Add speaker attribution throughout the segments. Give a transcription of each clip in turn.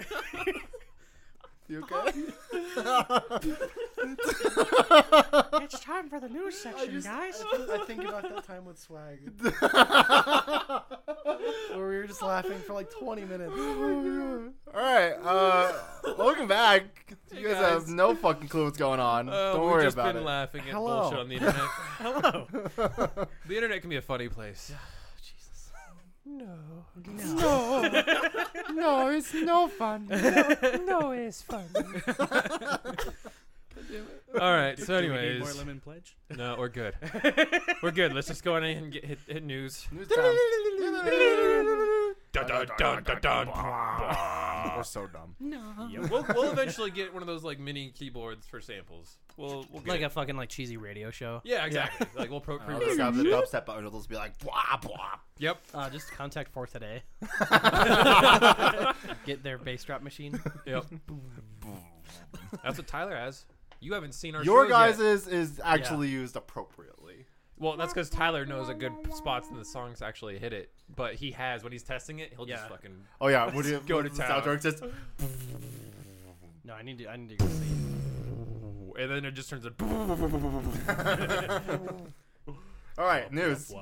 Speaker 1: it's time for the news section, guys.
Speaker 2: I think about that time with swag where we were just laughing for like 20 minutes.
Speaker 3: All right, uh, welcome back. You guys, have no fucking clue what's going on.
Speaker 4: Uh,
Speaker 3: Don't
Speaker 4: we've
Speaker 3: worry
Speaker 4: just
Speaker 3: about
Speaker 4: been
Speaker 3: it.
Speaker 4: laughing at
Speaker 2: Hello.
Speaker 4: bullshit on the internet.
Speaker 1: Hello.
Speaker 4: the internet can be a funny place.
Speaker 3: No, no, no, it's no fun.
Speaker 1: no, it's fun.
Speaker 4: All right. So,
Speaker 5: Do we need more
Speaker 4: anyways,
Speaker 5: lemon pledge?
Speaker 4: no, we're good. We're good. Let's just go on in and get hit, hit news.
Speaker 3: News time.
Speaker 4: Dun, dun, dun, dun, dun.
Speaker 3: We're so dumb.
Speaker 4: Yeah, we'll, we'll eventually get one of those like mini keyboards for samples. We'll, we'll get
Speaker 5: Like
Speaker 4: it.
Speaker 5: a fucking like cheesy radio show.
Speaker 4: yeah, exactly. Like we'll pro.
Speaker 3: I'll just
Speaker 4: pre-
Speaker 3: grab the dubstep button. It'll just be like blah blah.
Speaker 4: yep.
Speaker 5: Uh, just contact for today. Get their bass drop machine.
Speaker 4: Yep. That's what Tyler has. You haven't seen our
Speaker 3: Your
Speaker 4: shows
Speaker 3: guys
Speaker 4: yet.
Speaker 3: is is actually used appropriately.
Speaker 4: Well, that's because Tyler knows a good spots in the songs to actually hit it. But he has when he's testing it, he'll
Speaker 5: Yeah.
Speaker 4: just fucking
Speaker 3: Oh yeah, would you
Speaker 4: go to
Speaker 3: the
Speaker 4: town.
Speaker 3: soundtrack just
Speaker 5: No, I need to. I need to go to sleep.
Speaker 4: and then it just turns a.
Speaker 3: All right, news.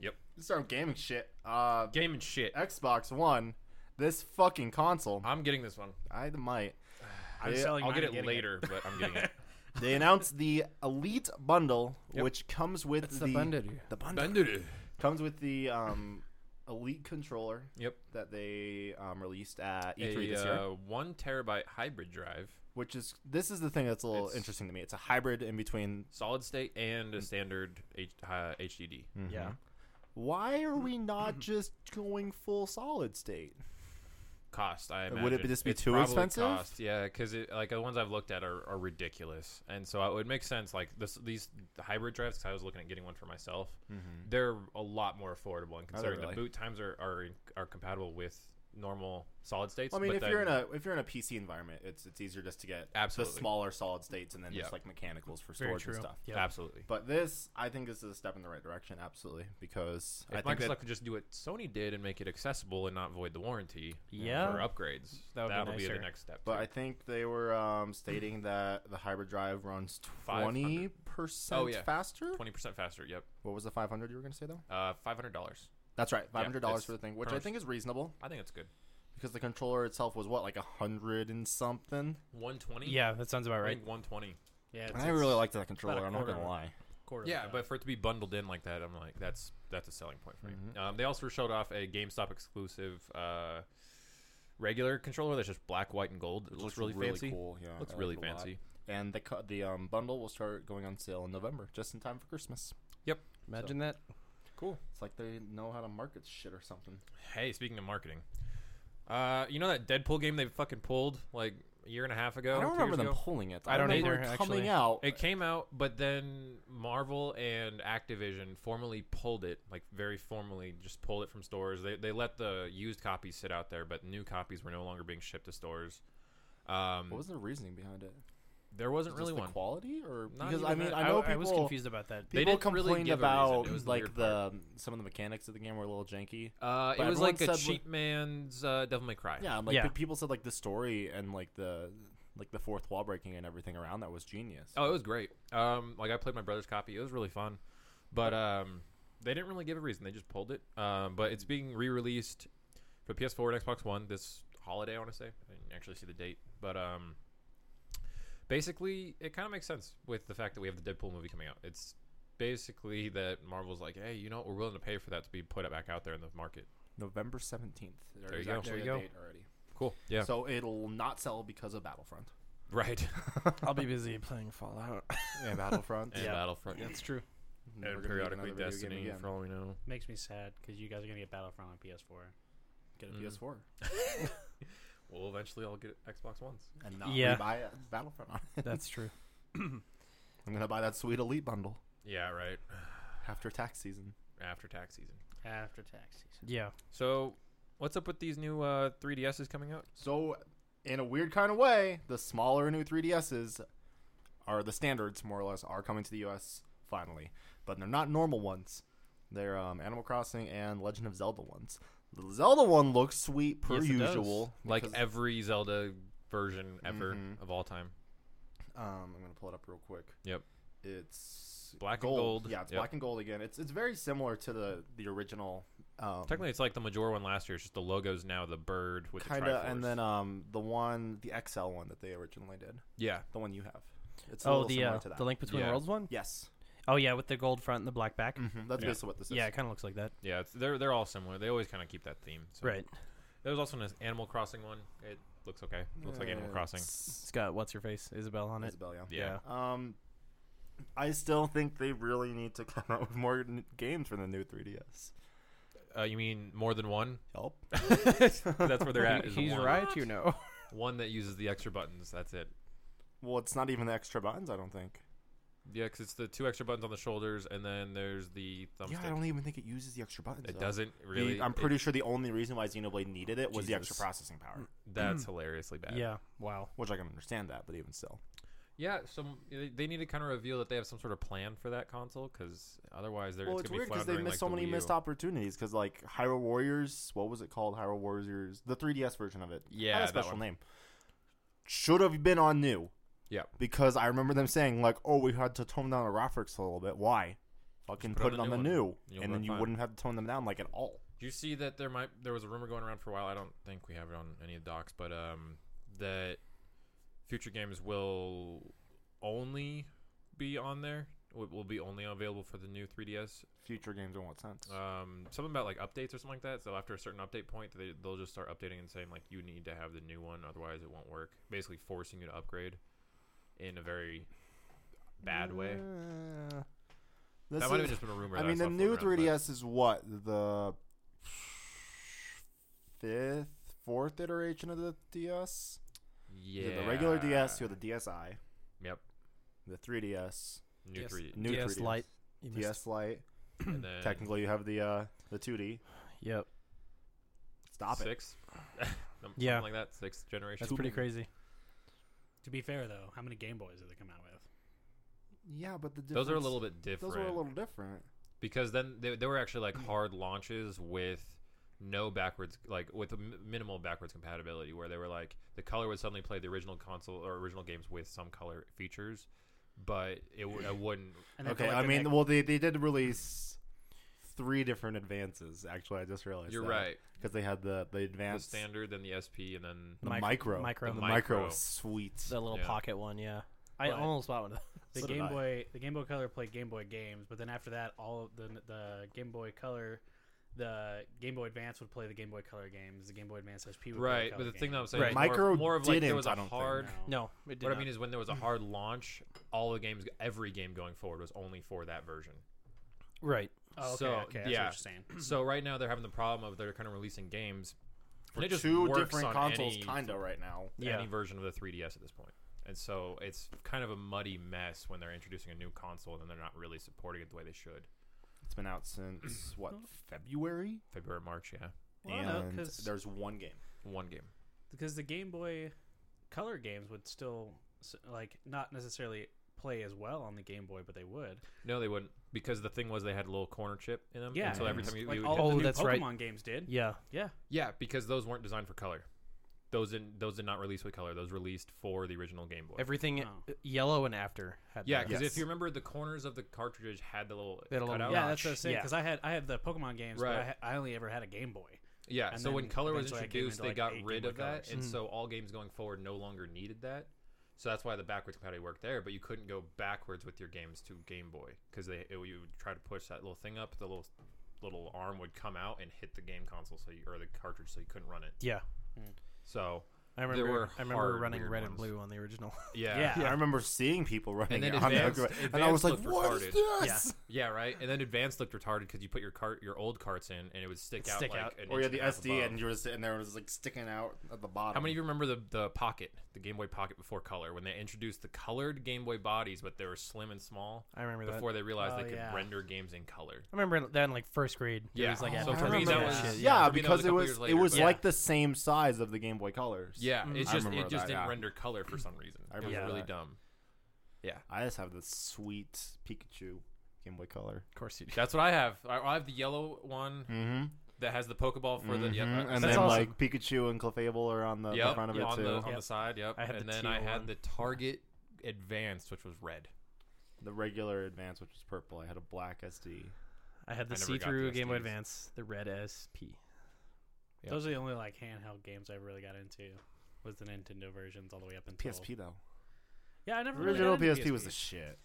Speaker 4: Yep.
Speaker 3: Start gaming shit. Uh,
Speaker 4: Game and shit.
Speaker 3: Xbox One, this fucking console.
Speaker 4: I'm getting this one.
Speaker 3: I might.
Speaker 5: I'm
Speaker 3: They-
Speaker 5: selling.
Speaker 4: I'll
Speaker 5: mine
Speaker 4: get
Speaker 5: and
Speaker 4: it
Speaker 5: getting
Speaker 4: later, but I'm getting it.
Speaker 3: They announced the Elite Bundle, which comes with
Speaker 2: It's
Speaker 3: the
Speaker 2: the Bundadoo.
Speaker 3: The bundle comes with the um, Elite controller
Speaker 4: Yep.
Speaker 3: that they um, released at E3
Speaker 4: A
Speaker 3: this year.
Speaker 4: uh, one terabyte hybrid drive,
Speaker 3: Which is this is the thing that's a little
Speaker 4: It's-
Speaker 3: interesting to me. It's a hybrid in between.
Speaker 4: solid state, and a standard H- uh, HDD.
Speaker 6: Mm. Mm-hmm.
Speaker 5: Yeah.
Speaker 3: Why are we not just going full solid state?
Speaker 4: cost. I
Speaker 3: Would
Speaker 4: imagine.
Speaker 3: it be- just be
Speaker 4: It's
Speaker 3: too
Speaker 4: probably
Speaker 3: expensive?
Speaker 4: Cost. Yeah, because like the ones I've looked at are, are ridiculous, and so it would make sense. Like this, these hybrid drives. 'cause I was looking at getting one for myself. They're a lot more affordable, and considering
Speaker 3: Oh, really?
Speaker 4: the boot times are, are in- are compatible with normal solid states.
Speaker 3: Well, I mean,
Speaker 4: but
Speaker 3: if you're in
Speaker 4: then-
Speaker 3: a if you're in a PC environment, it's it's easier just to get the
Speaker 4: Absolutely.
Speaker 3: smaller solid states and then
Speaker 4: Yeah.
Speaker 3: just like mechanicals for
Speaker 5: Very
Speaker 3: storage and
Speaker 5: true.
Speaker 3: stuff.
Speaker 5: Yeah.
Speaker 4: absolutely.
Speaker 3: But this, I think, this is a step in the right direction, absolutely, because I
Speaker 4: If
Speaker 3: think
Speaker 4: Microsoft
Speaker 3: that
Speaker 4: could just do what Sony did and make it accessible and not void the warranty
Speaker 5: Yeah.
Speaker 4: for upgrades,
Speaker 5: That would be
Speaker 4: that'll be the
Speaker 5: nicer.
Speaker 4: next step.
Speaker 3: But
Speaker 4: too.
Speaker 3: I think they were um, stating that the hybrid drive runs 20%
Speaker 4: Oh, yeah.
Speaker 3: faster.
Speaker 4: 20% faster. Yep.
Speaker 3: What was the 500 you were going to say, though?
Speaker 4: Uh, $500.
Speaker 3: That's right,
Speaker 4: Yeah,
Speaker 3: $500
Speaker 4: it's
Speaker 3: for the thing, which I
Speaker 4: pretty much-
Speaker 3: think is reasonable
Speaker 4: I think it's good.
Speaker 3: because the controller itself was what, like a 100 and something?
Speaker 4: 120?
Speaker 5: Yeah, that sounds about
Speaker 4: I
Speaker 5: right.
Speaker 4: think 120.
Speaker 5: Yeah,
Speaker 3: And I really liked that controller,
Speaker 5: about a
Speaker 3: I'm not going to
Speaker 5: quarter.
Speaker 3: lie.
Speaker 5: quarter.
Speaker 4: Yeah, but for it to be bundled in like that, I'm like, that's that's a selling point for me.
Speaker 5: Mm-hmm.
Speaker 4: Um, they also showed off a GameStop exclusive uh, regular controller that's just black, white, and gold. It, looks, really, fancy.
Speaker 3: cool. Yeah,
Speaker 4: Looks
Speaker 3: I
Speaker 4: really
Speaker 3: liked it a lot.
Speaker 4: fancy.
Speaker 3: And the co- the um, bundle will start going on sale in November, just in time for Christmas.
Speaker 4: Yep.
Speaker 5: imagine that.
Speaker 4: Cool.
Speaker 3: It's like they know how to market shit or something.
Speaker 4: Hey, speaking of marketing, uh, you know that Deadpool game they fucking pulled like a year and a half ago?
Speaker 3: I don't
Speaker 4: two
Speaker 3: remember
Speaker 4: years
Speaker 3: them
Speaker 4: ago?
Speaker 3: pulling it.
Speaker 5: I don't
Speaker 3: remember
Speaker 5: either,
Speaker 3: it coming
Speaker 5: actually.
Speaker 3: out.
Speaker 4: It came out, but then Marvel and Activision formally pulled it, like very formally, just pulled it from stores. They they let the used copies sit out there, but new copies were no longer being shipped to stores. Um,
Speaker 3: What was the reasoning behind it?
Speaker 4: there wasn't
Speaker 3: Is
Speaker 4: really
Speaker 3: this
Speaker 4: one.
Speaker 3: the quality or
Speaker 4: Not
Speaker 3: because I
Speaker 4: even
Speaker 3: mean
Speaker 4: that.
Speaker 3: I know
Speaker 5: I,
Speaker 3: people
Speaker 5: was confused about that.
Speaker 4: They
Speaker 3: people
Speaker 4: didn't really
Speaker 3: complained
Speaker 4: give a reason.
Speaker 3: about
Speaker 4: It was the
Speaker 3: like
Speaker 4: weird
Speaker 3: the um, some of the mechanics of the game were a little janky.
Speaker 4: Uh,
Speaker 3: But
Speaker 4: it was
Speaker 3: everyone
Speaker 4: like a
Speaker 3: said what-
Speaker 4: cheap man's uh, Devil May Cry.
Speaker 3: Yeah, like
Speaker 5: Yeah.
Speaker 3: pe- people said like the story and like the like the fourth wall breaking and everything around that was genius.
Speaker 4: Oh, it was great. Um, like I played my brother's copy. It was really fun, but um, they didn't really give a reason. They just pulled it. Um, but it's being re-released for PS4 and Xbox One this holiday. I want to say. I didn't actually see the date, but um, basically, it kind of makes sense with the fact that we have the Deadpool movie coming out. It's basically that Marvel's like, hey, you know, what? we're willing to pay for that to be put back out there in the market.
Speaker 3: November seventeenth.
Speaker 4: There you go.
Speaker 3: Actually
Speaker 5: There you
Speaker 3: a
Speaker 5: go.
Speaker 3: date already.
Speaker 4: Cool. Yeah.
Speaker 3: So it'll not sell because of Battlefront.
Speaker 4: right.
Speaker 5: I'll be busy playing Fallout.
Speaker 3: Yeah, Battlefront.
Speaker 4: And
Speaker 5: Yeah.
Speaker 4: Battlefront.
Speaker 5: That's true.
Speaker 3: Never
Speaker 4: And
Speaker 3: gonna make
Speaker 4: periodically
Speaker 3: another video game
Speaker 4: Destiny,
Speaker 3: again.
Speaker 4: for all we know.
Speaker 6: Makes me sad because you guys are gonna get Battlefront on PS4.
Speaker 3: Get a
Speaker 4: Mhm.
Speaker 3: PS4
Speaker 4: We'll eventually all get Xbox Ones.
Speaker 3: and not
Speaker 5: Yeah.
Speaker 3: buy a Battlefront. on it.
Speaker 5: That's true.
Speaker 3: I'm gonna buy that sweet Elite bundle
Speaker 4: Yeah, right.
Speaker 3: after tax season.
Speaker 4: After tax season.
Speaker 6: After tax season.
Speaker 5: Yeah.
Speaker 4: So, what's up with these new uh, 3DSs coming out?
Speaker 3: So, in a weird kind of way, the smaller new 3DSs are the standards, more or less, are coming to the US finally. But they're not normal ones. They're um, Animal Crossing and Legend of Zelda ones. The Zelda one looks sweet per
Speaker 5: Yes, it does.
Speaker 3: usual.
Speaker 4: Like
Speaker 3: because-
Speaker 4: every Zelda version ever
Speaker 3: Mhm.
Speaker 4: of all time.
Speaker 3: Um, I'm gonna pull it up real quick.
Speaker 4: Yep.
Speaker 3: It's
Speaker 4: Black and gold.
Speaker 3: Yeah, it's
Speaker 4: Yep.
Speaker 3: black and gold again. It's it's very similar to the the original. Um,
Speaker 4: Technically, it's like the Majora one last year. It's just the logo's now the bird with
Speaker 3: kind
Speaker 4: the
Speaker 3: of,
Speaker 4: Triforce.
Speaker 3: and then um the one the XL one that they originally did,
Speaker 4: yeah,
Speaker 3: the one you have. It's a
Speaker 5: Oh,
Speaker 3: little
Speaker 5: the
Speaker 3: similar
Speaker 5: uh,
Speaker 3: to that.
Speaker 5: the Link Between
Speaker 4: Yeah.
Speaker 5: Worlds one. Mm.
Speaker 3: Yes,
Speaker 5: Oh yeah, with the gold front and the black back.
Speaker 3: Mhm, that's
Speaker 4: Yeah.
Speaker 3: basically what this is.
Speaker 5: Yeah, it kind of looks like that.
Speaker 4: yeah. It's, they're they're all similar. They always kind of keep that theme. So.
Speaker 5: Right.
Speaker 4: There was also an Animal Crossing one. It looks okay. It looks like
Speaker 3: Uh,
Speaker 4: Animal Crossing.
Speaker 5: It's got what's her face Isabel on it.
Speaker 3: Isabel, yeah.
Speaker 4: Yeah.
Speaker 3: Um, I still think they really need to come out with more n- games for the new 3DS.
Speaker 4: Uh, you mean more than one?
Speaker 3: Help.
Speaker 4: That's where they're at.
Speaker 5: He-
Speaker 4: is
Speaker 5: he's
Speaker 4: one.
Speaker 5: right, you know.
Speaker 4: One that uses the extra buttons. That's it.
Speaker 3: Well, it's not even the extra buttons. I don't think.
Speaker 4: Yeah, 'cause it's the two extra buttons on the shoulders, and then there's the thumbstick.
Speaker 3: Yeah, I don't even think it uses the extra buttons.
Speaker 4: it
Speaker 3: though.
Speaker 4: doesn't
Speaker 3: The-
Speaker 4: really.
Speaker 3: I'm
Speaker 4: it-
Speaker 3: pretty sure the only reason why Xenoblade needed it was the extra
Speaker 4: Jesus.
Speaker 3: processing power,
Speaker 4: that's
Speaker 3: Mm.
Speaker 4: hilariously bad.
Speaker 5: Yeah. Wow.
Speaker 3: which I can understand that, but even still,
Speaker 4: Yeah, so m- they- they need to kind of reveal that they have some sort of plan for that console, because otherwise they're
Speaker 3: well,
Speaker 4: it's,
Speaker 3: it's
Speaker 4: gonna
Speaker 3: weird
Speaker 4: be
Speaker 3: because they
Speaker 4: floundering
Speaker 3: missed
Speaker 4: like
Speaker 3: so
Speaker 4: the
Speaker 3: many
Speaker 4: Wii U.
Speaker 3: missed opportunities. Because like Hyrule Warriors, what was it called? Hyrule Warriors, the 3DS version of it.
Speaker 4: Yeah,
Speaker 3: had
Speaker 4: that
Speaker 3: a special
Speaker 4: one.
Speaker 3: name. Should have been on new.
Speaker 4: Yeah.
Speaker 3: because I remember them saying like, "Oh, we had to tone down the graphics a little bit. Why? Fucking
Speaker 4: put
Speaker 3: put,
Speaker 4: on
Speaker 3: it
Speaker 4: the
Speaker 3: on the
Speaker 4: new
Speaker 3: new,
Speaker 4: one. You'll
Speaker 3: and
Speaker 4: run
Speaker 3: then you
Speaker 4: fine."
Speaker 3: wouldn't have to tone them down like at all."
Speaker 4: Do you see that there might there was a rumor going around for a while? I don't think we have it on any of the docs, but um, that future games will only be on there. Will will be only available for the new 3ds.
Speaker 3: Future games in what sense?
Speaker 4: Um, something about like updates or something like that. So after a certain update point, they they'll just start updating and saying like you need to have the new one, otherwise it won't work. Basically forcing you to upgrade in a very bad way.
Speaker 3: Uh, this
Speaker 4: That might have
Speaker 3: is-
Speaker 4: just been a rumor.
Speaker 3: I
Speaker 4: that
Speaker 3: mean,
Speaker 4: saw
Speaker 3: the
Speaker 4: floating
Speaker 3: new
Speaker 4: around, but-
Speaker 3: 3DS is what the fifth, fourth iteration of the DS. You
Speaker 4: Yeah.
Speaker 3: have The regular DS, you have the DSi,
Speaker 4: Yep.
Speaker 3: the 3DS,
Speaker 4: New
Speaker 5: Yes.
Speaker 4: three.
Speaker 3: new
Speaker 5: DS
Speaker 3: 3DS,
Speaker 5: Lite. You missed-
Speaker 3: DS Lite.
Speaker 4: and then
Speaker 3: Technically, you have the uh, the 2D.
Speaker 5: Yep.
Speaker 3: Stop it.
Speaker 4: six. Something
Speaker 5: Yeah.
Speaker 4: like that. Sixth generation.
Speaker 5: That's pretty crazy.
Speaker 6: To be fair, though, how many Game Boys did they come out with?
Speaker 3: Yeah, but the
Speaker 4: Those are a
Speaker 3: difference-
Speaker 4: little bit different.
Speaker 3: Those are a little different.
Speaker 4: because then they, they were actually like hard launches with no backwards like with m- minimal backwards compatibility where they were like the color would suddenly play the original console or original games with some color features but it, w- it wouldn't
Speaker 6: And then for,
Speaker 3: Okay,
Speaker 6: like,
Speaker 3: I
Speaker 6: the
Speaker 3: mean,
Speaker 6: next-
Speaker 3: well, they, they did release three different advances. Actually, I just realized
Speaker 4: you're right
Speaker 3: because they had the the
Speaker 4: the
Speaker 3: advanced,
Speaker 4: standard then the sp and then
Speaker 3: the
Speaker 5: Mic-
Speaker 3: micro,
Speaker 5: micro.
Speaker 3: the
Speaker 4: The
Speaker 3: micro
Speaker 4: micro.
Speaker 3: was sweet.
Speaker 5: The little
Speaker 4: Yeah.
Speaker 5: pocket one. Yeah. I
Speaker 6: But-
Speaker 5: almost bought one of
Speaker 6: the
Speaker 3: So did
Speaker 6: Game
Speaker 3: I.
Speaker 6: Boy, the Game Boy Color played Game Boy games, but then after that, all of the the Game Boy Color, the Game Boy Advance would play the Game Boy Color games. The Game Boy Advance SP would play
Speaker 4: right
Speaker 6: the
Speaker 4: but
Speaker 6: color
Speaker 4: the thing that i'm
Speaker 6: games.
Speaker 4: saying
Speaker 5: Right.
Speaker 4: is more of-
Speaker 3: Micro
Speaker 4: more of like there
Speaker 3: didn't,
Speaker 4: was
Speaker 3: I
Speaker 4: a
Speaker 3: don't think.
Speaker 4: hard
Speaker 6: No.
Speaker 5: No, it did
Speaker 4: what
Speaker 5: not.
Speaker 4: i mean is when there was a hard launch all the games every game going forward was only for that version
Speaker 5: right.
Speaker 6: Oh, okay,
Speaker 4: So,
Speaker 6: okay, I see
Speaker 4: yeah.
Speaker 6: what you're saying.
Speaker 4: so right now they're having the problem of they're kind of releasing games
Speaker 3: For
Speaker 4: and it just
Speaker 3: two
Speaker 4: works
Speaker 3: different
Speaker 4: on
Speaker 3: consoles,
Speaker 4: any-
Speaker 3: kinda right now.
Speaker 5: Yeah.
Speaker 4: any version of the 3DS at this point. And so it's kind of a muddy mess when they're introducing a new console and they're not really supporting it the way they should.
Speaker 3: It's been out since what February,
Speaker 4: February, March, yeah.
Speaker 6: Well, no,
Speaker 3: and
Speaker 6: 'cause-
Speaker 3: there's one game.
Speaker 4: One game.
Speaker 6: because the Game Boy Color games would still s- like not necessarily play as well on the Game Boy, but they would.
Speaker 4: No, they wouldn't because the thing was they had a little corner chip in them.
Speaker 6: Yeah,
Speaker 4: And so every
Speaker 6: it's
Speaker 4: time you,
Speaker 6: like
Speaker 4: you would
Speaker 6: all
Speaker 4: hit
Speaker 5: Oh,
Speaker 6: the new
Speaker 5: that's right.
Speaker 6: Pokemon games did.
Speaker 5: Yeah.
Speaker 6: Yeah,
Speaker 4: yeah, because those weren't designed for color. Those didn't. Those did not release with color. Those released for the original Game Boy.
Speaker 5: Everything
Speaker 6: Oh.
Speaker 5: uh, yellow and after had
Speaker 4: yeah,
Speaker 5: that.
Speaker 4: because
Speaker 3: Yes.
Speaker 4: if you remember, the corners of the cartridge had the little
Speaker 5: They had a little
Speaker 4: cutout.
Speaker 5: notch.
Speaker 6: yeah, that's what I was saying.
Speaker 5: Yeah.
Speaker 6: Because I had I had the Pokemon games, but I,
Speaker 4: Right.
Speaker 6: ha- I only ever had a Game Boy.
Speaker 4: Yeah,
Speaker 6: And
Speaker 4: so when
Speaker 6: then
Speaker 4: color was
Speaker 6: eventually I came
Speaker 4: introduced,
Speaker 6: into,
Speaker 4: they
Speaker 6: like,
Speaker 4: got
Speaker 6: eight Mm. Game
Speaker 4: rid
Speaker 6: Boy
Speaker 4: of that,
Speaker 6: Colors.
Speaker 4: and so all games going forward no longer needed that. So that's why the backwards compatibility worked there, but you couldn't go backwards with your games to Game Boy because they it, you would try to push that little thing up, the little little arm would come out and hit the game console, so you, or the cartridge, so you couldn't run it.
Speaker 5: Yeah.
Speaker 4: So
Speaker 5: I remember.
Speaker 4: were
Speaker 5: I remember
Speaker 4: hard,
Speaker 5: running
Speaker 4: weird
Speaker 5: red and
Speaker 4: ones.
Speaker 5: blue on the original.
Speaker 4: yeah,
Speaker 6: Yeah.
Speaker 4: yeah,
Speaker 3: I remember seeing people running
Speaker 4: then
Speaker 3: it on
Speaker 4: Advanced-
Speaker 3: the and I
Speaker 4: Advanced
Speaker 3: was like,
Speaker 4: looked
Speaker 3: "What is
Speaker 4: retarded."
Speaker 3: this?"
Speaker 4: right. And then Advanced looked retarded because you put your cart your old carts in, and it would stick out
Speaker 5: stick
Speaker 4: like
Speaker 5: out.
Speaker 4: an
Speaker 3: Or you had
Speaker 4: inch
Speaker 3: the
Speaker 4: and a half
Speaker 3: SD,
Speaker 4: above.
Speaker 3: and you were sitting there, and it was like sticking out at the bottom.
Speaker 4: How many of you remember the, the pocket, the Game Boy Pocket before color, when they introduced the colored Game Boy bodies, but they were slim and small
Speaker 5: I remember that.
Speaker 4: before they realized
Speaker 6: Oh,
Speaker 4: they could
Speaker 6: yeah.
Speaker 4: render games in color?
Speaker 5: I remember that in like first grade. It
Speaker 4: Yeah.
Speaker 5: was like
Speaker 4: Oh,
Speaker 5: after
Speaker 4: I
Speaker 5: first
Speaker 4: remember
Speaker 5: grade
Speaker 4: that.
Speaker 5: shit.
Speaker 3: Yeah,
Speaker 4: Yeah, for me, that was
Speaker 3: because
Speaker 4: a
Speaker 3: it
Speaker 4: couple
Speaker 3: was
Speaker 4: years
Speaker 3: it
Speaker 4: later,
Speaker 3: was
Speaker 4: but-
Speaker 3: like the same size of the Game Boy Colors.
Speaker 4: Yeah, it's
Speaker 3: I
Speaker 4: just it
Speaker 3: remember
Speaker 4: just
Speaker 3: that,
Speaker 4: didn't
Speaker 3: yeah.
Speaker 4: render color for some reason.
Speaker 3: I
Speaker 4: It was
Speaker 3: remember
Speaker 4: really
Speaker 3: that.
Speaker 4: dumb.
Speaker 3: I just have the sweet Pikachu Game Boy Color.
Speaker 5: Of course you do.
Speaker 4: That's what I have. I, I have the yellow one
Speaker 3: Mm-hmm.
Speaker 4: that has the Pokeball for the yeah, uh,
Speaker 3: and
Speaker 4: that's
Speaker 3: then
Speaker 4: awesome.
Speaker 3: like Pikachu and Clefable are on the, the
Speaker 4: Yep,
Speaker 3: front of
Speaker 4: yeah,
Speaker 3: it
Speaker 4: on
Speaker 3: too.
Speaker 4: the on
Speaker 5: Yep.
Speaker 4: the side. Yep.
Speaker 5: I had
Speaker 4: and
Speaker 5: the
Speaker 4: then I
Speaker 5: teal
Speaker 4: had
Speaker 5: one.
Speaker 4: the Target Advanced, which was red.
Speaker 3: The regular Advance, which was purple. I had a black SD.
Speaker 5: I had the
Speaker 4: I never got
Speaker 5: see through
Speaker 4: the
Speaker 5: Game Boy
Speaker 4: SDs.
Speaker 5: Advance, the red SP.
Speaker 4: Yeah.
Speaker 6: Those are the only like handheld games I really got into. Was the Nintendo versions all the way up until
Speaker 3: PSP though.
Speaker 6: Yeah, I never really
Speaker 3: Original
Speaker 6: got into
Speaker 3: PSP, was the shit.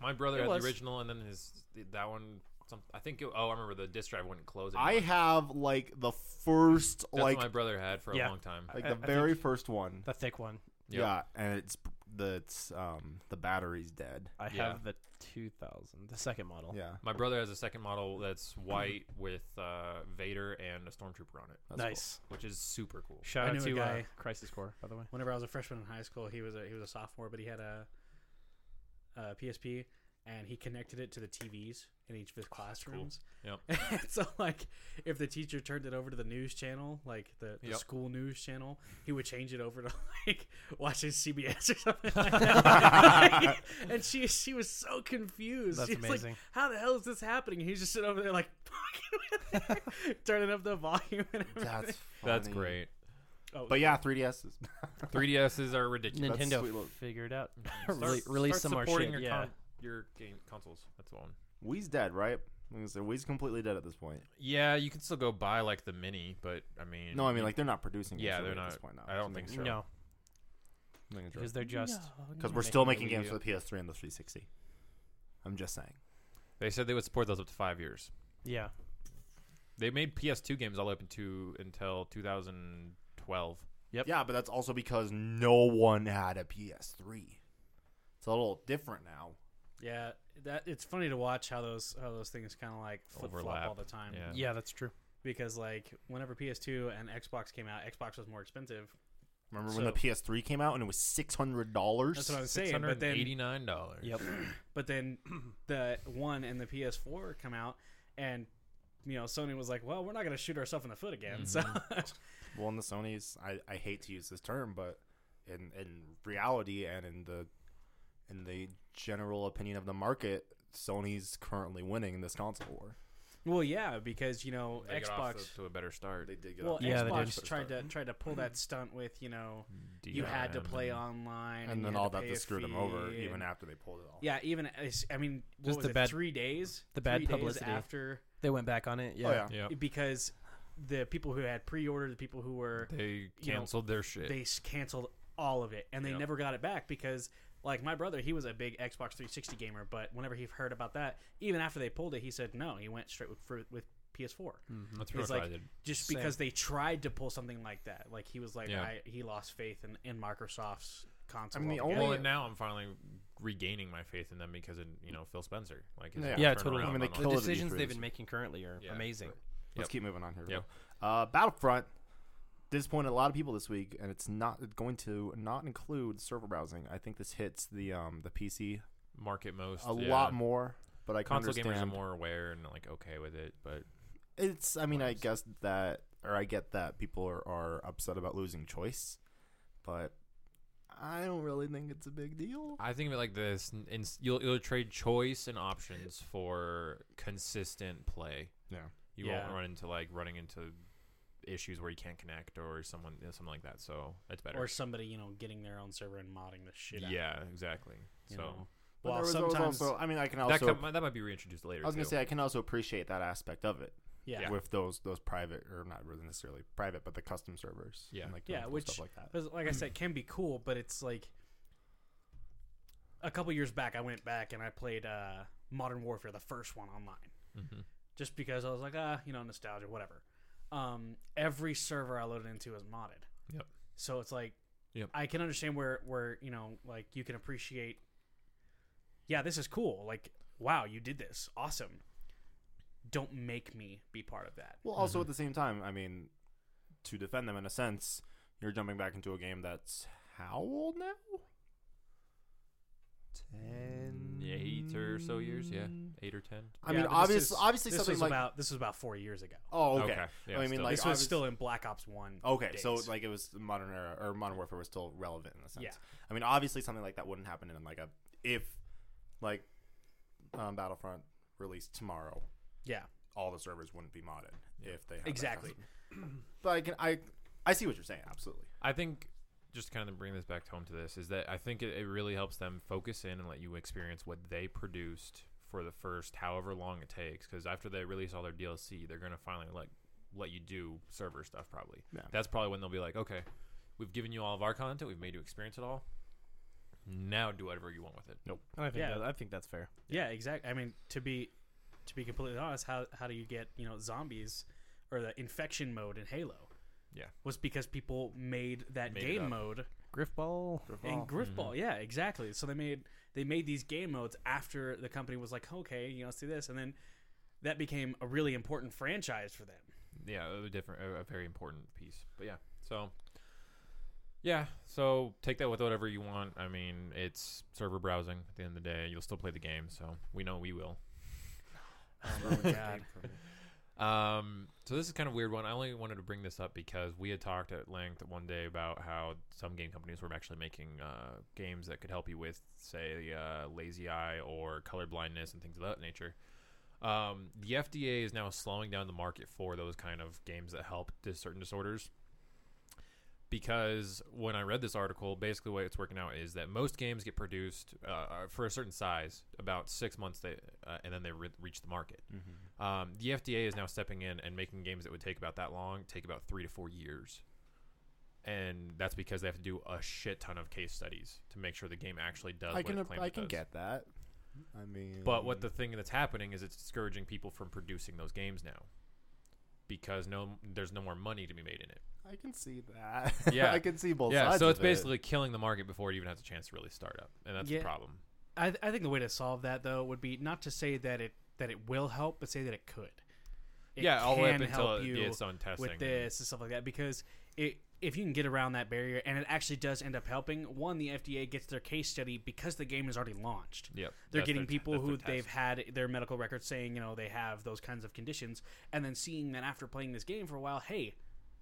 Speaker 4: My brother
Speaker 5: It
Speaker 4: had
Speaker 5: was.
Speaker 4: the original, and then his that one. Some, I think. It, oh, I remember the disk drive wouldn't close. Anymore.
Speaker 3: I have like the first,
Speaker 4: That's
Speaker 3: like,
Speaker 4: what my brother had for
Speaker 5: Yeah.
Speaker 4: a long time.
Speaker 3: like
Speaker 5: I-
Speaker 3: the
Speaker 5: I think-
Speaker 3: very first one.
Speaker 5: The thick one.
Speaker 4: Yep.
Speaker 3: Yeah, and it's the it's um the battery's dead.
Speaker 5: I
Speaker 4: Yeah.
Speaker 5: have the 2000, the second model.
Speaker 3: Yeah,
Speaker 4: My brother has a second model that's white with uh, Vader and a stormtrooper on it,
Speaker 3: that's
Speaker 5: nice.
Speaker 4: which is super cool.
Speaker 5: Shout
Speaker 6: I
Speaker 5: out
Speaker 6: knew a
Speaker 5: to uh,
Speaker 6: guy-
Speaker 5: Crisis Core, by the way.
Speaker 6: whenever I was a freshman in high school, he was a he was a sophomore, but he had a, a PSP and he connected it to the TVs in each of his classrooms.
Speaker 4: Yep.
Speaker 6: And so like if the teacher turned it over to the news channel, like the, the
Speaker 4: Yep.
Speaker 6: school news channel, he would change it over to like watching CBS or something. like
Speaker 3: Cool.
Speaker 6: that. and she she was so confused.
Speaker 5: That's
Speaker 6: She was like,
Speaker 5: amazing.
Speaker 6: how the hell is this happening? And he's just sitting over there like fucking with it, turning up the volume and everything.
Speaker 3: That's
Speaker 4: That's
Speaker 3: funny.
Speaker 4: great.
Speaker 6: oh,
Speaker 3: But yeah, 3DSs.
Speaker 4: 3DSs are ridiculous.
Speaker 3: That's
Speaker 5: Nintendo
Speaker 3: sweet little-
Speaker 5: figured out.
Speaker 4: Mm. Start-
Speaker 5: Really- release
Speaker 4: start
Speaker 5: some more
Speaker 4: supporting
Speaker 5: shit,
Speaker 4: Your,
Speaker 5: yeah.
Speaker 4: con- your game consoles. That's the one.
Speaker 3: Wii's dead, right? I'm gonna say Wii's completely dead at this point.
Speaker 4: Yeah, you can still go buy like the mini, but I mean,
Speaker 3: No, I mean like they're not producing. games
Speaker 4: Yeah, they're
Speaker 3: really At this
Speaker 4: not-
Speaker 3: point now.
Speaker 4: I don't think so.
Speaker 5: No, because
Speaker 3: Because
Speaker 5: they're just.
Speaker 3: we're still
Speaker 4: making
Speaker 3: making
Speaker 4: the Wii
Speaker 3: games
Speaker 4: U.
Speaker 3: for the PS3 and the 360. I'm just saying.
Speaker 4: they said they would support those up to five years.
Speaker 5: Yeah.
Speaker 4: They made PS2 games all the way up to until 2012.
Speaker 5: Yep.
Speaker 3: Yeah, but that's also because no one had a PS3. It's a little different now.
Speaker 6: Yeah, that it's funny to watch how those how those things kind of like flip flop
Speaker 4: Overlap,
Speaker 6: all the time.
Speaker 4: yeah.
Speaker 5: Yeah, that's true.
Speaker 6: Because like whenever PS2 and Xbox came out, Xbox was more expensive.
Speaker 3: Remember when the
Speaker 6: So-
Speaker 3: PS3 came out and it was six hundred dollars?
Speaker 6: That's what I was saying. But then
Speaker 4: $689.
Speaker 5: Yep.
Speaker 6: but then the one and the PS4 come out, and you know Sony was like, well, we're not gonna shoot ourselves in the foot again. So
Speaker 3: Well, in the Sony's, I, I hate to use this term, but in in reality and in the in the general opinion of the market, Sony's currently winning this console war.
Speaker 6: well, yeah, because you know
Speaker 4: They got off
Speaker 6: Xbox.
Speaker 4: to- to a better start.
Speaker 3: They did get
Speaker 6: Well,
Speaker 3: off
Speaker 5: Yeah, they
Speaker 6: Xbox
Speaker 3: did.
Speaker 6: tried to tried to pull that stunt with you know you had to
Speaker 4: DRM.
Speaker 6: play online,
Speaker 3: and
Speaker 6: you
Speaker 3: then
Speaker 6: had
Speaker 3: all
Speaker 6: to
Speaker 3: that
Speaker 6: pay a
Speaker 3: just screwed them
Speaker 6: fee
Speaker 3: over,
Speaker 6: and-
Speaker 3: even after they pulled it off.
Speaker 6: Yeah, even it's- I mean, what
Speaker 5: Just
Speaker 6: was
Speaker 5: the
Speaker 6: it,
Speaker 5: bad-
Speaker 6: three days,
Speaker 5: the bad
Speaker 6: Three days
Speaker 5: publicity.
Speaker 6: after
Speaker 5: They went back on it. Yeah.
Speaker 3: Oh yeah,
Speaker 4: Yep.
Speaker 6: because the people who had pre-ordered, the people who were
Speaker 4: They
Speaker 6: know,
Speaker 4: canceled their shit.
Speaker 6: they s- canceled all of it, and they
Speaker 4: Yep.
Speaker 6: never got it back because. Like my brother, he was a big Xbox 360 gamer, but whenever he heard about that, even after they pulled it, he said no. He went straight with for, with PS4,
Speaker 4: That's
Speaker 6: It's
Speaker 4: pretty much what I
Speaker 6: like-
Speaker 4: did.
Speaker 6: just because they tried to pull something like that. Like he was like,
Speaker 4: Yeah.
Speaker 6: I, he lost faith in, in Microsoft's console.
Speaker 3: I mean, the
Speaker 6: altogether.
Speaker 4: Well,
Speaker 3: only-
Speaker 4: and now I'm finally regaining my faith in them because of you know Phil Spencer. Like his
Speaker 3: Yeah.
Speaker 4: whole
Speaker 5: Yeah,
Speaker 4: turnaround
Speaker 5: totally.
Speaker 3: I mean, they
Speaker 4: on
Speaker 3: killed
Speaker 5: The
Speaker 3: it at
Speaker 5: decisions
Speaker 3: E3
Speaker 5: they've
Speaker 3: this
Speaker 5: been
Speaker 3: year.
Speaker 5: making currently are
Speaker 4: Yeah,
Speaker 5: amazing.
Speaker 3: Let's
Speaker 4: Yep.
Speaker 3: keep moving on here. we
Speaker 4: Yep.
Speaker 3: go. Uh, Battlefront disappointed a lot of people this week, and it's not going to not include server browsing. I think this hits the um the PC
Speaker 4: market most
Speaker 3: a
Speaker 4: yeah.
Speaker 3: lot more, but I can
Speaker 4: Console gamers are
Speaker 3: understand.
Speaker 4: more aware and like okay with it, but
Speaker 3: It's I mean I
Speaker 4: Works.
Speaker 3: guess that or I get that people are, are upset about losing choice, but I don't really think it's a big deal.
Speaker 4: I think of it like this: n- in, you'll you'll trade choice and options for consistent play.
Speaker 3: Yeah.
Speaker 4: You
Speaker 6: Yeah.
Speaker 4: won't run into like running into issues where you can't connect or someone you know, something like that. So that's better.
Speaker 6: or somebody you know getting their own server and modding the shit. out.
Speaker 4: yeah, exactly.
Speaker 6: you
Speaker 4: so
Speaker 6: know.
Speaker 3: But
Speaker 6: Well,
Speaker 3: there was- there was
Speaker 6: sometimes
Speaker 3: also I mean I can also
Speaker 4: that could, mi- that might be reintroduced later.
Speaker 3: I was gonna
Speaker 4: too.
Speaker 3: say I can also appreciate that aspect of it
Speaker 6: yeah,
Speaker 3: with those those private or not really necessarily private but the custom servers.
Speaker 4: Yeah.
Speaker 3: and like doing
Speaker 6: yeah,
Speaker 3: cool
Speaker 6: which
Speaker 3: stuff like that.
Speaker 6: 'cause like I said, can be cool, but it's like a couple years back, I went back and I played uh, Modern Warfare, the first one online,
Speaker 4: Mhm.
Speaker 6: just because I was like, ah, you know, nostalgia, whatever. Um, every server I loaded into is modded.
Speaker 4: Yep.
Speaker 6: So it's like,
Speaker 4: Yep.
Speaker 6: I can understand where where you know like you can appreciate. Yeah, this is cool. Like, wow, you did this, awesome. Don't make me be part of that.
Speaker 3: Well, also at the same time, I mean, to defend them in a sense, you're jumping back into a game that's how old now?
Speaker 6: Mm.
Speaker 3: Ten,
Speaker 4: Yeah, eight or so years. Yeah, eight or ten.
Speaker 3: I
Speaker 6: Yeah,
Speaker 3: mean,
Speaker 6: but this
Speaker 3: obviously,
Speaker 6: is-
Speaker 3: obviously
Speaker 6: This
Speaker 3: something
Speaker 6: was
Speaker 3: like
Speaker 6: about this was about four years ago.
Speaker 3: oh, okay.
Speaker 4: Okay, yeah,
Speaker 3: I mean,
Speaker 4: still.
Speaker 3: like
Speaker 6: this was
Speaker 3: obvi-
Speaker 6: still in Black Ops One.
Speaker 3: okay. So
Speaker 6: days.
Speaker 3: like it was the modern era or modern warfare was still relevant in a sense.
Speaker 6: Yeah.
Speaker 3: I mean, obviously something like that wouldn't happen in like a if like um, Battlefront released tomorrow,
Speaker 6: yeah,
Speaker 3: all the servers wouldn't be modded if they had that
Speaker 6: exactly.
Speaker 3: custom- But I can I I see what you're saying. Absolutely.
Speaker 4: I think just kind of bring this back home to this is that I think it, it really helps them focus in and let you experience what they produced for the first however long it takes. Because after they release all their DLC, they're gonna finally like let you do server stuff probably.
Speaker 3: Yeah.
Speaker 4: That's probably when they'll be like, okay, we've given you all of our content, we've made you experience it all. Now do whatever you want with it.
Speaker 5: I think
Speaker 6: Yeah.
Speaker 5: that, I think that's fair.
Speaker 6: Yeah, exactly. I mean, to be to be completely honest, how how do you get you know zombies or the infection mode in Halo?
Speaker 4: Yeah.
Speaker 6: was because people made that
Speaker 4: Made it
Speaker 6: game
Speaker 4: up. Mm-hmm.
Speaker 6: mode
Speaker 5: Griffball.
Speaker 6: and Griffball. Yeah, exactly. So they made they made these game modes after the company was like, okay, you know, let's do this, and then that became a really important franchise for them.
Speaker 4: yeah, a different, a, a very important piece. But yeah, so yeah, so take that with whatever you want. I mean, it's server browsing at the end of the day. You'll still play the game, so we know we will.
Speaker 6: Oh my god.
Speaker 4: Um, so this is kind of a weird one. I only wanted to bring this up because we had talked at length one day about how some game companies were actually making uh, games that could help you with, say, uh, lazy eye or color blindness and things of that nature. Um, the FDA is now slowing down the market for those kind of games that help dis- certain disorders. Because when I read this article, basically the way it's working out is that most games get produced uh, uh, for a certain size, about six months, they, uh, and then they re- reach the market. Um, the FDA is now stepping in and making games that would take about that long take about three to four years. And that's because they have to do a shit ton of case studies to make sure the game actually does
Speaker 3: I
Speaker 4: what
Speaker 3: can
Speaker 4: it claims
Speaker 3: I
Speaker 4: it
Speaker 3: can
Speaker 4: does.
Speaker 3: get that. I mean,
Speaker 4: But what the thing that's happening is it's discouraging people from producing those games now because no, there's no more money to be made in it.
Speaker 3: I can see that.
Speaker 4: Yeah.
Speaker 3: I can see both.
Speaker 4: yeah,
Speaker 3: sides
Speaker 4: so it's
Speaker 3: of it.
Speaker 4: basically killing the market before it even has a chance to really start up, and that's
Speaker 6: Yeah.
Speaker 4: the problem.
Speaker 6: I, th- I think the way to solve that though would be not to say that it that it will help, but say that it could. It
Speaker 4: yeah, all the way up
Speaker 6: can
Speaker 4: until
Speaker 6: help
Speaker 4: it
Speaker 6: you
Speaker 4: gets on testing.
Speaker 6: with this and stuff like that because it if you can get around that barrier and it actually does end up helping, one the FDA gets their case study because the game is already launched.
Speaker 4: Yep,
Speaker 6: They're
Speaker 4: that's
Speaker 6: getting
Speaker 4: their t-
Speaker 6: people
Speaker 4: that's their
Speaker 6: who
Speaker 4: test.
Speaker 6: they've had their medical records saying, you know, they have those kinds of conditions and then seeing that after playing this game for a while, hey,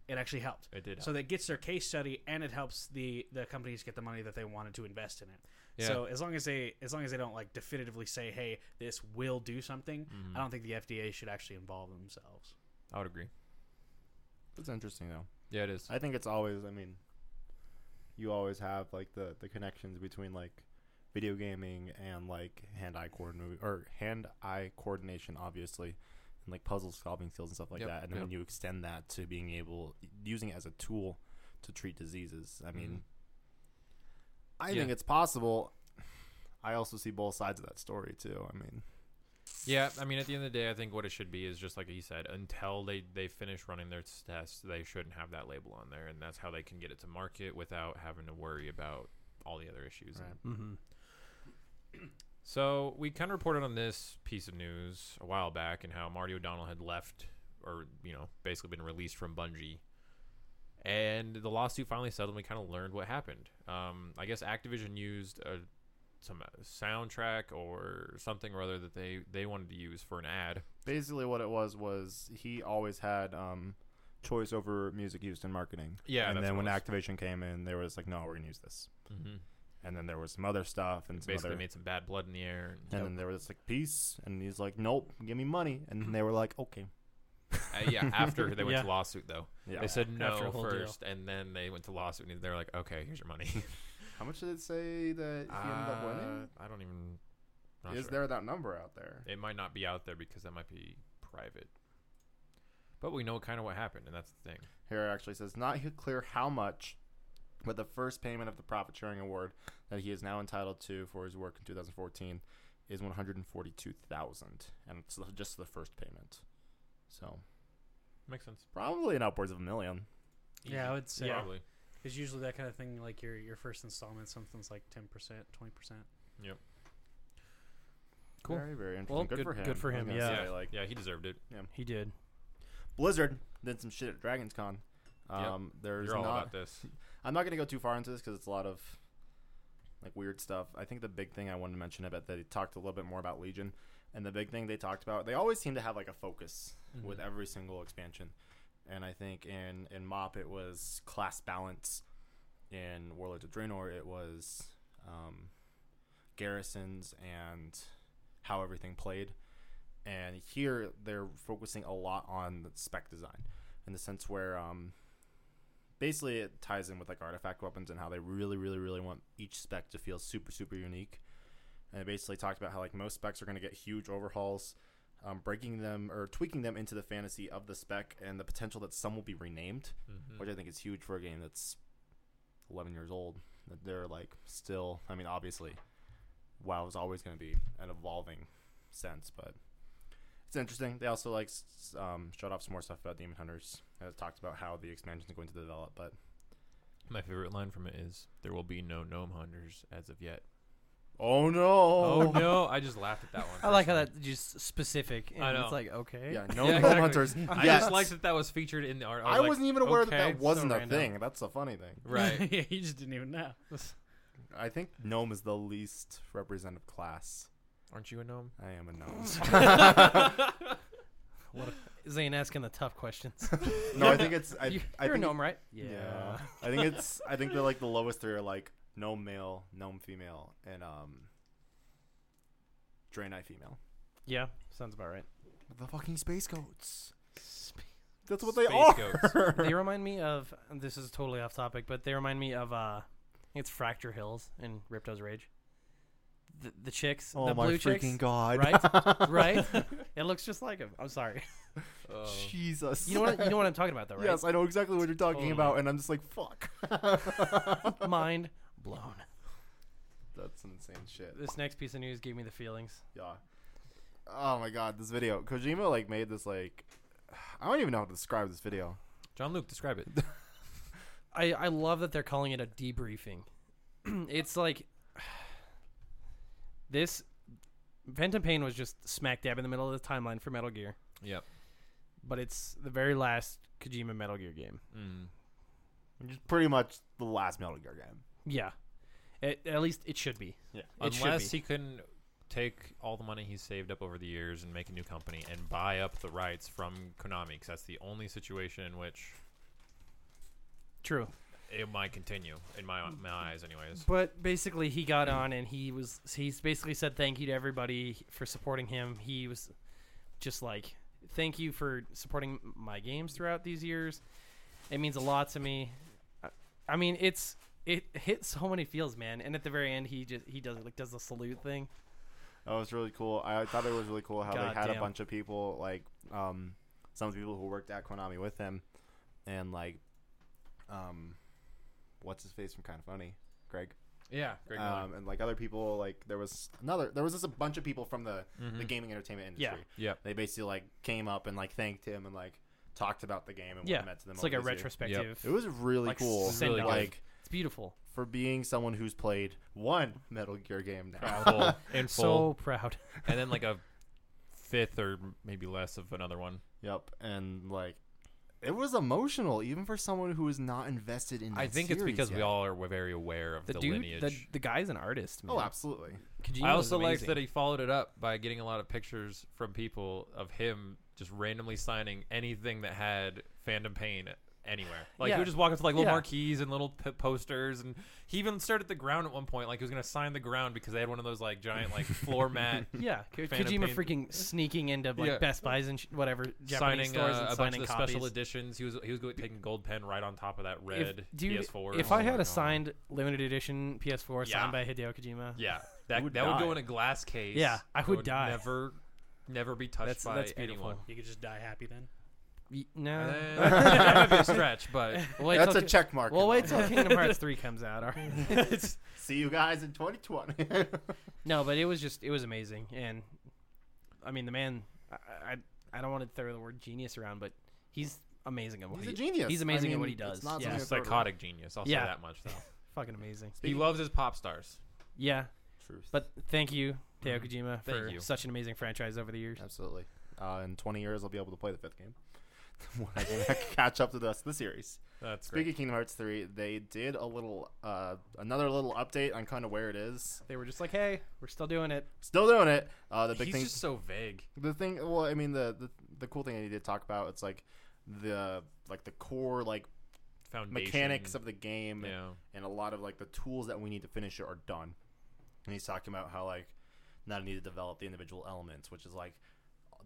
Speaker 6: it actually helped.
Speaker 4: It did
Speaker 6: So that gets their case study and it helps the the companies get the money that they wanted to invest in it. So as long as they as long as they don't like definitively say, "Hey, this will do something,"
Speaker 4: Mm-hmm.
Speaker 6: I don't think the FDA should actually involve themselves.
Speaker 4: I would agree.
Speaker 3: It's interesting though.
Speaker 4: Yeah, it is.
Speaker 3: I think it's always. I mean, you always have like the the connections between like video gaming and like hand eye coordinate or hand eye coordination, obviously, and like puzzle solving skills and stuff like
Speaker 4: Yep,
Speaker 3: that. And
Speaker 4: yep.
Speaker 3: when you extend that to being able using it as a tool to treat diseases, I mean, I
Speaker 4: Mm-hmm. Yeah.
Speaker 3: think it's possible. I also see both sides of that story too. I mean,
Speaker 4: Yeah, I mean, at the end of the day, I think what it should be is just like he said, until they, they finish running their tests, they shouldn't have that label on there, and that's how they can get it to market without having to worry about all the other issues.
Speaker 3: Right.
Speaker 5: Mm-hmm.
Speaker 4: So we kind of reported on this piece of news a while back, and how Marty O'Donnell had left, or you know, basically been released from Bungie, and the lawsuit finally settled. and We kind of learned what happened. Um, I guess Activision used a, some soundtrack or something or other that they they wanted to use for an ad.
Speaker 3: basically, what it was was he always had um, choice over music used in marketing.
Speaker 4: Yeah,
Speaker 3: and
Speaker 4: that's
Speaker 3: then
Speaker 4: what
Speaker 3: when
Speaker 4: it was.
Speaker 3: Activision came in, they were just like, "No, we're gonna use this."
Speaker 4: Mm-hmm.
Speaker 3: And then there was some other stuff, and some
Speaker 4: basically
Speaker 3: other,
Speaker 4: made some bad blood in the air.
Speaker 3: and then there was like peace, and he's like, "Nope, give me money," and they were like, "Okay."
Speaker 4: Uh, yeah, after they went
Speaker 5: Yeah.
Speaker 4: to lawsuit though,
Speaker 3: Yeah.
Speaker 4: they said
Speaker 5: After
Speaker 4: no
Speaker 5: a whole deal.
Speaker 4: first, and then they went to lawsuit, and they're like, okay, here's your money.
Speaker 3: How much did it say that he ended up winning?
Speaker 4: Uh, I don't even. Not
Speaker 3: Is
Speaker 4: sure.
Speaker 3: there that number out there?
Speaker 4: It might not be out there because that might be private. But we know kind of what happened, and that's the thing.
Speaker 3: Here it actually says not he- clear how much, but the first payment of the profit sharing award that he is now entitled to for his work in 2014 is 142,000, and it's the- just the first payment. So
Speaker 4: Makes sense.
Speaker 3: probably an upwards of a million.
Speaker 6: Yeah, I would say.
Speaker 4: Probably.
Speaker 6: Because usually that kind of thing, like your your first installment, something's like ten percent, twenty percent.
Speaker 5: Cool.
Speaker 3: Very very interesting.
Speaker 5: Well,
Speaker 3: good,
Speaker 5: good-
Speaker 3: for him.
Speaker 5: good for
Speaker 3: I was
Speaker 5: him,
Speaker 3: gonna
Speaker 5: yeah.
Speaker 3: say, like
Speaker 4: yeah, he deserved it.
Speaker 5: He did.
Speaker 3: Blizzard did some shit at Dragon's Con.
Speaker 4: Yep.
Speaker 3: Um, There's
Speaker 4: You're all
Speaker 3: not.
Speaker 4: about this.
Speaker 3: I'm not gonna go too far into this because it's a lot of like weird stuff. I think the big thing I wanted to mention about they talked a little bit more about Legion, and the big thing they talked about they always seem to have like a focus
Speaker 4: Mm-hmm.
Speaker 3: with every single expansion, and I think in in Mop it was class balance, in Warlords of Draenor it was um, garrisons and how everything played, and here they're focusing a lot on the spec design, in the sense where um, basically it ties in with like artifact weapons and how they really, really, really want each spec to feel super, super unique. And it basically talked about how like most specs are going to get huge overhauls, um, breaking them or tweaking them into the fantasy of the spec and the potential that some will be renamed,
Speaker 4: Mm. Mm-hmm.
Speaker 3: which I think is huge for a game that's 11 years old. That they're like still, I mean, obviously, WoW is always going to be an evolving sense, but it's interesting. They also like s- s- um, showed off some more stuff about Demon Hunters. And it talked about how the expansion is going to develop, but
Speaker 4: My favorite line from it is, "There will be no gnome hunters as of yet."
Speaker 3: oh no,
Speaker 4: Oh no! I just laughed at that one.
Speaker 5: I like how
Speaker 4: personally.
Speaker 5: that's just specific. And
Speaker 4: I know.
Speaker 5: It's like okay.
Speaker 3: yeah, no
Speaker 4: Yeah,
Speaker 3: gnome
Speaker 4: exactly.
Speaker 3: hunters.
Speaker 4: I
Speaker 3: Yes.
Speaker 4: just liked that that was featured in the art.
Speaker 3: I,
Speaker 4: was
Speaker 3: wasn't
Speaker 4: like,
Speaker 3: even aware that
Speaker 4: okay,
Speaker 3: that wasn't
Speaker 5: so
Speaker 3: a
Speaker 5: random.
Speaker 3: thing. That's the funny thing.
Speaker 4: right.
Speaker 6: yeah, you just didn't even know.
Speaker 3: I think gnome is the least representative class.
Speaker 4: Aren't you a gnome?
Speaker 3: I am a gnome.
Speaker 5: Zane asking the tough questions.
Speaker 3: no, I think it's I,
Speaker 5: you,
Speaker 3: I
Speaker 5: are a
Speaker 3: think
Speaker 5: gnome, right?
Speaker 3: Yeah. I think it's I think they're like the lowest three are like gnome male, gnome female, and um Draenei female.
Speaker 5: Yeah. Sounds about right.
Speaker 3: The fucking space goats.
Speaker 5: Sp-
Speaker 3: That's what they
Speaker 4: Space
Speaker 3: are.
Speaker 4: goats.
Speaker 5: they remind me of and this is totally off topic, but they remind me of uh, I think it's Fracture Hills in Ripto's Rage. The, the chicks, the blue chicks,
Speaker 3: Oh god.
Speaker 5: right? right? It looks just like him. I'm sorry.
Speaker 4: Oh.
Speaker 3: Jesus.
Speaker 5: You know what? You know what I'm talking about, though, right?
Speaker 3: Yes, I know exactly what you're talking
Speaker 5: Totally.
Speaker 3: about, and I'm just like, fuck.
Speaker 5: Mind blown.
Speaker 3: That's some insane shit.
Speaker 5: This next piece of news gave me the feelings.
Speaker 3: Yeah. Oh my god, this video. Kojima like made this like I don't even know how to describe this video.
Speaker 4: John Luke, describe it.
Speaker 5: I, I love that they're calling it a debriefing. it's like this Phantom Pain was just smack dab in the middle of the timeline for Metal Gear,
Speaker 4: Yep.
Speaker 5: but it's the very last Kojima Metal Gear game.
Speaker 4: Mm.
Speaker 3: Which is pretty much the last Metal Gear game.
Speaker 5: Yeah. At, at least it should be.
Speaker 3: Yeah.
Speaker 5: It should
Speaker 4: Unless
Speaker 5: be.
Speaker 4: he can take all the money he's saved up over the years and make a new company and buy up the rights from Konami, because that's the only situation in which
Speaker 5: True.
Speaker 4: it might continue in my my eyes, anyways.
Speaker 5: But basically, he got on and he was. He's basically said thank you to everybody for supporting him. He was just like, thank you for supporting my games throughout these years. It means a lot to me. I, I mean, it's it hit so many feels, man. And at the very end, he just he does like does the salute thing.
Speaker 3: That was really cool. I thought it was really cool how
Speaker 5: God
Speaker 3: they had
Speaker 5: damn.
Speaker 3: a bunch of people, like um, some of the people who worked at Konami with him, and like, um, what's his face from Kind of Funny, Greg,
Speaker 4: Yeah. Greg Miller.
Speaker 3: um, and like other people. Like there was another, there was just a bunch of people from the the gaming entertainment
Speaker 5: Mm-hmm. Yeah.
Speaker 3: industry.
Speaker 4: Yep.
Speaker 3: They basically like came up and like thanked him and like talked about the game and what
Speaker 5: Yeah,
Speaker 3: it meant to them.
Speaker 5: it's like a
Speaker 3: over the years.
Speaker 5: retrospective.
Speaker 3: It was really
Speaker 5: like,
Speaker 3: cool.
Speaker 5: send
Speaker 4: Really off.
Speaker 3: like
Speaker 5: It's beautiful.
Speaker 3: for being someone who's played one Metal Gear game now.
Speaker 4: Full, in
Speaker 5: So
Speaker 4: full,
Speaker 5: proud.
Speaker 4: and then like a fifth or maybe less of another one.
Speaker 3: Yep, and like it was emotional even for someone who is not invested in.
Speaker 4: I
Speaker 3: that
Speaker 4: think it's
Speaker 3: series
Speaker 4: because we
Speaker 3: yet.
Speaker 4: all are very aware of the,
Speaker 5: The, dude,
Speaker 4: lineage.
Speaker 5: the, the guy's an artist. Man.
Speaker 3: Oh, absolutely.
Speaker 5: Kojima
Speaker 4: I
Speaker 5: was
Speaker 4: also liked
Speaker 5: amazing.
Speaker 4: that he followed it up by getting a lot of pictures from people of him just randomly signing anything that had fandom pain anywhere. Like he
Speaker 5: Yeah.
Speaker 4: would just walk up to like little
Speaker 5: Yeah.
Speaker 4: marquees and little p- posters, and he even started at the ground at one point. Like he was gonna sign the ground because they had one of those like giant like floor mat
Speaker 5: Yeah, Ko-
Speaker 4: Phantom
Speaker 5: Kojima
Speaker 4: Pain.
Speaker 5: freaking sneaking into like
Speaker 4: Yeah.
Speaker 5: Best Buys and sh- whatever Japanese
Speaker 4: signing
Speaker 5: stores
Speaker 4: uh,
Speaker 5: and
Speaker 4: a bunch
Speaker 5: signing
Speaker 4: of the
Speaker 5: copies.
Speaker 4: special editions. He was he was go- taking gold pen right on top of that
Speaker 5: if,
Speaker 4: red
Speaker 5: dude,
Speaker 4: PS4.
Speaker 5: if
Speaker 4: Oh
Speaker 5: I
Speaker 4: my
Speaker 5: had
Speaker 4: God.
Speaker 5: a signed limited edition PS4
Speaker 4: Yeah.
Speaker 5: signed by Hideo Kojima,
Speaker 4: yeah, that
Speaker 3: would
Speaker 4: that would go
Speaker 3: die.
Speaker 4: in a glass case.
Speaker 5: Yeah, I
Speaker 4: It
Speaker 5: would die.
Speaker 4: Never, never be touched
Speaker 5: that's
Speaker 4: by
Speaker 5: that's beautiful.
Speaker 4: anyone.
Speaker 6: You could just die happy then.
Speaker 5: Y- No,
Speaker 4: Eh, that might be a stretch, but
Speaker 5: Wait
Speaker 3: That's
Speaker 5: till
Speaker 3: a
Speaker 5: Ki-
Speaker 3: check mark.
Speaker 5: Well,
Speaker 3: in
Speaker 5: wait
Speaker 3: mine.
Speaker 5: till Kingdom Hearts three comes out. all right?
Speaker 3: See you guys in 2020.
Speaker 5: No, but it was just it was amazing, and I mean the man. I I, I don't want to throw the word genius around, but he's amazing at what
Speaker 3: He's a
Speaker 5: he
Speaker 3: genius.
Speaker 5: He's
Speaker 3: I
Speaker 5: amazing at what he
Speaker 3: mean, it's
Speaker 5: does.
Speaker 3: not
Speaker 5: Yeah,
Speaker 4: he's a
Speaker 3: something- Minnesota.
Speaker 4: psychotic genius. I'll
Speaker 5: Yeah.
Speaker 4: say that much though.
Speaker 5: fucking amazing.
Speaker 4: He
Speaker 3: Speaking-
Speaker 4: loves his pop stars.
Speaker 5: Yeah,
Speaker 3: Truth.
Speaker 5: but thank you, Teo Kojima,
Speaker 4: Mm-hmm. Thank
Speaker 5: for
Speaker 4: you.
Speaker 5: such an amazing franchise over the years.
Speaker 3: absolutely. Uh, in 20 years, I'll be able to play the fifth game. When I can catch up to the rest of the series.
Speaker 4: That's
Speaker 3: Speaking of Kingdom Hearts 3, they did a little, uh, another little update on kind of where it is.
Speaker 5: They were just like, hey, we're still doing it.
Speaker 3: Still doing it. Uh, the big
Speaker 4: He's
Speaker 3: thing.
Speaker 4: just so vague.
Speaker 3: the thing well i mean the, the the cool thing that he did talk about it's like the like the core like
Speaker 4: Foundation
Speaker 3: mechanics of the game
Speaker 4: yeah.
Speaker 3: and a lot of like the tools that we need to finish it are done and he's talking about how like now I need to develop the individual elements which is like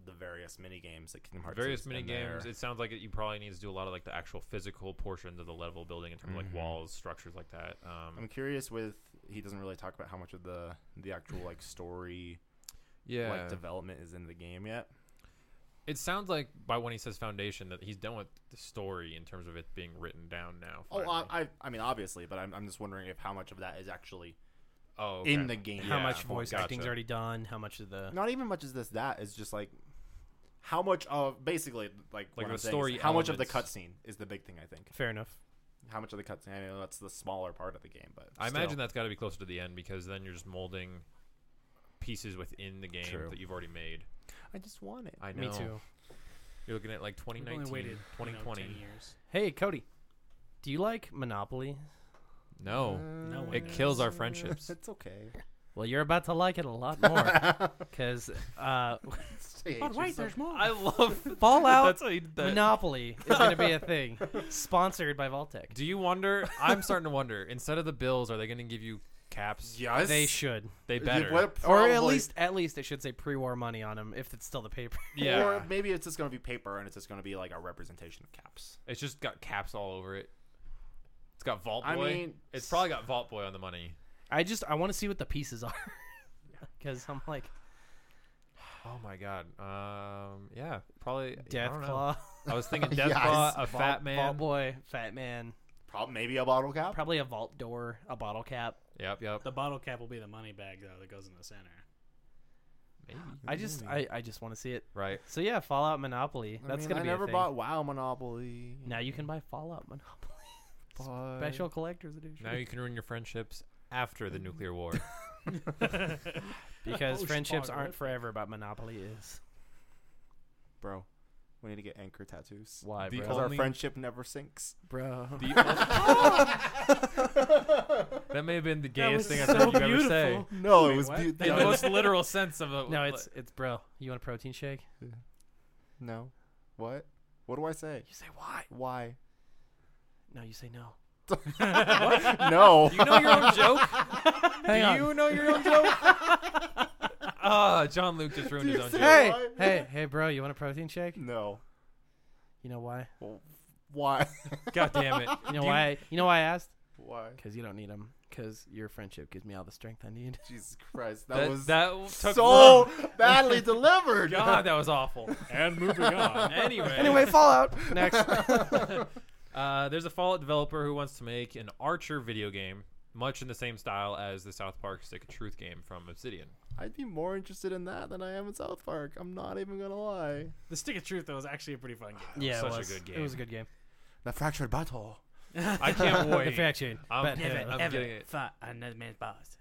Speaker 3: the various mini games that Kingdom Hearts
Speaker 4: Various
Speaker 3: is
Speaker 4: mini
Speaker 3: in there.
Speaker 4: games. It sounds like it, you probably need to do a lot of like the actual physical portions of the level building in terms of
Speaker 3: Mhm.
Speaker 4: like walls, structures like that. Um,
Speaker 3: I'm curious with he doesn't really talk about how much of the the actual like story
Speaker 4: yeah,
Speaker 3: like development is in the game yet.
Speaker 4: it sounds like by when he says foundation that he's done with the story in terms of it being written down now.
Speaker 3: Oh,
Speaker 4: finally.
Speaker 3: I, I I mean obviously, but I'm I'm just wondering if how much of that is actually
Speaker 4: oh, okay.
Speaker 3: in the game. Oh,
Speaker 5: How
Speaker 4: Yeah,
Speaker 5: much
Speaker 4: well,
Speaker 5: voice acting's
Speaker 4: gotcha. Mm.
Speaker 5: already done? How much of the
Speaker 3: Not even much as this that is just like how much of basically like what
Speaker 4: Like the
Speaker 3: I'm saying is
Speaker 4: story
Speaker 3: How much of the
Speaker 4: elements.
Speaker 3: cutscene is the big thing? I think.
Speaker 5: fair enough.
Speaker 3: How much of the cutscene? I know that's the smaller part of the game, but
Speaker 4: I
Speaker 3: still.
Speaker 4: imagine that's got to be closer to the end because then you're just molding pieces within the game
Speaker 3: True.
Speaker 4: that you've already made.
Speaker 3: I just want it.
Speaker 4: I know.
Speaker 5: Me too.
Speaker 4: You're looking at like
Speaker 6: We've
Speaker 4: 2019,
Speaker 6: only waited you know,
Speaker 4: 2020.
Speaker 6: 10 years.
Speaker 5: Hey, Cody, do you like Monopoly?
Speaker 4: no,
Speaker 6: No one
Speaker 4: it
Speaker 6: knows.
Speaker 4: kills our friendships.
Speaker 3: It's okay.
Speaker 5: Well, you're about to like it a lot more because uh,
Speaker 6: But wait, there's more.
Speaker 5: I love Fallout.
Speaker 4: That's how you- that-
Speaker 5: Monopoly is going to be a thing, sponsored by Voltec.
Speaker 4: Do you wonder? I'm starting to wonder. Instead of the bills, are they going to give you caps?
Speaker 3: Yes,
Speaker 5: They should,
Speaker 4: They
Speaker 3: Yeah,
Speaker 4: better.
Speaker 3: what-
Speaker 5: or
Speaker 3: probably-
Speaker 5: at least, at least it should say pre-war money on them if it's still the paper.
Speaker 4: yeah.
Speaker 3: Or maybe it's just going to be paper, and it's just going to be like a representation of caps.
Speaker 4: It's just got caps all over it. It's got Vault Boy.
Speaker 3: I mean,
Speaker 4: it's probably got Vault Boy on the money.
Speaker 5: I just I want to see what the pieces are because I'm like
Speaker 4: Oh my god. Um. Yeah. Probably I
Speaker 5: Death
Speaker 4: don't know.
Speaker 5: Claw,
Speaker 4: I was thinking Death
Speaker 3: Yes.
Speaker 4: Claw, a
Speaker 5: Vault
Speaker 4: Fat Man.
Speaker 5: Boy, Fat Man,
Speaker 3: Prob- maybe a bottle cap.
Speaker 5: probably a vault door, a bottle cap.
Speaker 4: Yep. Yep.
Speaker 6: the bottle cap will be the money bag though that goes in the center.
Speaker 4: Maybe.
Speaker 5: I just I, I just want to see it.
Speaker 4: Right.
Speaker 5: So yeah, Fallout Monopoly. That's
Speaker 3: I mean,
Speaker 5: gonna
Speaker 3: I
Speaker 5: be
Speaker 3: never
Speaker 5: a thing.
Speaker 3: bought WoW Monopoly.
Speaker 5: Now you can buy Fallout Monopoly
Speaker 3: But-
Speaker 5: Special Collector's Edition.
Speaker 4: Now you can ruin your friendships after the nuclear war.
Speaker 5: because
Speaker 6: Oh,
Speaker 5: friendships
Speaker 6: Spock,
Speaker 5: aren't
Speaker 6: what?
Speaker 5: forever, but Monopoly is.
Speaker 3: bro. We need to get anchor tattoos.
Speaker 5: Why,
Speaker 4: The
Speaker 3: Because
Speaker 5: bro?
Speaker 3: our
Speaker 4: only-
Speaker 3: friendship never sinks.
Speaker 5: bro.
Speaker 4: The o- that may have been the gayest thing I've heard you ever say.
Speaker 3: No,
Speaker 6: Wait,
Speaker 3: it was
Speaker 6: what?
Speaker 3: beautiful.
Speaker 4: In the most literal sense of a.
Speaker 5: No, it's it's bro. You want a protein shake?
Speaker 3: no. What? What do I say?
Speaker 5: You say why?
Speaker 3: Why?
Speaker 5: No, you say no.
Speaker 3: no.
Speaker 4: Do you know your own joke?
Speaker 5: Hang
Speaker 4: Do
Speaker 5: on.
Speaker 4: you know your own joke? Ah, John Luke just ruined his own joke.
Speaker 5: Hey,
Speaker 3: Why?
Speaker 5: hey, hey, bro. You want a protein shake?
Speaker 3: No.
Speaker 5: You know why?
Speaker 3: Well, why?
Speaker 4: God damn it.
Speaker 5: You know why? You know why I asked?
Speaker 3: why?
Speaker 5: Because you don't need them. Because your friendship gives me all the strength I need.
Speaker 3: Jesus Christ. That,
Speaker 4: That,
Speaker 3: was
Speaker 4: that took
Speaker 3: so
Speaker 4: long.
Speaker 3: badly delivered.
Speaker 4: God, that was awful.
Speaker 6: And moving on.
Speaker 4: Anyway,
Speaker 5: Anyway, Fallout. Next.
Speaker 4: uh, there's a Fallout developer who wants to make an Archer video game, much in the same style as the South Park Stick of Truth game from Obsidian.
Speaker 3: I'd be more interested in that than I am in South Park. I'm not even going to lie.
Speaker 6: The Stick of Truth though is actually a pretty fun game.
Speaker 5: yeah,
Speaker 4: Such
Speaker 5: it
Speaker 4: a
Speaker 5: was.
Speaker 4: good
Speaker 5: It was a
Speaker 4: game.
Speaker 5: good game.
Speaker 3: The fractured butthole.
Speaker 4: I can't
Speaker 5: The
Speaker 4: wait.
Speaker 5: faction.
Speaker 4: I'm,
Speaker 5: But
Speaker 4: I'm
Speaker 5: heaven,
Speaker 4: getting it.
Speaker 6: Fuck another man's boss.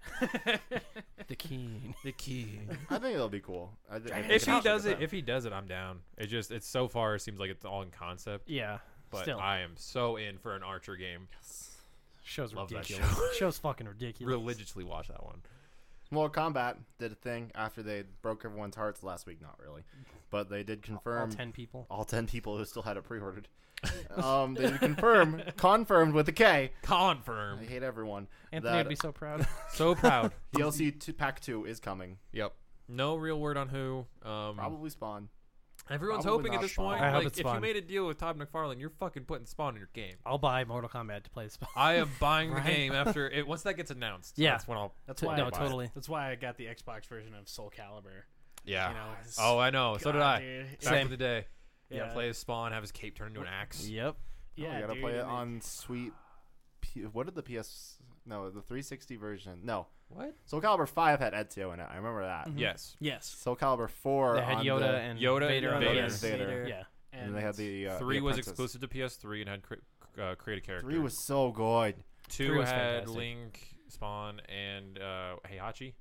Speaker 5: The keen.
Speaker 4: The key.
Speaker 3: I think it'll be cool. I thi- I think
Speaker 4: If
Speaker 3: it's
Speaker 4: he
Speaker 3: actually
Speaker 4: does
Speaker 3: good
Speaker 4: it,
Speaker 3: time.
Speaker 4: if he does it, I'm down. It just, it's so far it seems like it's all in concept,
Speaker 5: Yeah.
Speaker 4: but
Speaker 5: Still,
Speaker 4: I am so in for an Archer game.
Speaker 5: show's
Speaker 4: love that
Speaker 5: ridiculous. show's fucking ridiculous.
Speaker 4: Religiously watch that one.
Speaker 3: Mortal Kombat did a thing after they broke everyone's hearts last week. Not really, but they did confirm
Speaker 5: All ten people.
Speaker 3: all 10 people who still had it pre-ordered. um, they did confirm, confirmed with a K. I
Speaker 4: Confirm.
Speaker 3: hate everyone.
Speaker 5: Anthony
Speaker 3: that
Speaker 5: would be so proud.
Speaker 4: So proud.
Speaker 3: DLC two, Pack Two is coming.
Speaker 4: Yep. No real word on who.
Speaker 5: Mm.
Speaker 4: Um,
Speaker 3: Probably Spawn. Oh,
Speaker 4: Everyone's
Speaker 3: probably
Speaker 4: hoping at
Speaker 3: not
Speaker 4: this
Speaker 3: Spawn.
Speaker 4: point.
Speaker 5: I hope
Speaker 4: Like,
Speaker 5: it's
Speaker 4: if you
Speaker 5: Spawn.
Speaker 4: made a deal with Todd McFarlane, you're fucking putting Spawn in your game.
Speaker 5: I'll buy Mortal Kombat to play Spawn.
Speaker 4: I am buying
Speaker 5: Right?
Speaker 4: the game after it once that gets announced.
Speaker 5: Yeah.
Speaker 4: that's when I'll.
Speaker 6: That's
Speaker 5: T-
Speaker 6: why.
Speaker 5: no,
Speaker 6: I,
Speaker 5: totally.
Speaker 6: That's why I got the Xbox version of Soul Calibur.
Speaker 4: Yeah.
Speaker 6: You know, it's-
Speaker 4: oh, I know. so did I.
Speaker 6: God, dude.
Speaker 4: Back in the day, yeah.
Speaker 6: Yeah.
Speaker 4: Play as Spawn, have his cape turn into an axe.
Speaker 5: Yep.
Speaker 3: Yeah,
Speaker 6: Yeah,
Speaker 3: you gotta
Speaker 6: dude,
Speaker 3: play it
Speaker 6: and they-
Speaker 3: on Sweet. P- what did the PS? No, the 360 version. No,
Speaker 4: What?
Speaker 3: Soul Calibur Five had Ezio in it. I remember that.
Speaker 4: Mm-hmm. Yes.
Speaker 6: Yes.
Speaker 3: Soul Calibur Four
Speaker 5: Mm-hmm. They had
Speaker 3: on
Speaker 5: Yoda
Speaker 3: the,
Speaker 5: and
Speaker 4: Yoda
Speaker 5: Vader.
Speaker 4: and
Speaker 5: on the
Speaker 4: Vader.
Speaker 5: other-
Speaker 3: Vader.
Speaker 5: Yeah.
Speaker 3: and, they had the uh,
Speaker 4: Three
Speaker 3: the
Speaker 4: was
Speaker 3: Apprentice.
Speaker 4: exclusive to PS3 and had cre- uh, create a character.
Speaker 3: Three was so good.
Speaker 4: two
Speaker 5: three was
Speaker 4: had
Speaker 5: fantastic.
Speaker 4: Link, Spawn, and uh, Heihachi.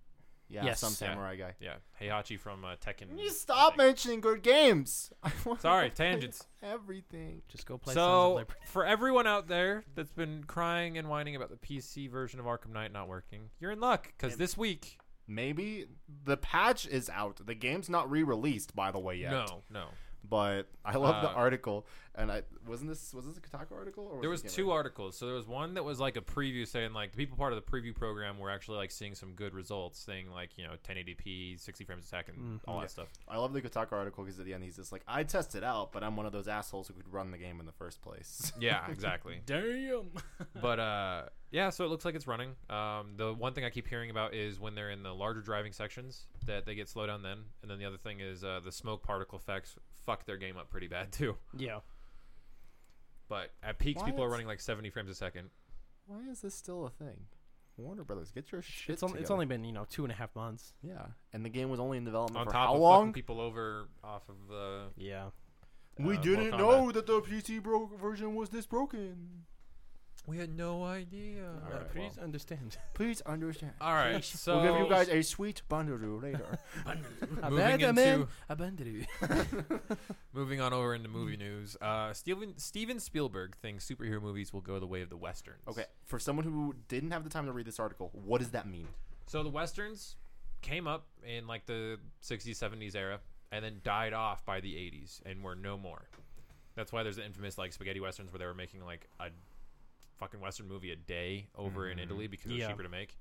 Speaker 3: Yeah,
Speaker 5: Yes.
Speaker 3: some
Speaker 5: Yeah. Mm-hmm.
Speaker 3: samurai guy.
Speaker 4: Yeah, Heihachi from uh, Tekken.
Speaker 3: You stop mentioning good games. I wanna
Speaker 4: Sorry,
Speaker 3: play
Speaker 4: tangents.
Speaker 3: Everything.
Speaker 5: Just go play Sons of
Speaker 4: so,
Speaker 5: Liberty.
Speaker 4: for everyone out there that's been crying and whining about the PC version of Arkham Knight not working, you're in luck because this week,
Speaker 3: Maybe the patch is out. The game's not re-released, by the way, yet.
Speaker 4: no, no,
Speaker 3: But I love the
Speaker 4: Uh,
Speaker 3: article, and I wasn't this was this a Kotaku article or
Speaker 4: There was
Speaker 3: this Game
Speaker 4: two
Speaker 3: Over?
Speaker 4: articles. So there was one that was like a preview saying like the people part of the preview program were actually like seeing some good results, saying like you know 1080p, 60 frames a second, all that
Speaker 3: Mm-hmm. Yeah.
Speaker 4: stuff.
Speaker 3: I love the Kotaku article because at the end he's just like, I tested out, but I'm one of those assholes who could run the game in the first place.
Speaker 4: Yeah, exactly.
Speaker 6: Damn.
Speaker 4: but uh, yeah, so it looks like it's running. Um, the one thing I keep hearing about is when they're in the larger driving sections that they get slowed down then, and then the other thing is uh, the smoke particle effects fuck their game up pretty bad too.
Speaker 5: Yeah.
Speaker 4: But at peaks, people are
Speaker 3: What?
Speaker 4: running like 70 frames a second.
Speaker 3: Why is this still a thing? Warner Brothers, get your shit.
Speaker 5: It's only, it's
Speaker 3: together.
Speaker 5: only been, you know, two and a half months.
Speaker 3: yeah, and the game was only in development
Speaker 4: On
Speaker 3: for
Speaker 4: top
Speaker 3: how
Speaker 4: of
Speaker 3: long?
Speaker 4: fucking people over off of the
Speaker 5: Yeah.
Speaker 3: we
Speaker 4: uh,
Speaker 3: didn't
Speaker 4: Mortal
Speaker 3: know
Speaker 4: Kombat.
Speaker 3: that the PC bro- version was this broken.
Speaker 4: We had no idea.
Speaker 3: All right,
Speaker 5: please understand.
Speaker 3: Please understand.
Speaker 4: All right, so
Speaker 3: we'll give you guys a sweet bundle later.
Speaker 4: moving into
Speaker 5: Abandu.
Speaker 4: moving on over into movie news. Uh, Steven Steven Spielberg thinks superhero movies will go the way of the westerns.
Speaker 3: okay, for someone who didn't have the time to read this article, what does that mean?
Speaker 4: so the westerns came up in like the 60s, 70s era, and then died off by the 80s, and were no more. That's why there's the infamous like spaghetti westerns where they were making like a fucking western movie a day over in Italy because it was
Speaker 5: Mm-hmm. Yeah.
Speaker 4: cheaper to make,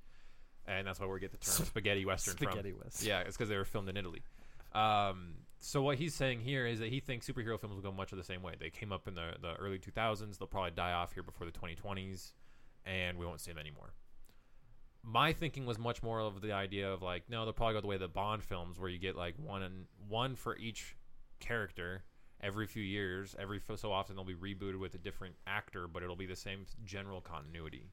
Speaker 4: and that's why we get the term spaghetti western from.
Speaker 5: Spaghetti West.
Speaker 4: Yeah, it's because they were filmed in Italy. Um, so what he's saying here is that he thinks superhero films will go much of the same way. They came up in the, the early 2000s. They'll probably die off here before the 2020s, and we won't see them anymore. My thinking was much more of the idea of like, no, they'll probably go the way of the Bond films, where you get like one and one for each character every few years. Every fo- so often, they'll be rebooted with a different actor, but it'll be the same general continuity.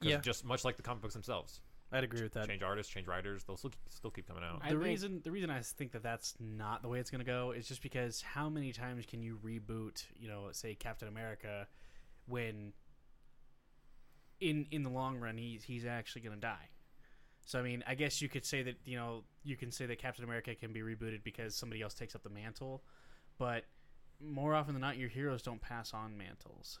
Speaker 4: 'Cause
Speaker 5: Yeah.
Speaker 4: just much like the comic books themselves,
Speaker 5: I'd agree with that.
Speaker 4: change artists, change writers. They'll still keep, still keep coming out.
Speaker 6: the reason the reason I think that that's not the way it's going to go is just because how many times can you reboot, you know, say Captain America, when in in the long run he's he's actually going to die. So I mean, I guess you could say that you know you can say that Captain America can be rebooted because somebody else takes up the mantle, but more often than not, your heroes don't pass on mantles.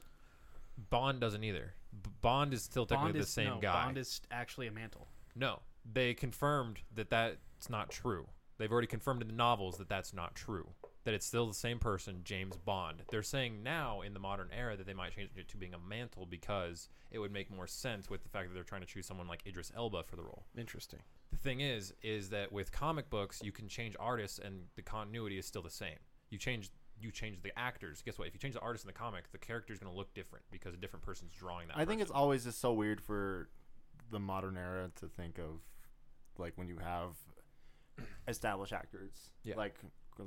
Speaker 4: Bond doesn't either. B- Bond is still technically
Speaker 6: Bond
Speaker 4: the
Speaker 6: is
Speaker 4: same
Speaker 6: no,
Speaker 4: guy.
Speaker 6: Bond is actually a mantle.
Speaker 4: no, they confirmed that that's not true. They've already confirmed in the novels that that's not true. That it's still the same person, James Bond. They're saying now in the modern era that they might change it to being a mantle because it would make more sense with the fact that they're trying to choose someone like Idris Elba for the role.
Speaker 5: Interesting.
Speaker 4: The thing is, is that with comic books, you can change artists and the continuity is still the same. You change you change the actors. Guess what? If you change the artist in the comic, the character is going to look different because a different person's drawing that.
Speaker 3: I think
Speaker 4: person.
Speaker 3: it's always just so weird for the modern era to think of, like when you have established actors,
Speaker 4: Yeah.
Speaker 3: like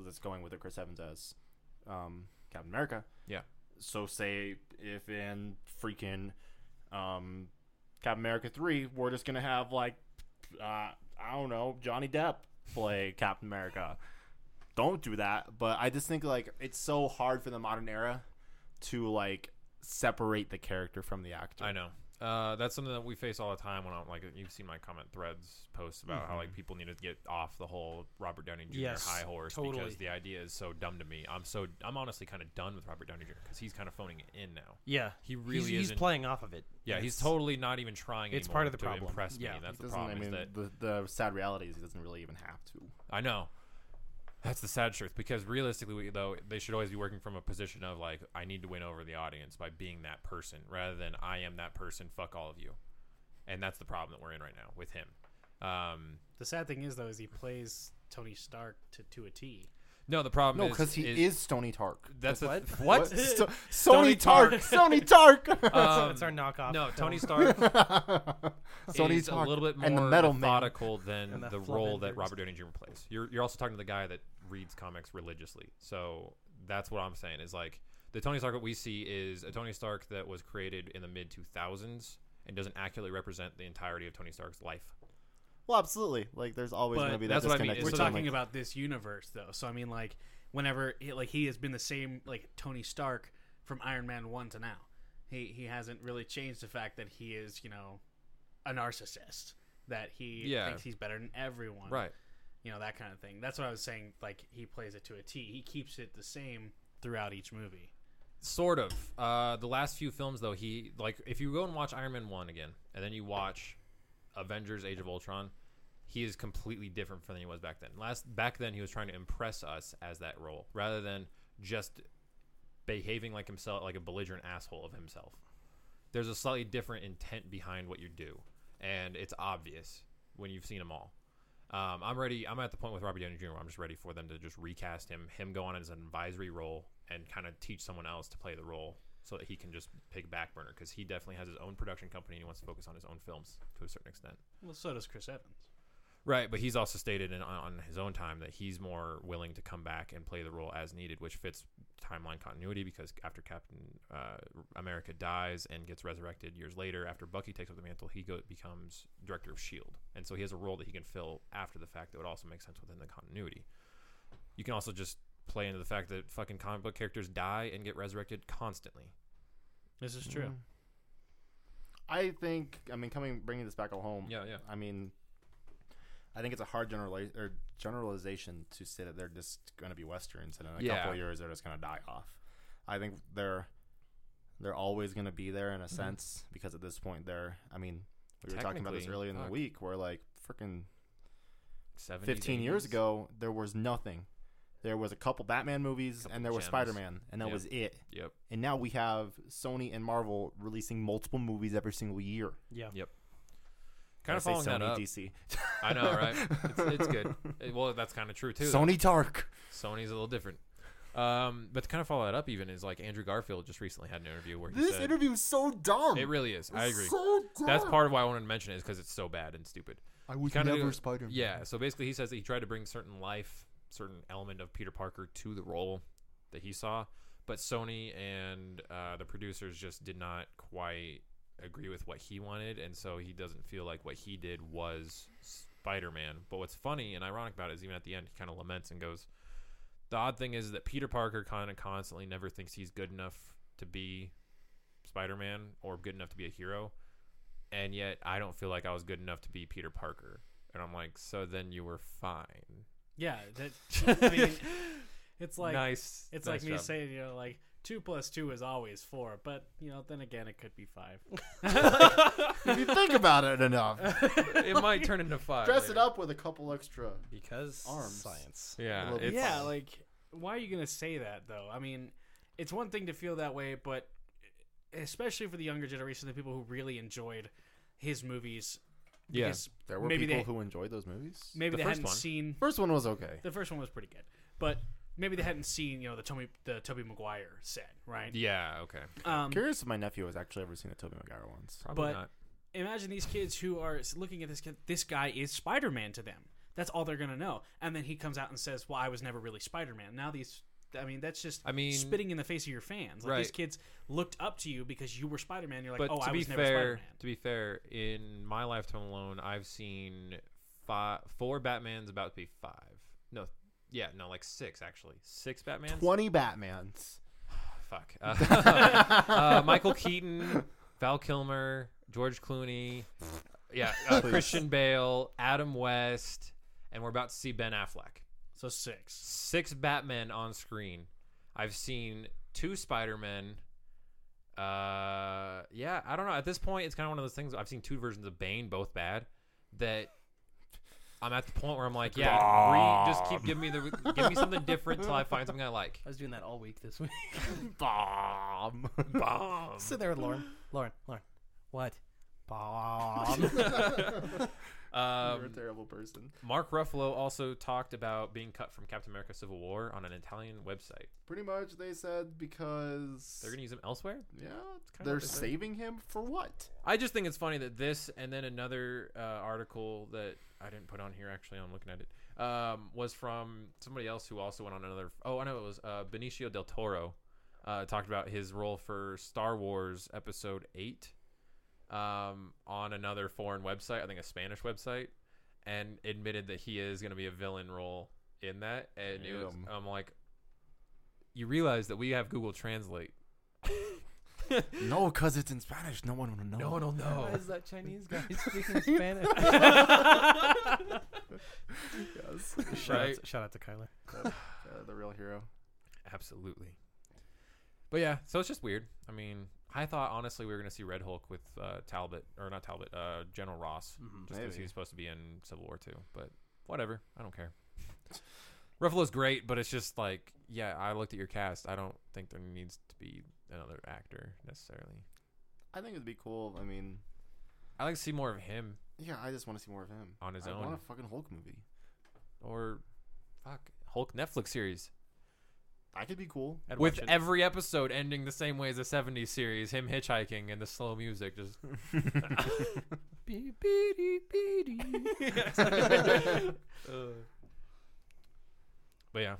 Speaker 3: that's going with it, Chris Evans as um, Captain America.
Speaker 4: Yeah.
Speaker 3: So say if in freaking um, Captain America three, we're just gonna have like uh, I don't know Johnny Depp play Captain America. Don't do that. But I just think like it's so hard for the modern era to like separate the character from the actor.
Speaker 4: I know. Uh, that's something that we face all the time when I'm like, you've seen my comment threads posts about how like people need to get off the whole Robert Downey Jr.
Speaker 5: Mm-hmm. Yes,
Speaker 4: high horse
Speaker 5: totally.
Speaker 4: because the idea is so dumb to me. I'm so I'm honestly kind of done with Robert Downey Jr. because he's kind of phoning it in now.
Speaker 5: Yeah.
Speaker 4: He
Speaker 5: He's-
Speaker 4: really
Speaker 5: he's,
Speaker 4: isn't-
Speaker 5: playing off of it.
Speaker 4: Yeah,
Speaker 5: And
Speaker 4: he's
Speaker 5: it's-
Speaker 4: totally not even trying.
Speaker 5: It's
Speaker 4: anymore
Speaker 5: part of the
Speaker 4: to
Speaker 5: problem.
Speaker 4: Impress me.
Speaker 5: Yeah.
Speaker 4: that's
Speaker 3: He
Speaker 4: the
Speaker 3: doesn't-
Speaker 4: problem.
Speaker 3: I mean,
Speaker 4: is that
Speaker 3: the, the sad reality is he doesn't really even have to.
Speaker 4: I know. That's the sad truth because realistically, we- though, they should always be working from a position of like, I need to win over the audience by being that person rather than I am that person, fuck all of you. And that's the problem that we're in right now with him. Um,
Speaker 6: The sad thing is though is he plays Tony Stark to to a T.
Speaker 4: no, the problem
Speaker 3: No,
Speaker 4: Um, is.
Speaker 3: because he is, Stony Tark.
Speaker 4: That's a,
Speaker 5: What?
Speaker 4: what?
Speaker 3: So,
Speaker 4: Tony
Speaker 3: Sony Tark.
Speaker 4: Tark.
Speaker 3: Sony Tark.
Speaker 5: It's-
Speaker 4: Um,
Speaker 5: it's our knockoff.
Speaker 4: No,
Speaker 5: film.
Speaker 4: Tony Stark
Speaker 3: Sony
Speaker 4: is a
Speaker 3: Tark
Speaker 4: little bit more
Speaker 3: and the metal man.
Speaker 4: methodical than
Speaker 5: And
Speaker 4: the,
Speaker 5: the
Speaker 4: role that
Speaker 5: Flavenders.
Speaker 4: Robert Downey Jr. plays. You're you're also talking to the guy that reads comics religiously. So that's what I'm saying is like the Tony Stark that we see is a Tony Stark that was created in the mid 2000s and doesn't accurately represent the entirety of Tony Stark's life.
Speaker 3: Well, absolutely. Like, there's always
Speaker 6: But
Speaker 3: going to be that
Speaker 4: that's what I mean,
Speaker 3: disconnect.
Speaker 4: is
Speaker 6: We're
Speaker 4: so
Speaker 6: talking
Speaker 3: like,
Speaker 6: about this universe though, so I mean like whenever he, like he has been the same like Tony Stark from Iron Man one to now. He he hasn't really changed the fact that he is you know a narcissist that he
Speaker 4: Yeah.
Speaker 6: thinks he's better than everyone.
Speaker 4: Right.
Speaker 6: You know that kind of thing. That's what I was saying. Like he plays it to a T. He keeps it the same throughout each movie.
Speaker 4: Sort of. Uh, the last few films, though, he like if you go and watch Iron Man one again, and then you watch Avengers: Age of Ultron, he is completely different from than he was back then. Last back then, he was trying to impress us as that role rather than just behaving like himself, like a belligerent asshole of himself. There's a slightly different intent behind what you do, and it's obvious when you've seen them all. Um, I'm ready. I'm at the point with Robert Downey Jr. Where I'm just ready for them to just recast him, him go on as an advisory role, and kind of teach someone else to play the role so that he can just pick back burner because he definitely has his own production company and he wants to focus on his own films to a certain extent.
Speaker 6: Well, so does Chris Evans.
Speaker 4: Right, but he's also stated in, on on his own time that he's more willing to come back and play the role as needed, which fits timeline continuity because after Captain uh, America dies and gets resurrected years later, after Bucky takes up the mantle, he go, becomes director of Shield, E and so he has a role that he can fill after the fact that would also make sense within the continuity. You can also just play into the fact that fucking comic book characters die and get resurrected constantly.
Speaker 6: This is true.
Speaker 3: I think I mean coming bringing this back home.
Speaker 4: Yeah, yeah.
Speaker 3: I mean, I think it's a hard generali- or generalization to say that they're just going to be westerns and in a
Speaker 4: Yeah.
Speaker 3: couple of years they're just going to die off. I think they're they're always going to be there
Speaker 4: Mm-hmm.
Speaker 3: in a sense because at this point they're I mean we were talking about this
Speaker 4: Technically,
Speaker 3: earlier in the
Speaker 4: fuck.
Speaker 3: week where like freaking
Speaker 4: 70s,
Speaker 3: 15 years
Speaker 4: 80s.
Speaker 3: ago there was nothing. There was a couple Batman movies
Speaker 4: Couple
Speaker 3: and there was
Speaker 4: gems.
Speaker 3: Spider-Man and that
Speaker 4: Yeah.
Speaker 3: was it.
Speaker 4: Yep.
Speaker 3: And now we have Sony and Marvel releasing multiple movies every single year.
Speaker 5: Yeah.
Speaker 4: Kind
Speaker 3: I
Speaker 4: of
Speaker 3: say
Speaker 4: following that
Speaker 3: Sony,
Speaker 4: up.
Speaker 3: DC.
Speaker 4: I know, right? It's, it's good. It- well, that's kind of true too. though.
Speaker 3: Sony Tark.
Speaker 4: Sony's a little different. Um, but to kind of follow that up, even is like Andrew Garfield just recently had an interview where he
Speaker 3: This
Speaker 4: said
Speaker 3: interview is so dumb.
Speaker 4: it really is. I agree.
Speaker 3: So dumb.
Speaker 4: That's part of why I wanted to mention it is because it's so bad and stupid.
Speaker 3: I was
Speaker 4: kinda never do-
Speaker 3: Spider-Man.
Speaker 4: Yeah. So basically, he says that he tried to bring certain life, certain element of Peter Parker to the role that he saw, but Sony and uh, the producers just did not quite agree with what he wanted, and so he doesn't feel like what he did was Spider-Man. But what's funny and ironic about it is even at the end, he kind of laments and goes, "The odd thing is that Peter Parker kind of constantly never thinks he's good enough to be Spider-Man or good enough to be a hero." And yet, I don't feel like I was good enough to be Peter Parker. And I'm like, so then you were fine.
Speaker 6: Yeah, that, I mean, it's like
Speaker 4: nice.
Speaker 6: it's
Speaker 4: nice
Speaker 6: like me
Speaker 4: job.
Speaker 6: saying you know like two plus two is always four, but you know then again it could be five.
Speaker 3: if you think about it enough,
Speaker 4: it might turn into five.
Speaker 3: dress it
Speaker 4: later.
Speaker 3: up with a couple extra.
Speaker 5: Because
Speaker 3: Arms.
Speaker 5: science.
Speaker 4: Yeah.
Speaker 3: Little
Speaker 4: It's,
Speaker 6: yeah, like why are you gonna say that though? I mean, it's one thing to feel that way, but eh, especially for the younger generation, the people who really enjoyed his movies.
Speaker 4: yeah.
Speaker 6: because
Speaker 3: There were
Speaker 6: Maybe
Speaker 3: people
Speaker 6: they-
Speaker 3: who enjoyed those movies.
Speaker 6: Maybe
Speaker 4: The
Speaker 6: they
Speaker 4: first
Speaker 6: hadn't
Speaker 4: one.
Speaker 6: seen
Speaker 3: First one was okay.
Speaker 6: the first one was pretty good, but maybe they hadn't seen you know the Tommy the Toby Maguire set, right?
Speaker 4: Yeah. Okay.
Speaker 6: Um,
Speaker 3: Curious if my nephew has actually ever seen a Tobey Maguire once.
Speaker 4: Probably
Speaker 6: But-
Speaker 4: not.
Speaker 6: imagine these kids who are looking at this kid. This guy is Spider Man to them. That's all they're gonna know. And then he comes out and says, "Well, I was never really Spider Man." Now these, I mean, that's just
Speaker 4: I mean-
Speaker 6: spitting in the face of your fans. Like these
Speaker 4: Right.
Speaker 6: kids looked up to you because you were Spider Man. You're like,
Speaker 4: But
Speaker 6: "Oh,
Speaker 4: to
Speaker 6: I
Speaker 4: be
Speaker 6: was never Spider
Speaker 4: fair,
Speaker 6: Man."
Speaker 4: to be fair, in my lifetime alone, I've seen five, four Batmans about to be five. No. Yeah. No. Like six actually. Six Batmans.
Speaker 3: Twenty Batmans.
Speaker 4: Fuck. Uh, uh, Michael Keaton, Val Kilmer, George Clooney, yeah, uh,
Speaker 3: Please.
Speaker 4: Christian Bale, Adam West, and we're about to see Ben Affleck.
Speaker 6: So six.
Speaker 4: Six Batmen on screen. I've seen two Spider Men. Uh, yeah, I don't know. At this point, it's kind of one of those things. I've seen two versions of Bane, both bad. That I'm at the point where I'm like, yeah, re- just keep giving me the give me something different till I find something I like.
Speaker 5: I was doing that all week this week.
Speaker 3: Bomb.
Speaker 4: Bomb.
Speaker 5: Sit there with Lauren. Lauren. Lauren. What?
Speaker 3: Bomb. You're a
Speaker 4: Um,
Speaker 3: terrible person.
Speaker 4: Mark Ruffalo also talked about being cut from Captain America: Civil War on an Italian website.
Speaker 3: Pretty much, they said because
Speaker 4: They're gonna use him elsewhere.
Speaker 3: yeah,
Speaker 4: kinda
Speaker 3: they're
Speaker 4: what they said.
Speaker 3: saving him for what?
Speaker 4: I just think it's funny that this and then another uh, article that I didn't put on here. Actually, I'm looking at it. Um, was from somebody else who also went on another. Oh, I know it was uh, Benicio del Toro. Uh, talked about his role for Star Wars Episode Eight um, on another foreign website. I think a Spanish website, and admitted that he is going to be a villain role in that. And it was,
Speaker 3: Damn.
Speaker 4: I'm like, you realize that we have Google Translate.
Speaker 3: No, cause it's in Spanish. No one will know.
Speaker 4: No one will know.
Speaker 5: Why is that Chinese guy speaking Spanish?
Speaker 3: Yes.
Speaker 5: shout,
Speaker 4: Right.
Speaker 5: out to, shout out to Kyler.
Speaker 3: Uh, the real hero.
Speaker 4: Absolutely. But yeah, so it's just weird. I mean, I thought honestly we were going to see Red Hulk with uh, Talbot or not Talbot, uh, General Ross, just because
Speaker 3: Maybe.
Speaker 4: he was supposed to be in Civil War too. But whatever, I don't care. Ruffalo's great, but it's just like, yeah, I looked at your cast. I don't think there needs to be another actor necessarily.
Speaker 3: I think it'd be cool. I mean,
Speaker 4: I like to see more of him
Speaker 3: yeah, I just want to see more of him
Speaker 4: On his
Speaker 3: I
Speaker 4: own.
Speaker 3: want a fucking Hulk movie.
Speaker 4: or fuck Hulk Netflix series
Speaker 3: I could be cool.
Speaker 6: I'd
Speaker 4: with
Speaker 6: watch it.
Speaker 4: every episode ending the same way as the '70s series, him hitchhiking and the slow music just. Beep, beady, beady. Uh, but yeah.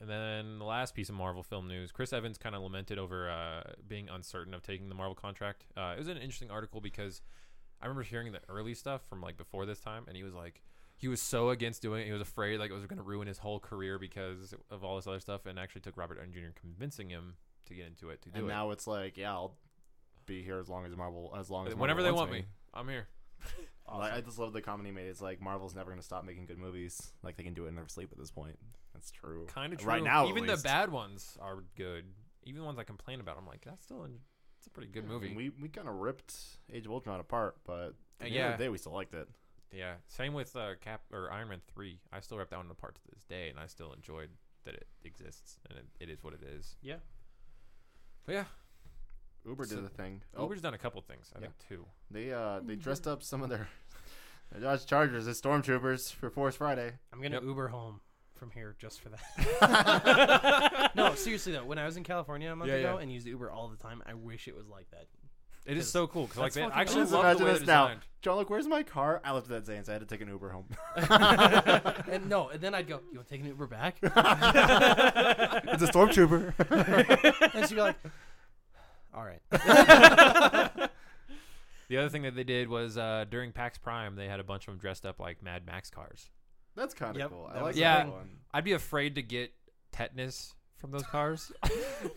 Speaker 4: And then the last piece of Marvel film news Chris Evans kind of lamented over uh, being uncertain of taking the Marvel contract. Uh, it was an interesting article because I remember hearing the early stuff from like before this time, and he was like, he was so against doing it. He was afraid like it was going to ruin his whole career because of all this other stuff, and actually took Robert Downey Jr. convincing him to get into it to do
Speaker 3: and
Speaker 4: it.
Speaker 3: now it's like, yeah, I'll be here as long as Marvel, as long as
Speaker 4: Whenever
Speaker 3: Marvel
Speaker 4: they
Speaker 3: wants
Speaker 4: want me, I'm here.
Speaker 3: Like, I just love the comment he made. It's like Marvel's never going to stop making good movies. Like they can do it in their sleep at this point. That's true.
Speaker 4: Kind of true.
Speaker 3: Right now, at
Speaker 4: even
Speaker 3: least.
Speaker 4: the bad ones are good. Even the ones I complain about, I'm like, that's still an, it's a pretty good
Speaker 3: I mean,
Speaker 4: movie. Uh,
Speaker 3: We we kind of ripped Age of Ultron apart, but at the end
Speaker 4: yeah.
Speaker 3: of the day, we still liked it.
Speaker 4: Yeah, same with uh, Cap or Iron Man three. I still rip that one apart to this day, and I still enjoyed that it exists and it, it is what it is.
Speaker 6: Yeah.
Speaker 4: but yeah,
Speaker 3: Uber
Speaker 4: So-
Speaker 3: did the thing.
Speaker 4: oh.
Speaker 3: Oh,
Speaker 4: Uber's done a couple things. I
Speaker 3: Yeah.
Speaker 4: think two.
Speaker 3: they uh they dressed up some of their, their Dodge Chargers as stormtroopers for Force Friday.
Speaker 5: I'm gonna
Speaker 4: Yep.
Speaker 5: Uber home from here just for that. no, seriously though, when I was in California a month
Speaker 4: Yeah,
Speaker 5: ago
Speaker 4: yeah.
Speaker 5: and used Uber all the time, I wish it was like that.
Speaker 4: It is
Speaker 5: Cause
Speaker 4: so cool because like
Speaker 5: that's
Speaker 4: they
Speaker 5: fucking
Speaker 4: I actually
Speaker 5: cool.
Speaker 3: Just
Speaker 4: love the
Speaker 3: imagine
Speaker 4: way
Speaker 3: this
Speaker 4: they're
Speaker 3: now.
Speaker 4: designed.
Speaker 3: John, look, where's my car? I left it at Zane's. I had to take an Uber home.
Speaker 5: and no, and then I'd go, "You want to take an Uber back?"
Speaker 3: it's a stormtrooper.
Speaker 5: and she'd be like, "All right."
Speaker 4: The other thing that they did was uh, during PAX Prime, they had a bunch of them dressed up like Mad Max cars.
Speaker 3: That's kind of
Speaker 5: Yep,
Speaker 3: cool. I
Speaker 5: that
Speaker 3: like
Speaker 5: was
Speaker 4: Yeah.
Speaker 3: that
Speaker 4: cool.
Speaker 3: one.
Speaker 4: I'd be afraid to get tetanus from those cars.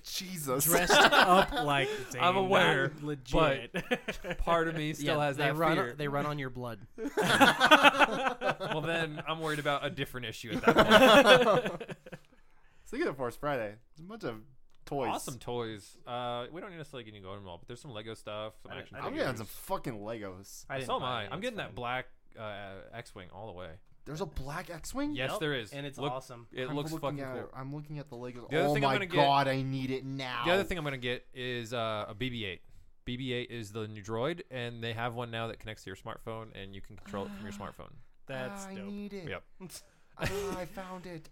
Speaker 3: Jesus.
Speaker 6: dressed up like Zane,
Speaker 4: I'm aware,
Speaker 6: not legit. But
Speaker 4: Part of me still
Speaker 5: Yeah,
Speaker 4: has
Speaker 5: they
Speaker 4: that
Speaker 5: run.
Speaker 4: fear.
Speaker 5: They run on your blood.
Speaker 4: well, then I'm worried about a different issue at that point.
Speaker 3: Speaking of Force Friday, there's a bunch of toys.
Speaker 4: Awesome toys. Uh, we don't necessarily need to go into them all, but there's some Lego stuff. Some
Speaker 6: I-
Speaker 4: action
Speaker 6: I
Speaker 3: I'm
Speaker 4: figures.
Speaker 3: getting some fucking Legos.
Speaker 5: I didn't
Speaker 4: so am
Speaker 5: buy
Speaker 4: I.
Speaker 5: any,
Speaker 4: I'm
Speaker 5: it's
Speaker 4: getting that
Speaker 5: fine.
Speaker 4: black uh, X-wing all the way.
Speaker 3: There's a black X-wing.
Speaker 4: Yes,
Speaker 5: Yep,
Speaker 4: there is,
Speaker 5: and it's
Speaker 4: Look-
Speaker 5: awesome.
Speaker 4: It
Speaker 3: I'm
Speaker 4: looks
Speaker 3: looking
Speaker 4: fucking
Speaker 3: at
Speaker 4: cool.
Speaker 3: it. I'm looking at the Legos.
Speaker 4: The other
Speaker 3: oh
Speaker 4: thing I'm
Speaker 3: my
Speaker 4: gonna get-
Speaker 3: god, I need it now.
Speaker 4: The other thing I'm gonna get is uh, a BB-8. BB-8 is the new droid, and they have one now that connects to your smartphone, and you can control it from your smartphone.
Speaker 6: that's
Speaker 3: Ah, I
Speaker 6: dope.
Speaker 3: need it.
Speaker 4: Yep.
Speaker 3: Ah, I found it.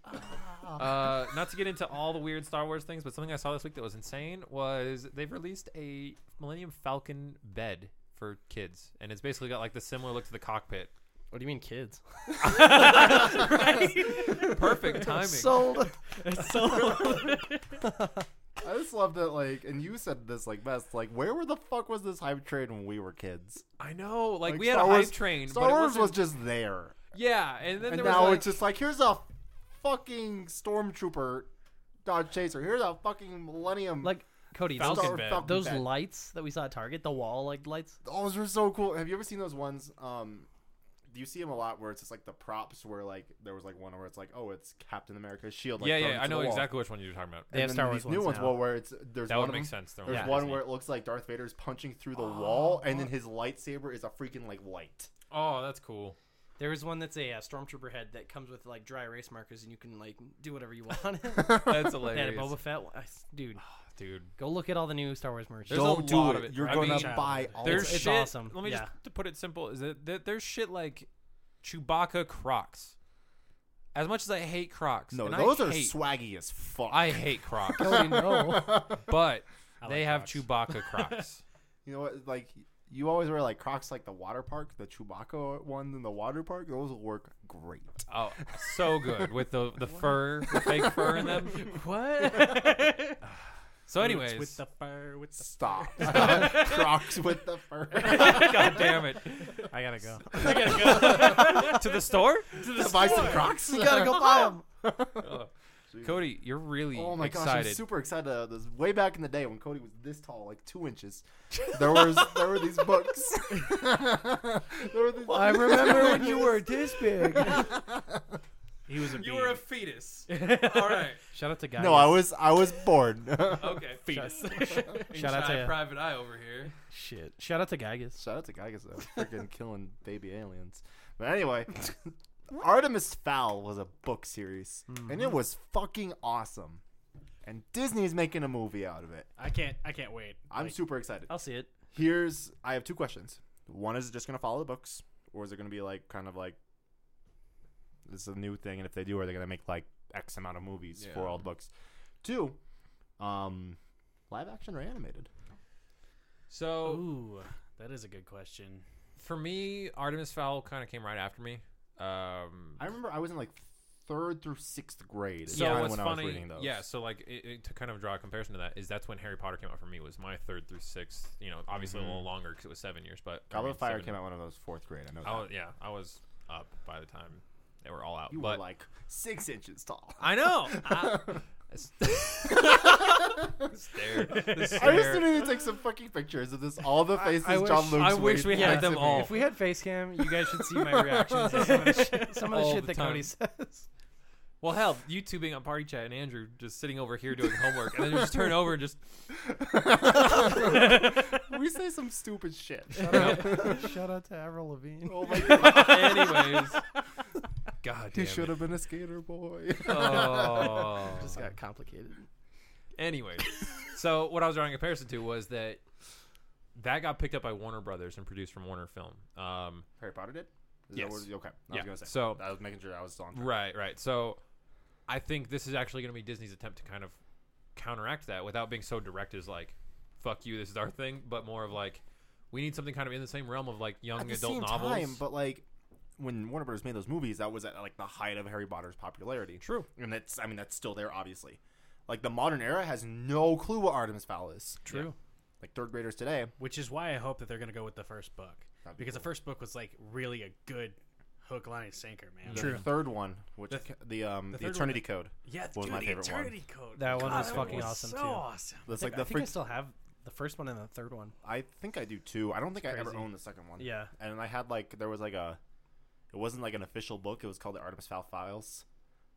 Speaker 3: Ah.
Speaker 4: Uh, not to get into all the weird Star Wars things, but something I saw this week that was insane was they've released a Millennium Falcon bed for kids, and it's basically got like the similar look to the cockpit.
Speaker 5: What do you mean, kids?
Speaker 4: Perfect timing.
Speaker 3: Sold.
Speaker 5: So
Speaker 3: I just love that. Like, and you said this like best. Like, where were the fuck was this hype train when we were kids?
Speaker 4: I know, like,
Speaker 3: Like,
Speaker 4: we had
Speaker 3: Star
Speaker 4: a hype
Speaker 3: Wars-
Speaker 4: train.
Speaker 3: Star
Speaker 4: but it
Speaker 3: Wars was
Speaker 4: wasn't-
Speaker 3: just there,
Speaker 4: yeah, and then
Speaker 3: and,
Speaker 4: there
Speaker 3: now
Speaker 4: was like,
Speaker 3: it's just like here's a fucking stormtrooper Dodge Chaser. Here's a fucking Millennium.
Speaker 5: like Cody,
Speaker 3: Star
Speaker 5: those,
Speaker 4: Falcon bed.
Speaker 3: Falcon
Speaker 5: those
Speaker 3: bed.
Speaker 5: lights that we saw at Target, the wall like lights.
Speaker 3: Oh, those were so cool. Have you ever seen those ones? Um, do you see them a lot where it's just like the props where like there was like one where it's like oh it's Captain America's shield. Like,
Speaker 4: yeah,
Speaker 3: thrown
Speaker 4: yeah, I
Speaker 3: into
Speaker 4: know
Speaker 3: the wall.
Speaker 4: exactly which one you're talking about.
Speaker 5: They have
Speaker 3: and
Speaker 5: Star
Speaker 3: then
Speaker 5: Wars
Speaker 3: these new
Speaker 5: ones
Speaker 3: ones
Speaker 5: now.
Speaker 3: well where it's there's
Speaker 4: That
Speaker 3: one
Speaker 4: would
Speaker 3: of
Speaker 4: make
Speaker 3: them-
Speaker 4: sense. They're
Speaker 3: There's
Speaker 5: Yeah.
Speaker 3: one where it looks like Darth Vader's punching through the wall, and then his lightsaber is a freaking like light.
Speaker 4: oh, that's cool.
Speaker 5: There was one that's a uh, stormtrooper head that comes with like dry erase markers, and you can like do whatever you want.
Speaker 4: That's
Speaker 5: They had a Boba
Speaker 4: hilarious,
Speaker 5: Fett, one. I s- dude.
Speaker 4: Ah, dude.
Speaker 5: Go look at all the new Star Wars merch.
Speaker 4: There's Don't a do lot it. of it. You're
Speaker 3: You're
Speaker 4: I
Speaker 3: gonna
Speaker 4: gonna mean,
Speaker 3: buy all.
Speaker 4: There's
Speaker 5: it's
Speaker 4: shit.
Speaker 5: awesome.
Speaker 4: Let me
Speaker 5: Yeah.
Speaker 4: just to put it simple: is that that there's shit like Chewbacca Crocs. As much as I hate Crocs,
Speaker 3: no,
Speaker 4: and
Speaker 3: those
Speaker 4: I
Speaker 3: are
Speaker 4: hate,
Speaker 3: swaggy as fuck.
Speaker 4: I hate Crocs,
Speaker 5: Cody, no.
Speaker 4: but
Speaker 6: I
Speaker 4: they
Speaker 6: like
Speaker 4: have
Speaker 6: Crocs.
Speaker 4: Chewbacca Crocs.
Speaker 3: you know what? Like you always wear like Crocs, like the water park, the Chewbacca ones in the water park. Those will work great.
Speaker 4: oh, so good with the the fur, the fake fur in them.
Speaker 5: what?
Speaker 4: So, anyways,
Speaker 6: Boots with the fur, with the
Speaker 3: Stop. Crocs with the fur.
Speaker 4: God damn it,
Speaker 6: I gotta go.
Speaker 4: to the store.
Speaker 3: buy some Crocs.
Speaker 5: you gotta go buy them.
Speaker 4: Cody, you're really
Speaker 3: Oh my
Speaker 4: excited.
Speaker 3: gosh, I'm super excited. Uh, This way back in the day when Cody was this tall, like two inches, there was there were these books. there were these
Speaker 5: I remember when you were this big.
Speaker 6: He was a
Speaker 4: You were a fetus. All right.
Speaker 5: Shout out to guys.
Speaker 7: No, I was I was born.
Speaker 4: Okay.
Speaker 6: fetus.
Speaker 5: Shout out to
Speaker 4: Shy
Speaker 5: ya.
Speaker 4: Private Eye over here.
Speaker 5: Shit. Shout out to Gygas.
Speaker 7: Shout out to Gygas though, freaking killing baby aliens. But anyway, Artemis Fowl was a book series, and
Speaker 4: Mm-hmm.
Speaker 7: it was fucking awesome. And Disney's making a movie out of it.
Speaker 6: I can't. I can't wait.
Speaker 7: I'm
Speaker 6: Like,
Speaker 7: super excited.
Speaker 5: I'll see it.
Speaker 7: Here's I have two questions. One is it just gonna follow the books, or is it gonna be like kind of like this is a new thing, and if they do, are they gonna make like X amount of movies for
Speaker 4: Yeah.
Speaker 7: all the books? Two, um, live action or animated?
Speaker 4: So
Speaker 6: Ooh, that is a good question.
Speaker 4: for me, Artemis Fowl kind of came right after me. Um,
Speaker 7: I remember I was in like third through sixth grade. is
Speaker 4: so
Speaker 7: kinda
Speaker 4: what's
Speaker 7: when
Speaker 4: funny,
Speaker 7: I was reading those.
Speaker 4: yeah. So like it, it- to kind of draw a comparison to that is that's when Harry Potter came out for me was my third through sixth. You know, obviously a little longer because it was seven years. But I
Speaker 7: Goblet
Speaker 4: mean,
Speaker 7: of Mm-hmm. Fire
Speaker 4: seven-
Speaker 7: came out when I was fourth grade. I know that.
Speaker 4: I was, yeah, I was up by the time they were all out.
Speaker 7: you
Speaker 4: but
Speaker 7: were like six inches tall.
Speaker 4: I know. I, I s- the stare, the
Speaker 7: I just
Speaker 4: stare.
Speaker 7: need to take some fucking pictures of this. All the faces
Speaker 5: I wish-
Speaker 7: John Luke's
Speaker 5: I wish we
Speaker 7: made
Speaker 5: had
Speaker 7: next
Speaker 5: them
Speaker 7: to me.
Speaker 5: all. If we had face cam, you guys should see my reactions to some of the shit, some of the
Speaker 4: All
Speaker 5: shit
Speaker 4: the
Speaker 5: that Cody
Speaker 4: time.
Speaker 5: says.
Speaker 4: Well, hell, you two being on party chat and Andrew just sitting over here doing homework, and then you just turn over and just
Speaker 7: we say some stupid shit.
Speaker 1: Shout out to Avril Lavigne.
Speaker 7: oh my god,
Speaker 4: anyways. God
Speaker 7: he
Speaker 4: damn.
Speaker 7: should
Speaker 4: It.
Speaker 7: have been a skater boy.
Speaker 4: Oh.
Speaker 5: Just got complicated.
Speaker 4: Anyways, so what I was drawing a comparison to was that that got picked up by Warner Brothers and produced from Warner Film. Um,
Speaker 7: Harry Potter did. Is that
Speaker 4: Yes.
Speaker 7: what- okay. I
Speaker 4: Yeah,
Speaker 7: was gonna say.
Speaker 4: so-
Speaker 7: I was making sure I was on. track.
Speaker 4: right, right. So I think this is actually going to be Disney's attempt to kind of counteract that without being so direct as like, "Fuck you, this is our thing," but more of like, we need something kind of in the same realm of like young
Speaker 7: At the
Speaker 4: adult
Speaker 7: same
Speaker 4: novels.
Speaker 7: time, but like when Warner Brothers made those movies, that was at like the height of Harry Potter's popularity.
Speaker 4: True.
Speaker 7: and that's I mean that's still there, obviously. Like the modern era has no clue what Artemis Fowl is.
Speaker 6: True.
Speaker 7: Like third graders today,
Speaker 6: Which is why I hope that they're going to go with the first book
Speaker 7: That'd be
Speaker 6: because the first book was like really a good hook, line, and sinker, man.
Speaker 7: the third one, which the, um the,
Speaker 6: third one-
Speaker 7: Eternity Code.
Speaker 6: Yeah,
Speaker 7: was
Speaker 6: dude,
Speaker 7: my
Speaker 6: the
Speaker 7: favorite one.
Speaker 6: Eternity Code.
Speaker 5: That one
Speaker 6: God,
Speaker 5: was
Speaker 6: that
Speaker 5: fucking
Speaker 6: was
Speaker 5: awesome,
Speaker 6: so
Speaker 5: too.
Speaker 6: awesome.
Speaker 7: That's
Speaker 5: I think,
Speaker 7: like the
Speaker 5: I, think I
Speaker 7: freak.
Speaker 5: still have the first one and the third one.
Speaker 7: I think I do too. I don't think I ever
Speaker 5: crazy.
Speaker 7: owned the second one.
Speaker 5: Yeah.
Speaker 7: and I had like there was like a, it wasn't like an official book. It was called the Artemis Fowl Files,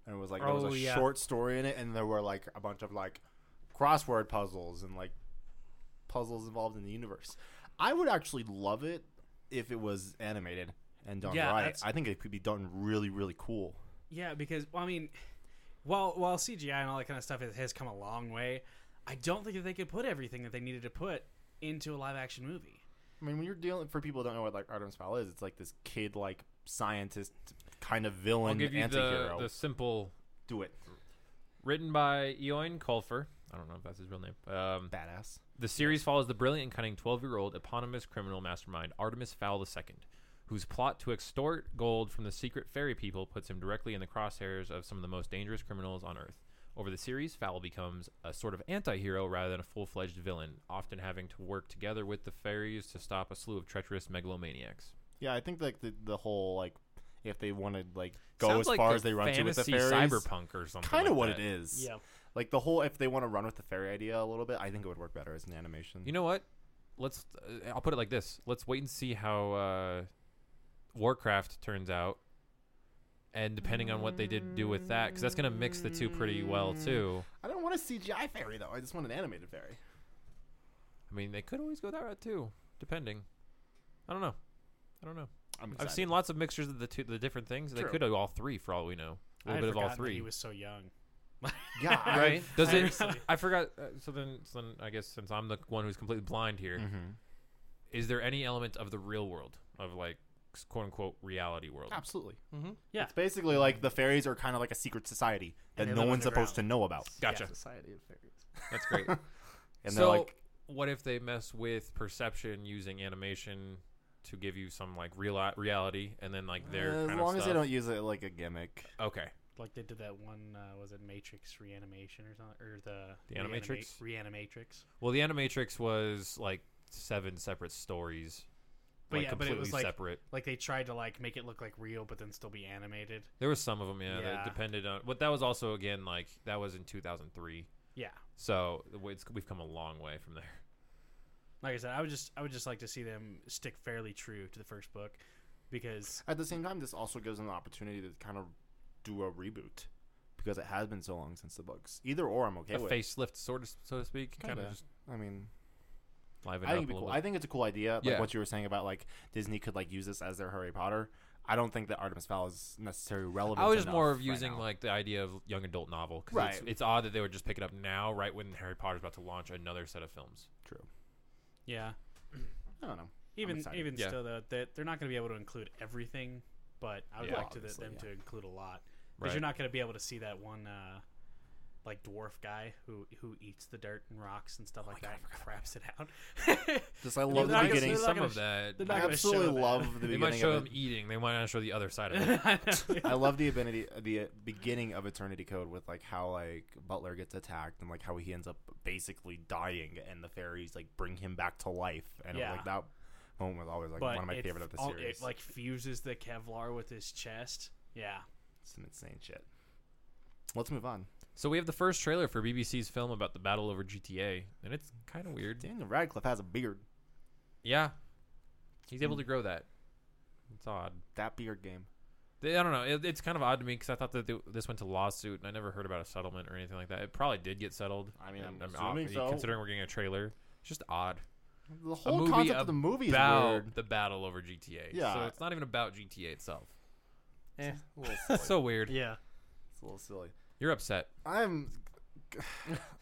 Speaker 7: and it was like there
Speaker 5: Oh,
Speaker 7: was a
Speaker 5: yeah.
Speaker 7: short story in it, and there were like a bunch of like crossword puzzles and like puzzles involved in the universe. I would actually love it if it was animated and done
Speaker 6: Yeah,
Speaker 7: right.
Speaker 6: that's-
Speaker 7: I think it could be done really, really cool.
Speaker 6: Yeah, because well, I mean, while while CGI and all that kind of stuff has, has come a long way, I don't think that they could put everything that they needed to put into a live action movie.
Speaker 7: I mean, when you're dealing for people who don't know what like Artemis Fowl is, it's like this kid like scientist kind of
Speaker 4: I'll
Speaker 7: villain
Speaker 4: give you the,
Speaker 7: anti-hero.
Speaker 4: the simple
Speaker 7: Do it,
Speaker 4: Written by Eoin Colfer. I don't know if that's his real name. Um,
Speaker 7: badass.
Speaker 4: the series follows the brilliant and cunning 12 year old eponymous criminal mastermind Artemis Fowl II, whose plot to extort gold from the secret fairy people puts him directly in the crosshairs of some of the most dangerous criminals on Earth. Over the series, Fowl becomes a sort of anti hero rather than a full fledged villain, often having to work together with the fairies to stop a slew of treacherous megalomaniacs.
Speaker 7: Yeah, I think like the the whole like if they want to like go
Speaker 4: Sounds
Speaker 7: as
Speaker 4: like
Speaker 7: far
Speaker 4: the
Speaker 7: as they run to with the
Speaker 4: fantasy
Speaker 7: fairies,
Speaker 4: cyberpunk or something.
Speaker 7: kind of
Speaker 4: like
Speaker 7: what
Speaker 4: that.
Speaker 7: it is.
Speaker 5: Yeah.
Speaker 7: like the whole if they want to run with the fairy idea a little bit, I think it would work better as an animation.
Speaker 4: You know what? Let's. Uh, I'll put it like this. Let's wait and see how uh, Warcraft turns out, and depending on what they did do with that, because that's gonna mix the two pretty well too.
Speaker 7: I don't want a CGI fairy though. I just want an animated fairy.
Speaker 4: I mean, they could always go that route too, depending. I don't know. I don't know.
Speaker 7: I'm
Speaker 4: I've seen lots of mixtures of the two, the different things. They
Speaker 7: True.
Speaker 4: could have all three, for all we know. A
Speaker 6: I
Speaker 4: little
Speaker 6: had
Speaker 4: bit of all
Speaker 6: forgotten that
Speaker 4: three.
Speaker 6: He was so young.
Speaker 7: yeah, I-
Speaker 4: right? Does it?
Speaker 6: Seriously.
Speaker 4: I forgot. Uh, so then, so then, I guess since I'm the one who's completely blind here, is
Speaker 7: Mhm.
Speaker 4: there any element of the real world of like quote unquote reality world?
Speaker 7: Absolutely.
Speaker 4: Mm-hmm.
Speaker 6: Yeah.
Speaker 7: It's basically like the fairies are kind of like a secret society that
Speaker 6: And they
Speaker 7: no
Speaker 6: live
Speaker 7: one's supposed to
Speaker 6: underground.
Speaker 7: know about,
Speaker 4: Gotcha.
Speaker 5: Society of Fairies.
Speaker 4: That's great.
Speaker 7: and
Speaker 4: so,
Speaker 7: they're like,
Speaker 4: what if they mess with perception using animation to give you some like real reality, and then like their
Speaker 7: "Eh, as
Speaker 4: kind
Speaker 7: long
Speaker 4: of
Speaker 7: as
Speaker 4: stuff?
Speaker 7: they don't use it like a gimmick.
Speaker 4: Okay,
Speaker 6: Like they did that one, uh, was it Matrix Reanimation or something, or the
Speaker 4: The Animatrix?
Speaker 6: Reanima- Reanimatrix?
Speaker 4: well, the Animatrix was like seven separate stories,
Speaker 6: But
Speaker 4: like
Speaker 6: yeah, but it
Speaker 4: completely
Speaker 6: was, like-
Speaker 4: separate.
Speaker 6: Like they tried to like make it look like real, but then still be animated.
Speaker 4: There was some of them, yeah,
Speaker 6: Yeah.
Speaker 4: that depended on. But that was also again like that was in 2003,
Speaker 6: Yeah,
Speaker 4: so the way it's, we've come a long way from there.
Speaker 6: like I said, I would just, I would just like to see them stick fairly true to the first book, because
Speaker 7: At the same time, this also gives them an opportunity to kind of do a reboot because it has been so long since the books. Either or, I'm okay
Speaker 4: a
Speaker 7: with.
Speaker 4: facelift, sort of, so to speak. Kind of
Speaker 7: Kinda.
Speaker 4: just
Speaker 7: I mean,
Speaker 4: liven
Speaker 7: I
Speaker 4: it up
Speaker 7: think it'd
Speaker 4: a
Speaker 7: be
Speaker 4: little
Speaker 7: cool.
Speaker 4: bit.
Speaker 7: I think it's a cool idea. Like
Speaker 4: Yeah.
Speaker 7: what you were saying about like Disney could like use this as their Harry Potter. I don't think that Artemis Fowl is necessarily relevant.
Speaker 4: I was
Speaker 7: enough
Speaker 4: more of
Speaker 7: right
Speaker 4: using
Speaker 7: now.
Speaker 4: like the idea of young adult novel because it's,
Speaker 7: Right.
Speaker 4: it's odd that they would just pick it up now, right when Harry Potter's about to launch another set of films.
Speaker 7: true.
Speaker 6: Yeah.
Speaker 7: I don't know.
Speaker 6: Even
Speaker 7: excited.
Speaker 6: even
Speaker 4: Yeah.
Speaker 6: still though, that they're not going to be able to include everything, but I would
Speaker 4: Yeah.
Speaker 6: like to th-
Speaker 7: Obviously,
Speaker 6: them
Speaker 7: yeah.
Speaker 6: to include a lot because
Speaker 4: Right.
Speaker 6: you're not going to be able to see that one uh, like dwarf guy who who eats the dirt and rocks and
Speaker 7: Oh
Speaker 6: stuff like that and craps it out.
Speaker 7: Just I
Speaker 6: They're
Speaker 7: love
Speaker 6: not gonna-
Speaker 7: the beginning.
Speaker 6: they're not
Speaker 4: some
Speaker 6: gonna
Speaker 4: of
Speaker 6: sh-
Speaker 4: that.
Speaker 6: they're
Speaker 7: I
Speaker 6: not gonna show
Speaker 7: absolutely
Speaker 6: that.
Speaker 7: love the
Speaker 4: They
Speaker 7: beginning.
Speaker 4: might show
Speaker 7: of
Speaker 4: them
Speaker 7: it.
Speaker 4: eating. They might not show the other side of it.
Speaker 6: I know.
Speaker 7: I love the ability, the uh, beginning of Eternity Code with like how like Butler gets attacked and like how he ends up basically dying and the fairies like bring him back to life and it was, like that moment was always like
Speaker 6: But
Speaker 7: one of my
Speaker 6: it
Speaker 7: favorite of the
Speaker 6: f- all-
Speaker 7: series.
Speaker 6: It like fuses the Kevlar with his chest. Yeah.
Speaker 7: some insane shit. Let's move on.
Speaker 4: So we have the first trailer for BBC's film about the battle over GTA, and it's kind of weird.
Speaker 7: Daniel Radcliffe has a beard.
Speaker 4: Yeah, he's able to grow that. It's odd.
Speaker 7: That beard game.
Speaker 4: They, I don't know. It, it's kind of odd to me because I thought that th this went to lawsuit, and I never heard about a settlement or anything like that. It probably did get settled.
Speaker 7: I mean,
Speaker 4: and
Speaker 7: I'm
Speaker 4: ob-
Speaker 7: assuming so.
Speaker 4: Considering we're getting a trailer, it's just odd.
Speaker 7: The
Speaker 4: A
Speaker 7: whole
Speaker 4: movie
Speaker 7: concept of the movie is
Speaker 4: about
Speaker 7: weird.
Speaker 4: the battle over GTA. so
Speaker 7: Yeah.
Speaker 4: it's not even about GTA itself.
Speaker 5: Eh.
Speaker 7: A little silly.
Speaker 4: That's so weird.
Speaker 5: Yeah.
Speaker 7: It's a little silly.
Speaker 4: You're upset.
Speaker 7: I'm,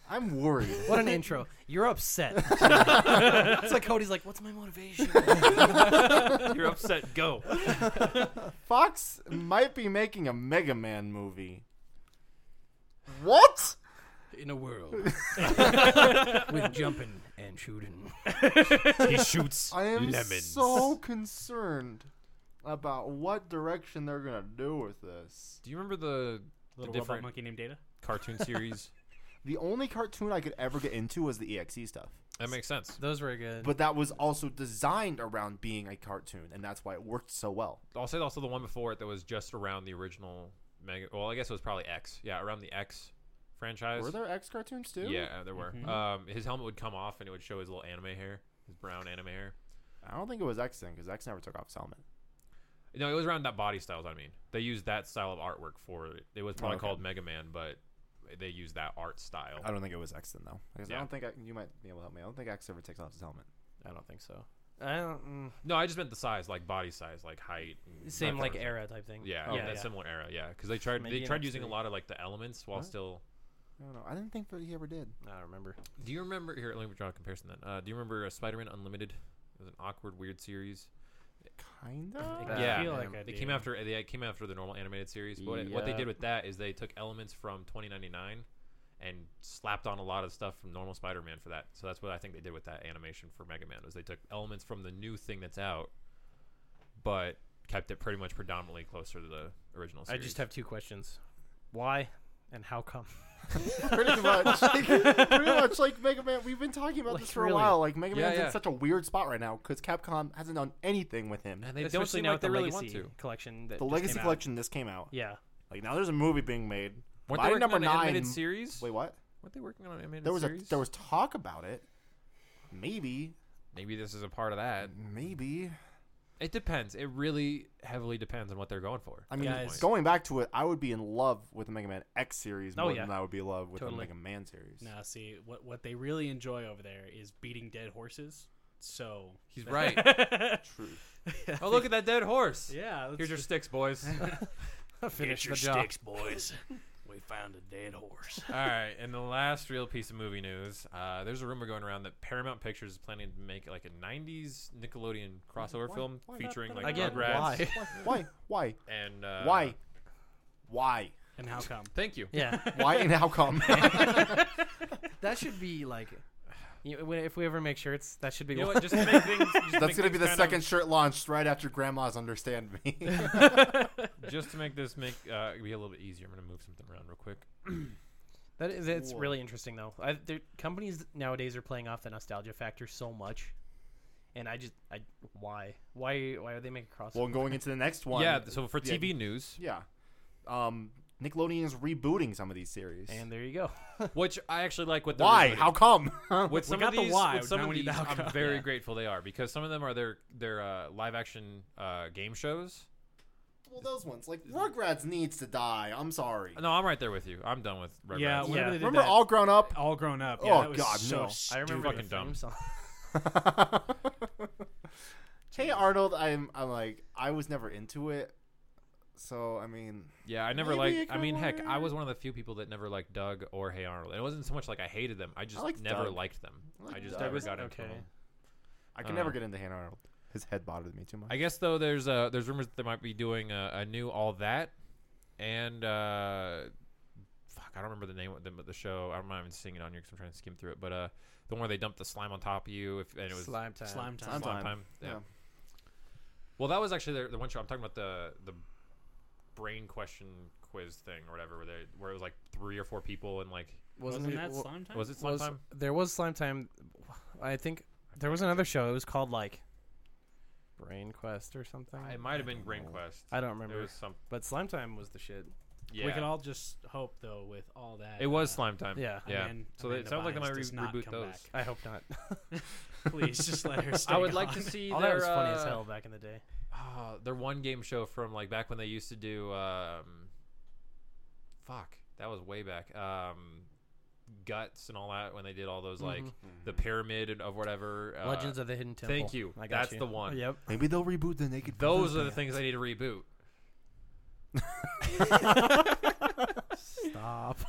Speaker 7: I'm worried.
Speaker 5: What an intro. You're upset. it's like Cody's like, what's my motivation?
Speaker 4: You're upset. Go.
Speaker 7: Fox might be making a Mega Man movie. What?
Speaker 5: In a world with jumping and shooting.
Speaker 4: He shoots
Speaker 7: I am
Speaker 4: lemons.
Speaker 7: so concerned about what direction they're gonna do with this.
Speaker 4: Do you remember the the
Speaker 6: Little robot
Speaker 4: different
Speaker 6: monkey named Data.
Speaker 4: cartoon series?
Speaker 7: The only cartoon I could ever get into was the EXE stuff,
Speaker 4: that makes sense.
Speaker 5: Those were good.
Speaker 7: but that was also designed around being a cartoon, and that's why it worked so well.
Speaker 4: I'll say also the one before it that was just around the original Mega. Well, I guess it was probably X. Yeah, around the X franchise.
Speaker 7: Were there X cartoons too?
Speaker 4: Yeah, there were.
Speaker 5: Mm-hmm.
Speaker 6: Mhm.
Speaker 4: Um, his helmet would come off and it would show his little anime hair, his brown anime hair.
Speaker 7: I don't think it was X then, because X never took off his helmet.
Speaker 4: No, it was around that body styles. I mean, they used that style of artwork for it. It was probably
Speaker 7: Oh, okay. Uh,
Speaker 4: called Mega Man, but they used that art style.
Speaker 7: I don't think it was X then though, because
Speaker 4: Yeah.
Speaker 7: I don't think I, you might be able to help me. I don't think X ever takes off his helmet.
Speaker 5: I don't think so. I don't. mm,
Speaker 4: No, I just meant the size, like body size, like height.
Speaker 7: Mm-hmm.
Speaker 4: and
Speaker 5: same
Speaker 4: that
Speaker 5: like
Speaker 4: sort of
Speaker 5: era type thing.
Speaker 4: thing. Yeah,
Speaker 5: yeah,
Speaker 4: that
Speaker 5: Oh, yeah.
Speaker 4: similar era. Yeah, because they tried
Speaker 5: Maybe
Speaker 4: they
Speaker 5: an
Speaker 4: tried using a
Speaker 5: X3.
Speaker 4: lot of like the elements while
Speaker 7: What?
Speaker 4: still.
Speaker 7: I don't know. I didn't think that he ever did.
Speaker 5: I don't remember.
Speaker 4: Do you remember? Here, let me draw a comparison. Then, uh, do you remember uh, Spider-Man Unlimited? It was an awkward, weird series.
Speaker 7: Kinda.
Speaker 6: I
Speaker 4: yeah,
Speaker 6: feel like I
Speaker 4: They came
Speaker 6: do.
Speaker 4: after they came after the normal animated series. But what, what they
Speaker 7: Yeah.
Speaker 4: did with that is they took elements from 2099 and slapped on a lot of stuff from normal Spider-Man for that. So that's what I think they did with that animation for Mega Man was they took elements from the new thing that's out, but kept it pretty much predominantly closer to the original.
Speaker 5: I
Speaker 4: Series.
Speaker 5: just have two questions. Why and how come?
Speaker 7: pretty much, like, pretty much like Mega Man. We've been talking about
Speaker 5: Like,
Speaker 7: this for a
Speaker 5: really.
Speaker 7: while. Like Mega
Speaker 4: Yeah,
Speaker 7: Man's
Speaker 4: yeah.
Speaker 7: in such a weird spot right now because Capcom hasn't done anything with him.
Speaker 4: and they don't
Speaker 5: Especially
Speaker 4: seem
Speaker 5: now
Speaker 4: like
Speaker 5: with
Speaker 4: they
Speaker 5: the
Speaker 4: really
Speaker 5: Legacy
Speaker 4: want to.
Speaker 5: collection. That
Speaker 7: The
Speaker 5: just
Speaker 7: Legacy
Speaker 5: came out.
Speaker 7: Collection just came out.
Speaker 5: Yeah.
Speaker 7: Like now, there's a movie being made.
Speaker 4: Weren't
Speaker 7: By
Speaker 4: they working
Speaker 7: number
Speaker 4: on an animated
Speaker 7: nine-
Speaker 4: series?
Speaker 7: Wait, what?
Speaker 4: weren't they working on an animated
Speaker 7: There was a
Speaker 4: series?
Speaker 7: there was talk about it. Maybe,
Speaker 4: Maybe this is a part of that.
Speaker 7: maybe.
Speaker 4: It depends. It really heavily depends on what they're going for.
Speaker 7: I mean,
Speaker 6: Guys.
Speaker 7: going back to it, I would be in love with the Mega Man X series
Speaker 5: Oh,
Speaker 7: more
Speaker 5: yeah.
Speaker 7: than I would be in love with the
Speaker 5: Totally.
Speaker 7: Mega Man series.
Speaker 6: Now, see what what they really enjoy over there is beating dead horses. So
Speaker 4: He's right.
Speaker 7: True.
Speaker 4: oh, look at that dead horse.
Speaker 6: yeah, let's
Speaker 4: Here's your sticks, boys.
Speaker 5: Finish
Speaker 6: your
Speaker 5: the job.
Speaker 6: sticks, boys. we found a dead horse.
Speaker 4: All right, and the last real piece of movie news. Uh, there's a rumor going aroround that Paramount Pictures is planning to make like a '90s Nickelodeon crossover
Speaker 7: Why-
Speaker 4: film
Speaker 7: why-
Speaker 4: featuring like
Speaker 5: Again,
Speaker 4: Rugrats
Speaker 5: why?
Speaker 7: Why? Why?
Speaker 4: and uh,
Speaker 7: Why? Why?
Speaker 6: And how come?
Speaker 4: Thank you.
Speaker 5: Yeah.
Speaker 7: Why and how come?
Speaker 5: That should be like, you know, when- if we ever make shirts, that should be.
Speaker 4: You know what? Just to make things. Just to
Speaker 7: That's
Speaker 4: make
Speaker 7: gonna be
Speaker 4: things
Speaker 7: the
Speaker 4: kind
Speaker 7: second
Speaker 4: of-
Speaker 7: shirt launched right after Grandma's Understand Me.
Speaker 4: just to make this make uh, be a little bit easier, I'm gonna move something around real quick.
Speaker 5: that is, it's
Speaker 7: Whoa.
Speaker 5: really interesting though. I, there- companies nowadays are playing off the nostalgia factor so much, and I just, I why, why, why are they making crossover?
Speaker 7: well, going into the next one.
Speaker 4: Yeah. So for
Speaker 7: Yeah.
Speaker 4: TV news,
Speaker 7: Yeah. Um, Nickelodeon is rebooting some of these series.
Speaker 5: and there you go.
Speaker 4: which I actually like what they're
Speaker 7: Why?
Speaker 4: rebooting.
Speaker 7: How come?
Speaker 4: with some
Speaker 6: got
Speaker 4: of
Speaker 6: the
Speaker 4: these,
Speaker 6: why,
Speaker 4: with some
Speaker 6: now
Speaker 4: of
Speaker 6: we need
Speaker 4: these,
Speaker 6: the how
Speaker 4: I'm
Speaker 6: come.
Speaker 4: very
Speaker 6: Yeah.
Speaker 4: grateful they are because some of them are their their uh, live action uh, game shows.
Speaker 3: Well, those ones like Rugrats needs to die. I'm sorry.
Speaker 4: No, I'm right there with you. I'm done with Rugrats. Yeah,
Speaker 6: Yeah, whenever
Speaker 5: Yeah.
Speaker 6: they did
Speaker 3: Remember
Speaker 6: that-
Speaker 3: all grown up?
Speaker 6: all grown up.
Speaker 3: Oh,
Speaker 6: Yeah, that was
Speaker 3: God,
Speaker 6: so
Speaker 3: no.
Speaker 5: I remember the
Speaker 4: fucking dumb.
Speaker 5: theme song.
Speaker 3: hey Arnold, I'm I'm like I was never into it. So I mean,
Speaker 4: I never
Speaker 3: Maybe
Speaker 4: like.
Speaker 3: it
Speaker 4: I mean,
Speaker 3: could
Speaker 4: heck, I
Speaker 3: work.
Speaker 4: was one of the few people that never liked Doug or Hey Arnold. And it wasn't so much like I hated them. I just
Speaker 3: liked
Speaker 4: never
Speaker 3: Doug.
Speaker 4: liked them.
Speaker 3: I liked
Speaker 4: I just
Speaker 3: Doug.
Speaker 4: never
Speaker 3: Was-
Speaker 4: got into
Speaker 5: okay.
Speaker 4: them.
Speaker 3: I
Speaker 4: Uh,
Speaker 3: can never get into Hannah Arnold. His head bothered me too much.
Speaker 4: I guess though, there's uh, there's rumors that they might be doing a, a new All That, and uh, fuck, I don't remember the name of the, the show. I'm not even seeing it on here because I'm trying to skim through it. But uh, the one where they dumped the slime on top of you, if, and it was slime,
Speaker 2: slime time.
Speaker 6: slime time.
Speaker 3: Slime time.
Speaker 4: Yeah.
Speaker 3: Yeah.
Speaker 4: Well, that was actually the, the one show I'm talking about the the brain question quiz thing or whatever, where they, where it was like three or four people and like
Speaker 6: Wasn't,
Speaker 5: it-
Speaker 6: that
Speaker 5: wa-
Speaker 6: slime time?
Speaker 4: was it slime
Speaker 5: was
Speaker 4: time?
Speaker 5: there was slime time? I think there was another show. It was called like Brain Quest or something.
Speaker 4: It might have been brain quest.
Speaker 5: I don't
Speaker 4: It
Speaker 5: remember.
Speaker 4: was some.
Speaker 5: but slime time was the shit.
Speaker 4: Yeah.
Speaker 6: We could all just hope though with all that.
Speaker 4: it was
Speaker 6: uh,
Speaker 4: slime time.
Speaker 5: Yeah.
Speaker 4: Yeah.
Speaker 6: Amanda-
Speaker 4: so it
Speaker 6: Amanda
Speaker 4: sounds like they might
Speaker 6: Bynes
Speaker 4: re-
Speaker 6: does not
Speaker 4: reboot
Speaker 6: come
Speaker 4: those.
Speaker 6: back.
Speaker 5: I hope not.
Speaker 6: Please just let her stay.
Speaker 4: I would like to
Speaker 6: on.
Speaker 4: see
Speaker 5: All
Speaker 4: their,
Speaker 5: Oh, that was funny as
Speaker 4: uh,
Speaker 5: hell back in the day.
Speaker 4: Oh, their one game show from like back when they used to do um fuck, that was way back. Um guts and all that when they did all those like the pyramid and of whatever uh,
Speaker 5: Mm-hmm. Legends of the Hidden Temple.
Speaker 4: thank you.
Speaker 5: I got
Speaker 4: That's
Speaker 5: you. Oh,
Speaker 4: the one.
Speaker 5: Yep.
Speaker 3: Maybe they'll reboot the Naked.
Speaker 4: Those are the things they need to reboot.
Speaker 5: Stop.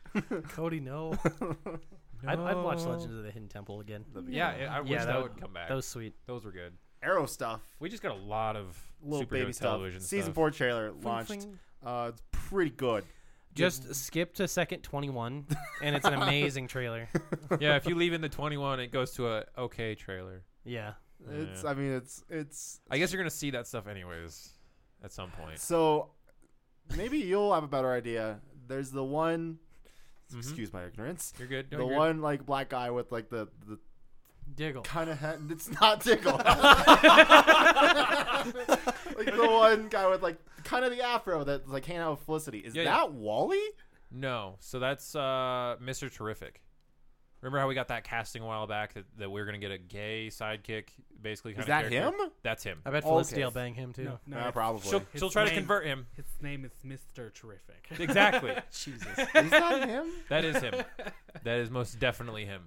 Speaker 5: Cody, no. I'd, I'd watch Legends of the Hidden Temple again.
Speaker 4: Yeah, I I wish
Speaker 5: Yeah,
Speaker 4: that,
Speaker 5: that
Speaker 4: would come back.
Speaker 5: That was
Speaker 4: Those
Speaker 5: sweet.
Speaker 4: those were good.
Speaker 3: Arrow stuff.
Speaker 4: We just got a lot of
Speaker 3: Little
Speaker 4: superhero
Speaker 3: baby stuff.
Speaker 4: television
Speaker 3: Season
Speaker 4: stuff.
Speaker 3: four trailer launched.
Speaker 5: fling.
Speaker 3: Uh, it's pretty good.
Speaker 5: Just skip to second 21, and it's an amazing trailer.
Speaker 4: yeah, if you leave in the 21 it goes to a okay trailer.
Speaker 5: Yeah.
Speaker 3: It's.
Speaker 4: Yeah.
Speaker 3: I mean, it's. It's.
Speaker 4: I guess you're going to see that stuff anyways at some point.
Speaker 3: So maybe you'll have a better idea. There's the one.
Speaker 7: Mm-hmm.
Speaker 4: Mhm.
Speaker 3: Excuse my ignorance.
Speaker 4: You're good.
Speaker 3: The
Speaker 4: doing good.
Speaker 3: one like black guy with like the the
Speaker 5: Diggle.
Speaker 3: kind of head. It's not tickle. like the one guy with like kind of the afro that's like hanging out with Felicity. Is
Speaker 4: Yeah, yeah.
Speaker 3: that Wally?
Speaker 4: No, so that's uh, Mr. Terrific. Remember how we got that casting a while back that, that we were gonna get a gay sidekick, basically.
Speaker 3: Is
Speaker 4: kinda
Speaker 3: that
Speaker 4: character?
Speaker 3: him?
Speaker 4: That's him.
Speaker 5: I bet
Speaker 3: Okay.
Speaker 5: Felicity will bang him, too.
Speaker 6: No,
Speaker 7: Uh,
Speaker 6: no,
Speaker 3: Yeah,
Speaker 6: it's-
Speaker 3: probably.
Speaker 4: She'll,
Speaker 6: His
Speaker 4: she'll try to
Speaker 6: name-
Speaker 4: convert him.
Speaker 6: His name is Mister Terrific.
Speaker 4: Exactly.
Speaker 6: Jesus.
Speaker 3: Is that him?
Speaker 4: that is him. That is most definitely him.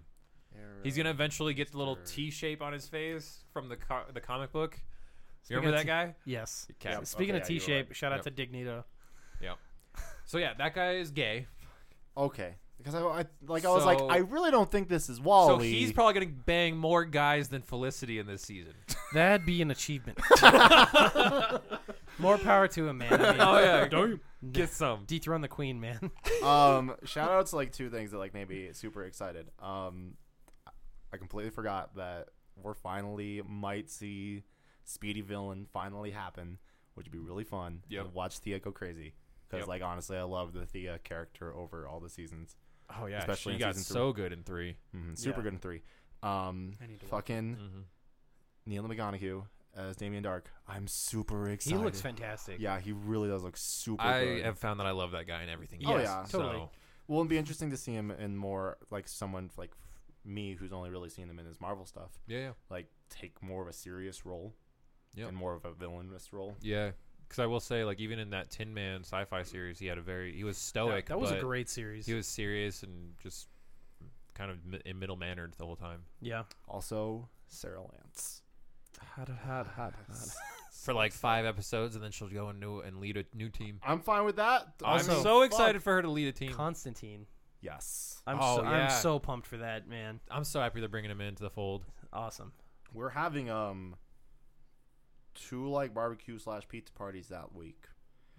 Speaker 4: He's gonna eventually get the little
Speaker 3: Mr.
Speaker 4: T shape on his face from the co- the comic book. You
Speaker 5: Speaking
Speaker 4: remember
Speaker 5: of
Speaker 4: that
Speaker 5: T-
Speaker 4: guy?
Speaker 5: Yes.
Speaker 4: Okay.
Speaker 3: Yep.
Speaker 5: Speaking
Speaker 3: Okay,
Speaker 5: of
Speaker 3: yeah, you
Speaker 5: T
Speaker 3: were
Speaker 5: shape,
Speaker 3: right.
Speaker 5: shout out
Speaker 4: Yep.
Speaker 5: to Dignito.
Speaker 4: So yeah, that guy is gay.
Speaker 3: Okay. Because I, I like I was like
Speaker 4: So-
Speaker 3: I really don't think this is Wally.
Speaker 4: So he's probably gonna bang more guys than Felicity in this season.
Speaker 5: That'd be an achievement. More power to him, man. I mean,
Speaker 4: oh yeah, don't get some.
Speaker 5: dethrone the queen, man.
Speaker 3: um shout out to like two things that like made me super excited. Um I completely forgot that we're finally might see Speedy Villain finally happen, which would be really fun.
Speaker 4: Yep.
Speaker 3: And watch Thea go crazy. Because
Speaker 4: Yep.
Speaker 3: like honestly I love the Thea character over all the seasons.
Speaker 4: Oh yeah,
Speaker 3: Especially
Speaker 4: she
Speaker 3: in
Speaker 4: got
Speaker 3: season
Speaker 4: so good in 3
Speaker 3: hmm Super
Speaker 6: Yeah.
Speaker 3: good in three. Um
Speaker 6: I need to watch
Speaker 3: fucking
Speaker 4: Mm-hmm.
Speaker 3: Neil McGonaghy as Damien Dark. I'm super
Speaker 5: He
Speaker 3: excited.
Speaker 5: looks fantastic.
Speaker 3: Yeah, he really does look super
Speaker 4: I
Speaker 3: good.
Speaker 4: have found that I love that guy and everything.
Speaker 3: Oh,
Speaker 4: else,
Speaker 3: yeah.
Speaker 5: Totally.
Speaker 4: so-
Speaker 3: Well, it'd be interesting to see him in more like someone like f- me who's only really seen him in his Marvel stuff,
Speaker 4: yeah, yeah,
Speaker 3: like take more of a serious role
Speaker 4: Yep.
Speaker 3: and more of a villainous role.
Speaker 4: yeah. Because I will say, like, even in that Tin Man sci-fi series, he had a very he was
Speaker 5: That-
Speaker 4: stoic.
Speaker 5: that was a
Speaker 4: but
Speaker 5: great series.
Speaker 4: He was serious and just kind of mi- middle mannered the whole time
Speaker 5: yeah.
Speaker 3: Also, Sarah Lance.
Speaker 2: Hot, hot, hot, hot.
Speaker 4: for like five episodes, and then she'll go and new and lead a new team.
Speaker 3: I'm fine with that.
Speaker 4: I'm
Speaker 5: Also-
Speaker 4: so
Speaker 3: fuck-
Speaker 4: excited for her to lead a team.
Speaker 5: Constantine.
Speaker 3: Yes,
Speaker 5: I'm,
Speaker 4: Oh,
Speaker 5: so,
Speaker 4: yeah.
Speaker 5: I'm so pumped for that, man.
Speaker 4: I'm so happy they're bringing him into the fold.
Speaker 5: Awesome.
Speaker 3: we're having um two like barbecue slash pizza parties that week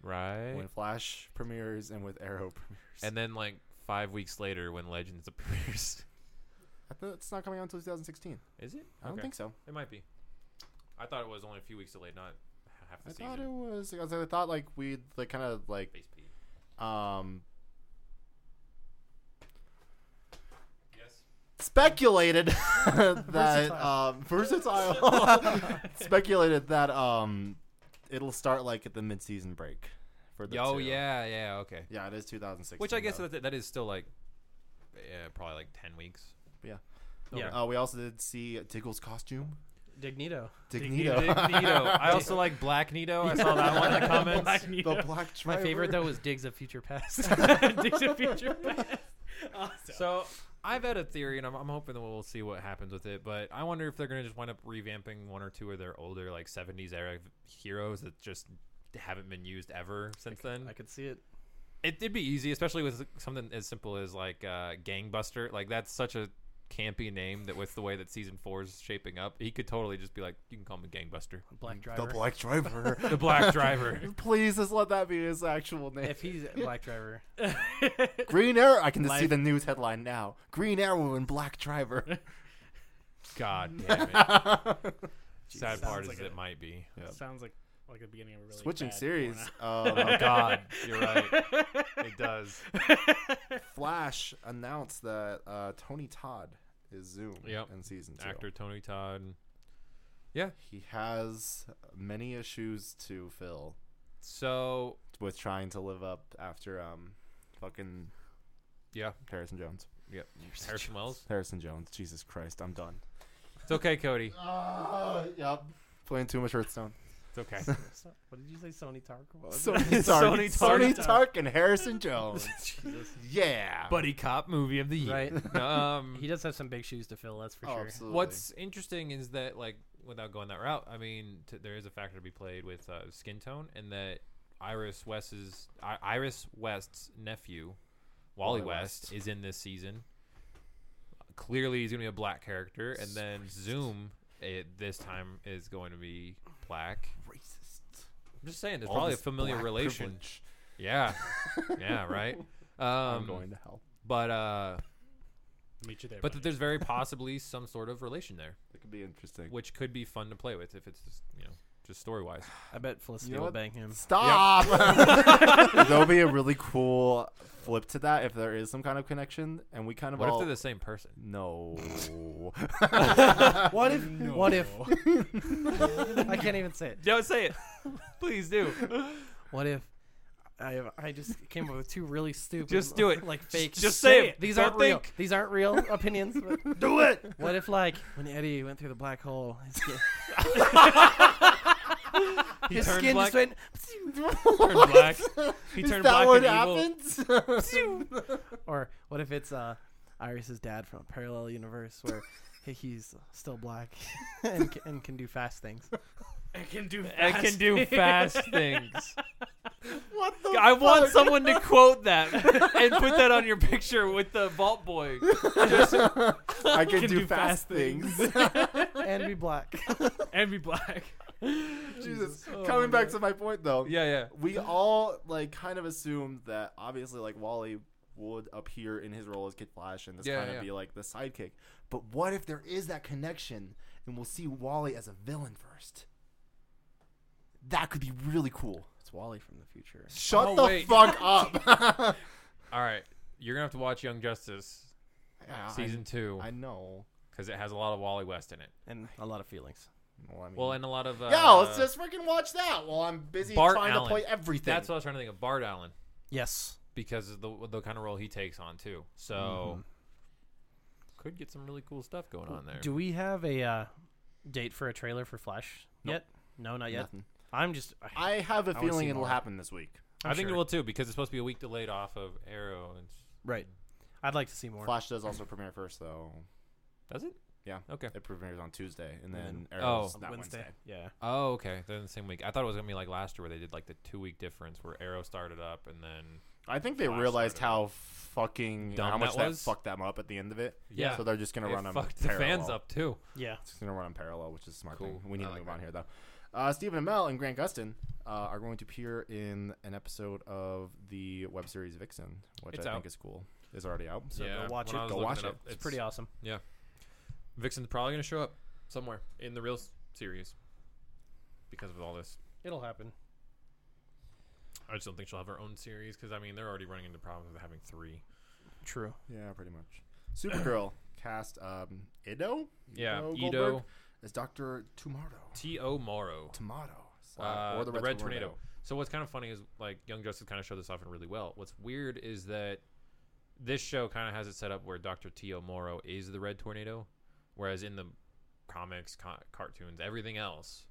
Speaker 4: Right.
Speaker 3: when Flash premieres and with Arrow premieres.
Speaker 4: and then like five weeks later, when Legends appears,
Speaker 3: I think it's not coming out until 2016.
Speaker 4: is it?
Speaker 3: I don't think so.
Speaker 4: it might be. I thought it was only a few weeks delayed, not half the
Speaker 3: I
Speaker 4: season.
Speaker 3: thought it was. I thought- I thought like we'd like kind of like
Speaker 4: Base P.
Speaker 3: um
Speaker 4: Yes.
Speaker 3: speculated that um, versatile speculated that um it'll start like at the mid-season break for the
Speaker 4: Oh
Speaker 3: two.
Speaker 4: yeah, yeah, okay.
Speaker 3: yeah it is 2016
Speaker 4: Which I guess
Speaker 3: though.
Speaker 4: that, that is still like, yeah, probably like ten weeks.
Speaker 3: yeah
Speaker 5: Yeah.
Speaker 3: uh, we also did see Tickle's costume
Speaker 5: Dignito.
Speaker 3: Dignito.
Speaker 4: Nito. I also like Black Nito. I saw that one in the comments.
Speaker 6: Black
Speaker 3: the black
Speaker 5: My
Speaker 3: driver.
Speaker 5: favorite though was Digs of Future Past.
Speaker 6: Dicks of future past. Awesome.
Speaker 4: So I've had a theory, and I'm, I'm hoping that we'll see what happens with it. But I wonder if they're gonna just wind up revamping one or two of their older like '70s era heroes that just haven't been used ever since then.
Speaker 5: I could see it.
Speaker 4: it, it'd be easy, especially with something as simple as like uh, Gangbuster. Like that's such a campy name that with the way that season four is shaping up, he could totally just be like, you can call me Gangbuster,
Speaker 5: Black
Speaker 3: The
Speaker 5: Driver.
Speaker 3: black driver.
Speaker 4: the Black Driver.
Speaker 3: Please just let that be his actual name.
Speaker 5: if he's Black Driver,
Speaker 3: Green Arrow. I can just see
Speaker 6: Life-
Speaker 3: the news headline now. Green Arrow and Black Driver.
Speaker 4: God damn it. Sad
Speaker 6: Sounds
Speaker 4: part is
Speaker 6: like
Speaker 4: that
Speaker 6: a-
Speaker 4: it might be.
Speaker 6: Sounds like like the beginning of a really
Speaker 3: Switching
Speaker 6: bad
Speaker 3: series.
Speaker 6: porno.
Speaker 3: Um,
Speaker 4: Oh God, you're right. It does.
Speaker 3: Flash announced that uh, Tony Todd is Zoom
Speaker 4: Yep.
Speaker 3: in season two.
Speaker 4: Actor Tony Todd.
Speaker 3: He has many issues to fill
Speaker 4: So
Speaker 3: with trying to live up after um, fucking
Speaker 4: yeah,
Speaker 3: Harrison Jones.
Speaker 4: yep. Harrison Wells.
Speaker 3: Harrison Jones. Jesus Christ, I'm done.
Speaker 4: It's okay, Cody.
Speaker 3: yep. Playing too much Hearthstone.
Speaker 4: It's okay.
Speaker 5: So- what did you say, Sony Tarkin? was?
Speaker 3: Sony Tark, Sony Tark, and Harrison Jones. Yeah.
Speaker 4: Buddy cop movie of the year.
Speaker 5: Right.
Speaker 4: Um,
Speaker 5: He does have some big shoes to fill. That's for
Speaker 3: Oh,
Speaker 5: sure.
Speaker 3: absolutely.
Speaker 4: What's interesting is that, like, without going that route, I mean, t- there is a factor to be played with uh, skin tone, and that Iris West's I- Iris West's nephew, Wally,
Speaker 3: Wally
Speaker 4: West,
Speaker 3: West.
Speaker 4: is in this season. Clearly, he's going to be a black character, and then Zoom it, this time is going to be black.
Speaker 3: racist?
Speaker 4: I'm just saying, there's
Speaker 3: All
Speaker 4: probably a
Speaker 3: this
Speaker 4: familiar
Speaker 3: black
Speaker 4: relation.
Speaker 3: privilege.
Speaker 4: Yeah, yeah, right. Um,
Speaker 3: I'm going to hell.
Speaker 4: but uh,
Speaker 6: Meet you there.
Speaker 4: but
Speaker 6: buddy.
Speaker 4: that there's very possibly some sort of relation there.
Speaker 3: It could be interesting.
Speaker 4: which could be fun to play with if it's just you know just story wise.
Speaker 5: I bet Felicity
Speaker 3: You know
Speaker 5: will
Speaker 3: what?
Speaker 5: bang him.
Speaker 3: Stop. There'll be a really cool flip to that if there is some kind of connection, and we kind of
Speaker 4: What if
Speaker 3: all
Speaker 4: they're the same person?
Speaker 3: no.
Speaker 5: What if? What if? I can't even say it.
Speaker 4: Don't say it, please do.
Speaker 5: What if? I have, I just came up with two really stupid.
Speaker 4: Just do it.
Speaker 5: Like fake.
Speaker 4: Just say it.
Speaker 5: These
Speaker 4: Don't
Speaker 5: aren't real.
Speaker 4: think.
Speaker 5: These aren't real opinions. But
Speaker 3: Do it.
Speaker 5: what if like when Eddie went through the black hole, his skin,
Speaker 4: He
Speaker 5: his
Speaker 4: turned
Speaker 5: skin
Speaker 4: black.
Speaker 5: just went.
Speaker 4: turned black. He
Speaker 3: Is
Speaker 4: turned
Speaker 3: that
Speaker 4: black
Speaker 3: what
Speaker 4: and evil.
Speaker 3: happens?
Speaker 5: Or what if it's uh, Iris's dad from a parallel universe where he- he's still black and, ca- and can do fast things?
Speaker 6: I can do.
Speaker 4: I
Speaker 6: Fast.
Speaker 4: can do fast things.
Speaker 3: what the?
Speaker 4: I want
Speaker 3: fuck?
Speaker 4: someone to quote that and put that on your picture with the vault boy. Just
Speaker 3: I can, do, fast things.
Speaker 5: And be black.
Speaker 6: and be black.
Speaker 3: Jesus. Coming back to my point though.
Speaker 4: yeah, yeah.
Speaker 3: we all like kind of assumed that obviously like Wally would appear in his role as Kid Flash and this
Speaker 4: Yeah,
Speaker 3: kind of
Speaker 4: yeah.
Speaker 3: be like the sidekick. But what if there is that connection and we'll see Wally as a villain first? That could be really cool.
Speaker 5: It's Wally from the future.
Speaker 3: Shut
Speaker 4: Oh,
Speaker 3: the
Speaker 4: wait.
Speaker 3: fuck up.
Speaker 4: All right, you're gonna have to watch Young Justice
Speaker 3: Yeah, I-
Speaker 4: season two
Speaker 3: I know.
Speaker 4: because it has a lot of Wally West in it.
Speaker 5: And a lot of feelings.
Speaker 3: Well, I mean,
Speaker 4: Well, and a lot of uh,
Speaker 3: yo, let's just freaking watch that while I'm busy
Speaker 4: Bart
Speaker 3: trying
Speaker 4: Allen.
Speaker 3: to play everything.
Speaker 4: That's what I was trying to think of. Bart Allen.
Speaker 5: Yes.
Speaker 4: because of the the kind of role he takes on too. So
Speaker 3: Mm-hmm.
Speaker 4: could get some really cool stuff going on there.
Speaker 5: Do we have a uh, date for a trailer for Flash yet? No, not yet.
Speaker 3: Nothing.
Speaker 5: I'm just. I,
Speaker 3: I have a
Speaker 5: wanna
Speaker 3: feeling
Speaker 5: see
Speaker 3: it'll
Speaker 5: more.
Speaker 3: happen this week.
Speaker 4: I
Speaker 5: I'm
Speaker 4: think
Speaker 5: sure.
Speaker 4: it will too because it's supposed to be a week delayed off of Arrow. And
Speaker 5: Right. I'd like to see more.
Speaker 3: Flash does also premiere first though.
Speaker 4: does it?
Speaker 3: Yeah.
Speaker 4: Okay.
Speaker 3: It premieres on Tuesday, and then
Speaker 5: then-
Speaker 3: Arrow's
Speaker 4: Oh.
Speaker 3: that Wednesday.
Speaker 5: Yeah.
Speaker 4: Oh, okay. They're in the same week. I thought it was gonna be like last year where they did like the two week difference where Arrow started up and then
Speaker 3: I think they
Speaker 4: Flash
Speaker 3: realized
Speaker 4: started.
Speaker 3: how fucking
Speaker 4: Dumb
Speaker 3: how much
Speaker 4: that
Speaker 3: that,
Speaker 4: was.
Speaker 3: fucked them up at the end of it.
Speaker 4: Yeah.
Speaker 3: So they're just gonna
Speaker 4: they
Speaker 3: run them
Speaker 4: fucked the
Speaker 3: parallel.
Speaker 4: fans up too.
Speaker 5: Yeah.
Speaker 3: It's gonna run on parallel, which is a smart.
Speaker 4: Cool.
Speaker 3: Thing. We need
Speaker 4: I
Speaker 3: to
Speaker 4: like
Speaker 3: move
Speaker 4: that.
Speaker 3: on here though. Uh, Stephen Amell and Grant Gustin uh, are going to appear in an episode of the web series Vixen, which
Speaker 4: It's
Speaker 3: I
Speaker 4: out.
Speaker 3: think is cool. Is already out.
Speaker 5: So
Speaker 4: yeah.
Speaker 5: go watch
Speaker 4: when I
Speaker 5: it.
Speaker 4: was
Speaker 3: Go
Speaker 4: looking
Speaker 3: watch
Speaker 4: up,
Speaker 3: it.
Speaker 5: It's, pretty awesome.
Speaker 4: Vixen's probably gonna show up somewhere in the real s- series because of all this.
Speaker 5: It'll happen.
Speaker 4: I just don't think she'll have her own series because I mean they're already running into problems with having three.
Speaker 5: True.
Speaker 3: Yeah, pretty much. Supergirl cast um, Ido.
Speaker 4: Yeah,
Speaker 3: Goldberg
Speaker 4: Ido.
Speaker 3: is Doctor Tomato.
Speaker 4: T O Morrow.
Speaker 3: Tomato.
Speaker 4: Uh,
Speaker 3: Or
Speaker 4: the, Red, tornado. So what's kind of funny is like Young Justice kind of showed this off in really well. What's weird is that this show kind of has it set up where Doctor Tio Moro is the Red Tornado, whereas in the comics, co- cartoons, everything else.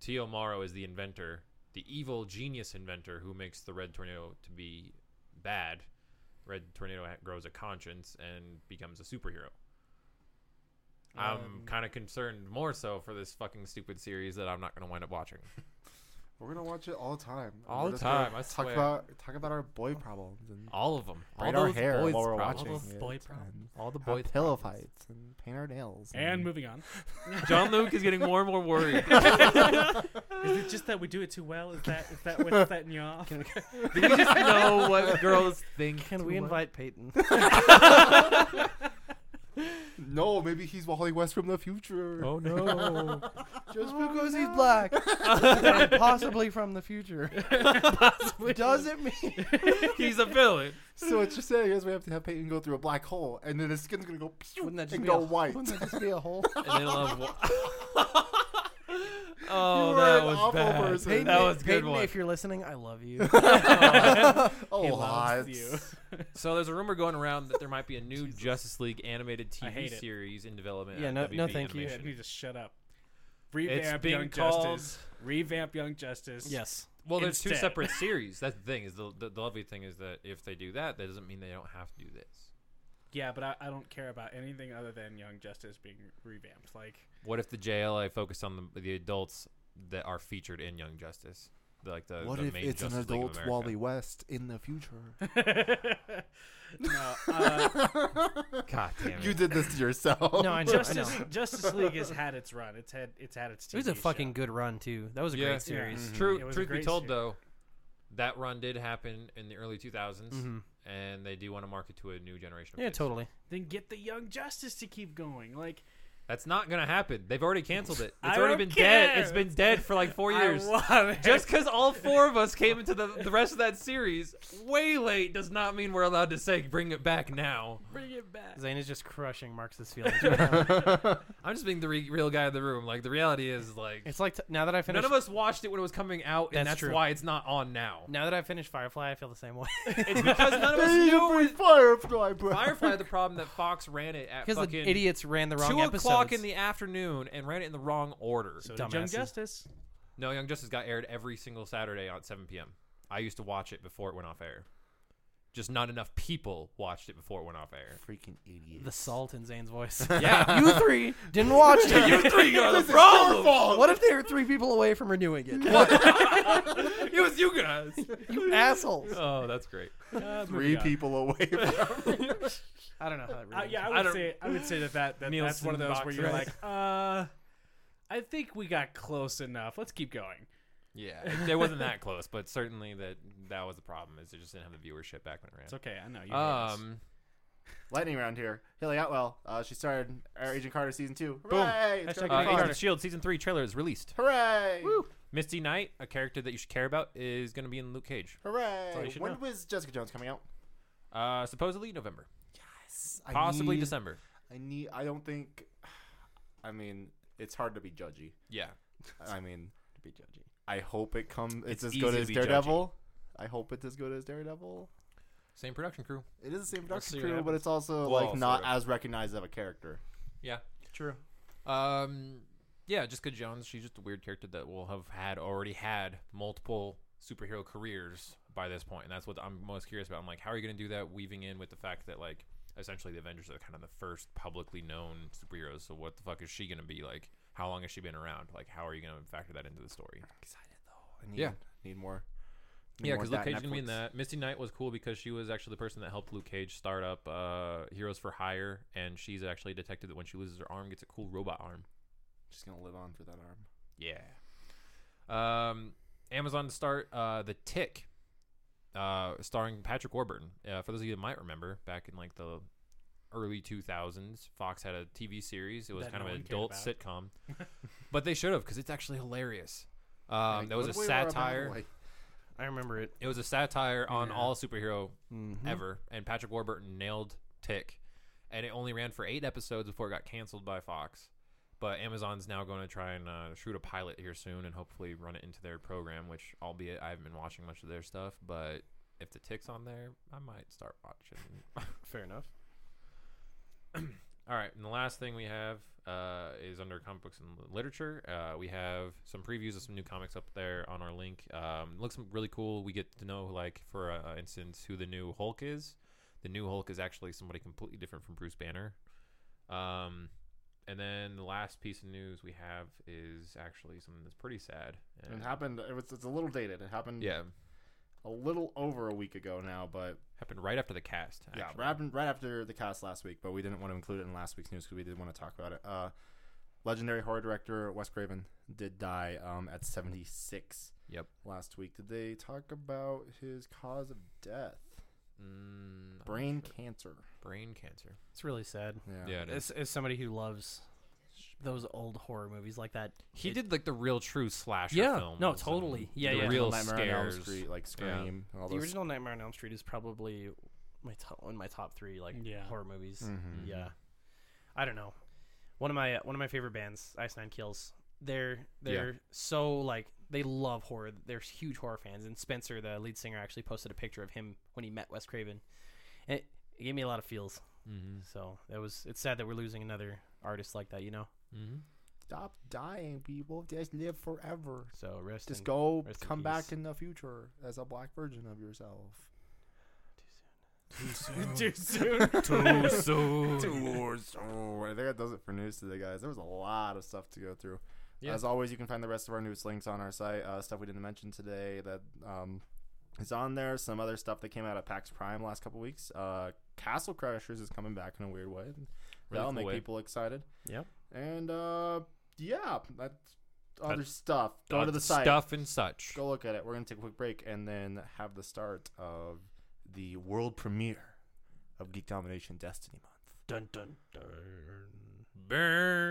Speaker 4: Tio Maro is the inventor, the evil genius inventor who makes the Red Tornado to be bad. Red Tornado ha- grows a conscience and becomes a superhero. I'm kind of concerned more so for this fucking stupid series that I'm not going to wind up watching.
Speaker 3: We're gonna watch it all the time. And
Speaker 4: All
Speaker 3: we're
Speaker 4: the
Speaker 3: just gonna
Speaker 4: time, I
Speaker 3: talk
Speaker 4: swear.
Speaker 3: about talk about our boy problems and
Speaker 4: All of them. All
Speaker 3: braid
Speaker 4: those
Speaker 3: our hair
Speaker 4: boys
Speaker 3: while we're
Speaker 4: problems.
Speaker 3: watching.
Speaker 6: those
Speaker 3: it
Speaker 6: boy
Speaker 3: and
Speaker 6: problems.
Speaker 4: All the
Speaker 3: have
Speaker 4: boys.
Speaker 3: pillow fights and paint our nails.
Speaker 6: And moving on.
Speaker 4: John Luke is getting more and more worried.
Speaker 6: Is it just that we do it too well? Is that is that what's setting you off?
Speaker 4: Do we just know what girls think?
Speaker 5: Can we invite Peyton?
Speaker 3: no, maybe he's Wally West from the future.
Speaker 4: Oh no!
Speaker 3: Just
Speaker 1: Oh,
Speaker 5: because he's black and possibly from the future. Doesn't mean
Speaker 4: He's a villain.
Speaker 3: So what you're saying is we have to have Peyton go through a black hole, and then his skin's gonna go pew,
Speaker 5: Wouldn't that just
Speaker 3: and
Speaker 5: be
Speaker 3: go
Speaker 5: a-
Speaker 3: white.
Speaker 5: wouldn't that just be a whole?
Speaker 4: And then I'll have wa-
Speaker 3: You
Speaker 4: oh,
Speaker 3: are
Speaker 4: that
Speaker 3: an
Speaker 4: was
Speaker 3: awful
Speaker 4: bad.
Speaker 3: person.
Speaker 5: Peyton,
Speaker 4: That was a good
Speaker 5: Peyton,
Speaker 4: one.
Speaker 5: If you're listening, I love you.
Speaker 3: oh, lots.
Speaker 6: loves you.
Speaker 4: So there's a rumor going around that there might be a new Justice League animated
Speaker 6: I
Speaker 4: TV
Speaker 6: hate it.
Speaker 4: series in development.
Speaker 5: Yeah,
Speaker 4: at
Speaker 5: no-
Speaker 4: WB
Speaker 5: no, thank you.
Speaker 6: Yeah,
Speaker 4: Animation.
Speaker 6: you need to shut up.
Speaker 4: It's
Speaker 6: Revamp
Speaker 4: being
Speaker 6: Young
Speaker 4: called-
Speaker 6: Justice. Revamp Young Justice.
Speaker 5: yes.
Speaker 4: Well, there's two
Speaker 6: Instead.
Speaker 4: separate series. That's the thing. Is the, the the lovely thing is that if they do that, that doesn't mean they don't have to do this.
Speaker 6: Yeah, but I, I don't care about anything other than Young Justice being revamped. Like,
Speaker 4: What if the JLA focused on the, the adults that are featured in Young Justice? The- Like the
Speaker 3: What
Speaker 4: the
Speaker 3: if
Speaker 4: main
Speaker 3: it's an
Speaker 4: Justice League of
Speaker 3: adult
Speaker 4: America.
Speaker 3: Wally West in the future?
Speaker 6: no, uh,
Speaker 4: God damn it!
Speaker 3: you did this to yourself.
Speaker 5: No, I know. I know.
Speaker 6: Justice Justice League has had its run. It's had it's had its. TV
Speaker 5: It was a fucking
Speaker 6: show.
Speaker 5: good run too. That was a
Speaker 4: Yeah.
Speaker 5: great series.
Speaker 3: Mm-hmm.
Speaker 6: Mhm.
Speaker 4: True.
Speaker 6: It was a
Speaker 4: Truth be
Speaker 6: great
Speaker 4: told,
Speaker 6: series.
Speaker 4: though, that run did happen in the early 2000s,
Speaker 3: Mm-hmm.
Speaker 4: and they do want to market to a new generation. Of
Speaker 5: Yeah,
Speaker 4: kids.
Speaker 5: totally.
Speaker 6: Then get the Young Justice to keep going. Like,
Speaker 4: That's not gonna happen. They've already canceled it.
Speaker 6: I
Speaker 4: It's already been
Speaker 6: don't
Speaker 4: dead.
Speaker 6: care.
Speaker 4: It's been dead for like four
Speaker 6: I
Speaker 4: years.
Speaker 6: want it.
Speaker 4: Just because all four of us came into the, the rest of that series way late does not mean we're allowed to say bring it back now.
Speaker 6: bring it back.
Speaker 5: Zane is just crushing Marx's feelings. right now.
Speaker 4: I'm just being the re- real guy in the room. Like the reality is, like
Speaker 5: it's like t- now that I
Speaker 4: none
Speaker 5: finished.
Speaker 4: of us watched it when it was coming out, and
Speaker 5: That's
Speaker 4: that's
Speaker 5: true.
Speaker 4: why it's not on now.
Speaker 5: now that I finished Firefly, I feel the same way.
Speaker 4: It's because none of us
Speaker 3: Hey,
Speaker 4: knew.
Speaker 3: you bring Firefly, bro.
Speaker 4: Firefly had the problem that Fox ran it at
Speaker 5: Because
Speaker 4: fucking
Speaker 5: the idiots ran the wrong
Speaker 4: two o'clock
Speaker 5: episodes.
Speaker 4: in the afternoon and ran it in the wrong order.
Speaker 6: So did Young
Speaker 5: dumbasses.
Speaker 6: Justice.
Speaker 4: no, Young Justice got aired every single Saturday at 7 p.m. I used to watch it before it went off air. Just not enough people watched it before it went off air.
Speaker 3: Freaking idiot.
Speaker 5: the salt in Zane's voice.
Speaker 4: Yeah,
Speaker 5: you three didn't watch it. you three
Speaker 3: This
Speaker 5: are
Speaker 3: is your fault.
Speaker 5: What if they were three people away from renewing it? What?
Speaker 4: it was you guys.
Speaker 5: you assholes.
Speaker 4: Oh, that's great.
Speaker 6: Uh,
Speaker 3: Three
Speaker 6: moving on.
Speaker 3: people away. From
Speaker 5: I don't know how that
Speaker 6: Uh,
Speaker 5: really.
Speaker 6: yeah, I
Speaker 4: I
Speaker 6: would
Speaker 4: don't-
Speaker 6: say I would say that, that, that that's one of
Speaker 4: Nielsen
Speaker 6: those where
Speaker 4: box
Speaker 6: you're
Speaker 4: right.
Speaker 6: like, uh, I think we got close enough. Let's keep going.
Speaker 4: Yeah, it, it wasn't that close, but certainly that that was the problem. Is it just didn't have the viewership back when it ran.
Speaker 6: It's okay. I know you. Um,
Speaker 4: Um,
Speaker 3: Lightning round here. Haley Atwell. Uh, she started our Agent Carter season two.
Speaker 4: Boom.
Speaker 3: Hooray! It's
Speaker 6: Hashtag
Speaker 3: gonna
Speaker 4: uh,
Speaker 3: be
Speaker 4: Agents
Speaker 3: fun.
Speaker 4: of Shield season three trailer is released.
Speaker 3: Hooray!
Speaker 4: Misty Knight, a character that you should care about, is going to be in Luke Cage. all you
Speaker 3: Hooray!
Speaker 4: should
Speaker 3: When
Speaker 4: know.
Speaker 3: was Jessica Jones coming out?
Speaker 4: Uh, supposedly November,
Speaker 3: I
Speaker 4: possibly
Speaker 3: need-
Speaker 4: December.
Speaker 3: I need. I don't think. I mean, it's hard to be judgy.
Speaker 4: Yeah,
Speaker 3: I mean,
Speaker 5: to be judgy.
Speaker 3: I hope it comes. It's,
Speaker 4: It's
Speaker 3: as good
Speaker 4: easy to
Speaker 3: as
Speaker 4: be
Speaker 3: Daredevil. I hope it's as good as Daredevil.
Speaker 4: same production crew.
Speaker 3: It is the same production
Speaker 4: see what
Speaker 3: crew, but
Speaker 4: happens.
Speaker 3: it's also
Speaker 4: Well,
Speaker 3: like not
Speaker 4: sort
Speaker 3: as recognized of a character.
Speaker 4: Yeah,
Speaker 5: True.
Speaker 4: Um, yeah, Jessica Jones. She's just a weird character that will have had already had multiple superhero careers by this point, and that's what I'm most curious about. I'm like, how are you going to do that, weaving in with the fact that like essentially the Avengers are kind of the first publicly known superheroes. So what the fuck is she going to be like? How long has she been around? Like, how are you going to factor that into the story?
Speaker 3: Excited though. I need,
Speaker 4: Yeah.
Speaker 3: Need more. need
Speaker 4: Yeah,
Speaker 3: more
Speaker 4: because
Speaker 3: of
Speaker 4: Luke
Speaker 3: that
Speaker 4: Cage is gonna be in
Speaker 3: Netflix.
Speaker 4: that. Misty Knight was cool because she was actually the person that helped Luke Cage start up uh, Heroes for Hire, and she's actually a detective that when she loses her arm, gets a cool robot arm.
Speaker 3: She's gonna live on for that arm.
Speaker 4: Yeah. Um, Amazon to start uh, the Tick, uh, starring Patrick Warburton. Uh, for those of you that might remember, back in like the early 2000s, Fox had a TV series. It was
Speaker 6: That
Speaker 4: kind
Speaker 6: no
Speaker 4: of an
Speaker 6: one cared
Speaker 4: adult
Speaker 6: about.
Speaker 4: sitcom, but they should have because it's actually hilarious.
Speaker 3: Like,
Speaker 4: Um, that was
Speaker 3: what
Speaker 4: a
Speaker 3: if we were about
Speaker 4: satire.
Speaker 3: like-
Speaker 5: I remember it.
Speaker 4: It was a satire on
Speaker 6: Yeah.
Speaker 4: all superhero
Speaker 5: Mhm.
Speaker 4: ever, and Patrick Warburton nailed Tick, and it only ran for eight episodes before it got canceled by Fox. But Amazon's now going to try and uh, shoot a pilot here soon, and hopefully run it into their program. Which, albeit I haven't been watching much of their stuff, but if the Tick's on there, I might start watching.
Speaker 5: Fair enough.
Speaker 4: All right, and the last thing we have uh, is under comic books and literature. Uh, we have some previews of some new comics up there on our link. Um, looks really cool. We get to know, like, for uh, instance, who the new Hulk is. The new Hulk is actually somebody completely different from Bruce Banner. Um, and then the last piece of news we have is actually something that's pretty sad.
Speaker 3: It happened. It was, it's a little dated. It happened
Speaker 4: Yeah,
Speaker 3: a little over a week ago now, but
Speaker 4: happened right after the cast. Actually.
Speaker 3: yeah, right, after- right after the cast last week. But we didn't want to include it in last week's news because we did want to talk about it. Uh, legendary horror director Wes Craven did die um, at 76
Speaker 4: Yep.
Speaker 3: last week. Did they talk about his cause of death?
Speaker 4: Mm, I'm
Speaker 3: Brain
Speaker 4: not sure.
Speaker 3: cancer.
Speaker 4: brain cancer.
Speaker 5: It's really sad.
Speaker 3: Yeah.
Speaker 4: Yeah, it is.
Speaker 5: As, as somebody who loves those old horror movies like that,
Speaker 4: He
Speaker 5: it-
Speaker 4: did like the real true slasher
Speaker 5: Yeah,
Speaker 4: films
Speaker 5: no,
Speaker 4: and
Speaker 5: totally. Yeah,
Speaker 4: the
Speaker 5: yeah.
Speaker 4: Real
Speaker 3: Nightmare on Elm
Speaker 4: scares.
Speaker 3: Street, like Scream. and All
Speaker 5: The
Speaker 3: those.
Speaker 5: original Nightmare on Elm Street is probably my top one of my top three like
Speaker 6: Yeah.
Speaker 5: horror movies.
Speaker 3: Mhm.
Speaker 5: Yeah, I don't know. One of my one of my favorite bands, Ice Nine Kills. They're they're so like they love horror. They're huge horror fans. And Spencer, the lead singer, actually posted a picture of him when he met Wes Craven. And it, it gave me a lot of feels.
Speaker 4: Mm-hmm.
Speaker 5: So that was it's sad that we're losing another artist like that. You know.
Speaker 4: Mm-hmm.
Speaker 3: Stop dying, people. Just live forever.
Speaker 5: So rest.
Speaker 3: Just
Speaker 5: in-
Speaker 3: go
Speaker 5: rest in
Speaker 3: come
Speaker 5: peace.
Speaker 3: back in the future as a black version of yourself.
Speaker 4: Um,
Speaker 6: Too soon.
Speaker 4: Too soon.
Speaker 3: Tours. Oh, I think that does it for news today, guys. There was a lot of stuff to go through.
Speaker 4: Yeah.
Speaker 3: As always, you can find the rest of our news links on our site. Uh, stuff we didn't mention today that um, is on there. Some other stuff that came out of PAX Prime last couple weeks. Uh, Castle Crashers is coming back in a weird way. That'll
Speaker 4: cool
Speaker 3: make
Speaker 4: way.
Speaker 3: people excited.
Speaker 5: Yep.
Speaker 3: And uh, yeah, that's other
Speaker 4: That's-
Speaker 3: stuff. Go
Speaker 4: Uh,
Speaker 3: to the site.
Speaker 4: Stuff and such.
Speaker 3: Go look at it. We're gonna take a quick break and then have the start of the world premiere of Geek Domination Destiny Month.
Speaker 5: Dun dun dun.
Speaker 4: Burn.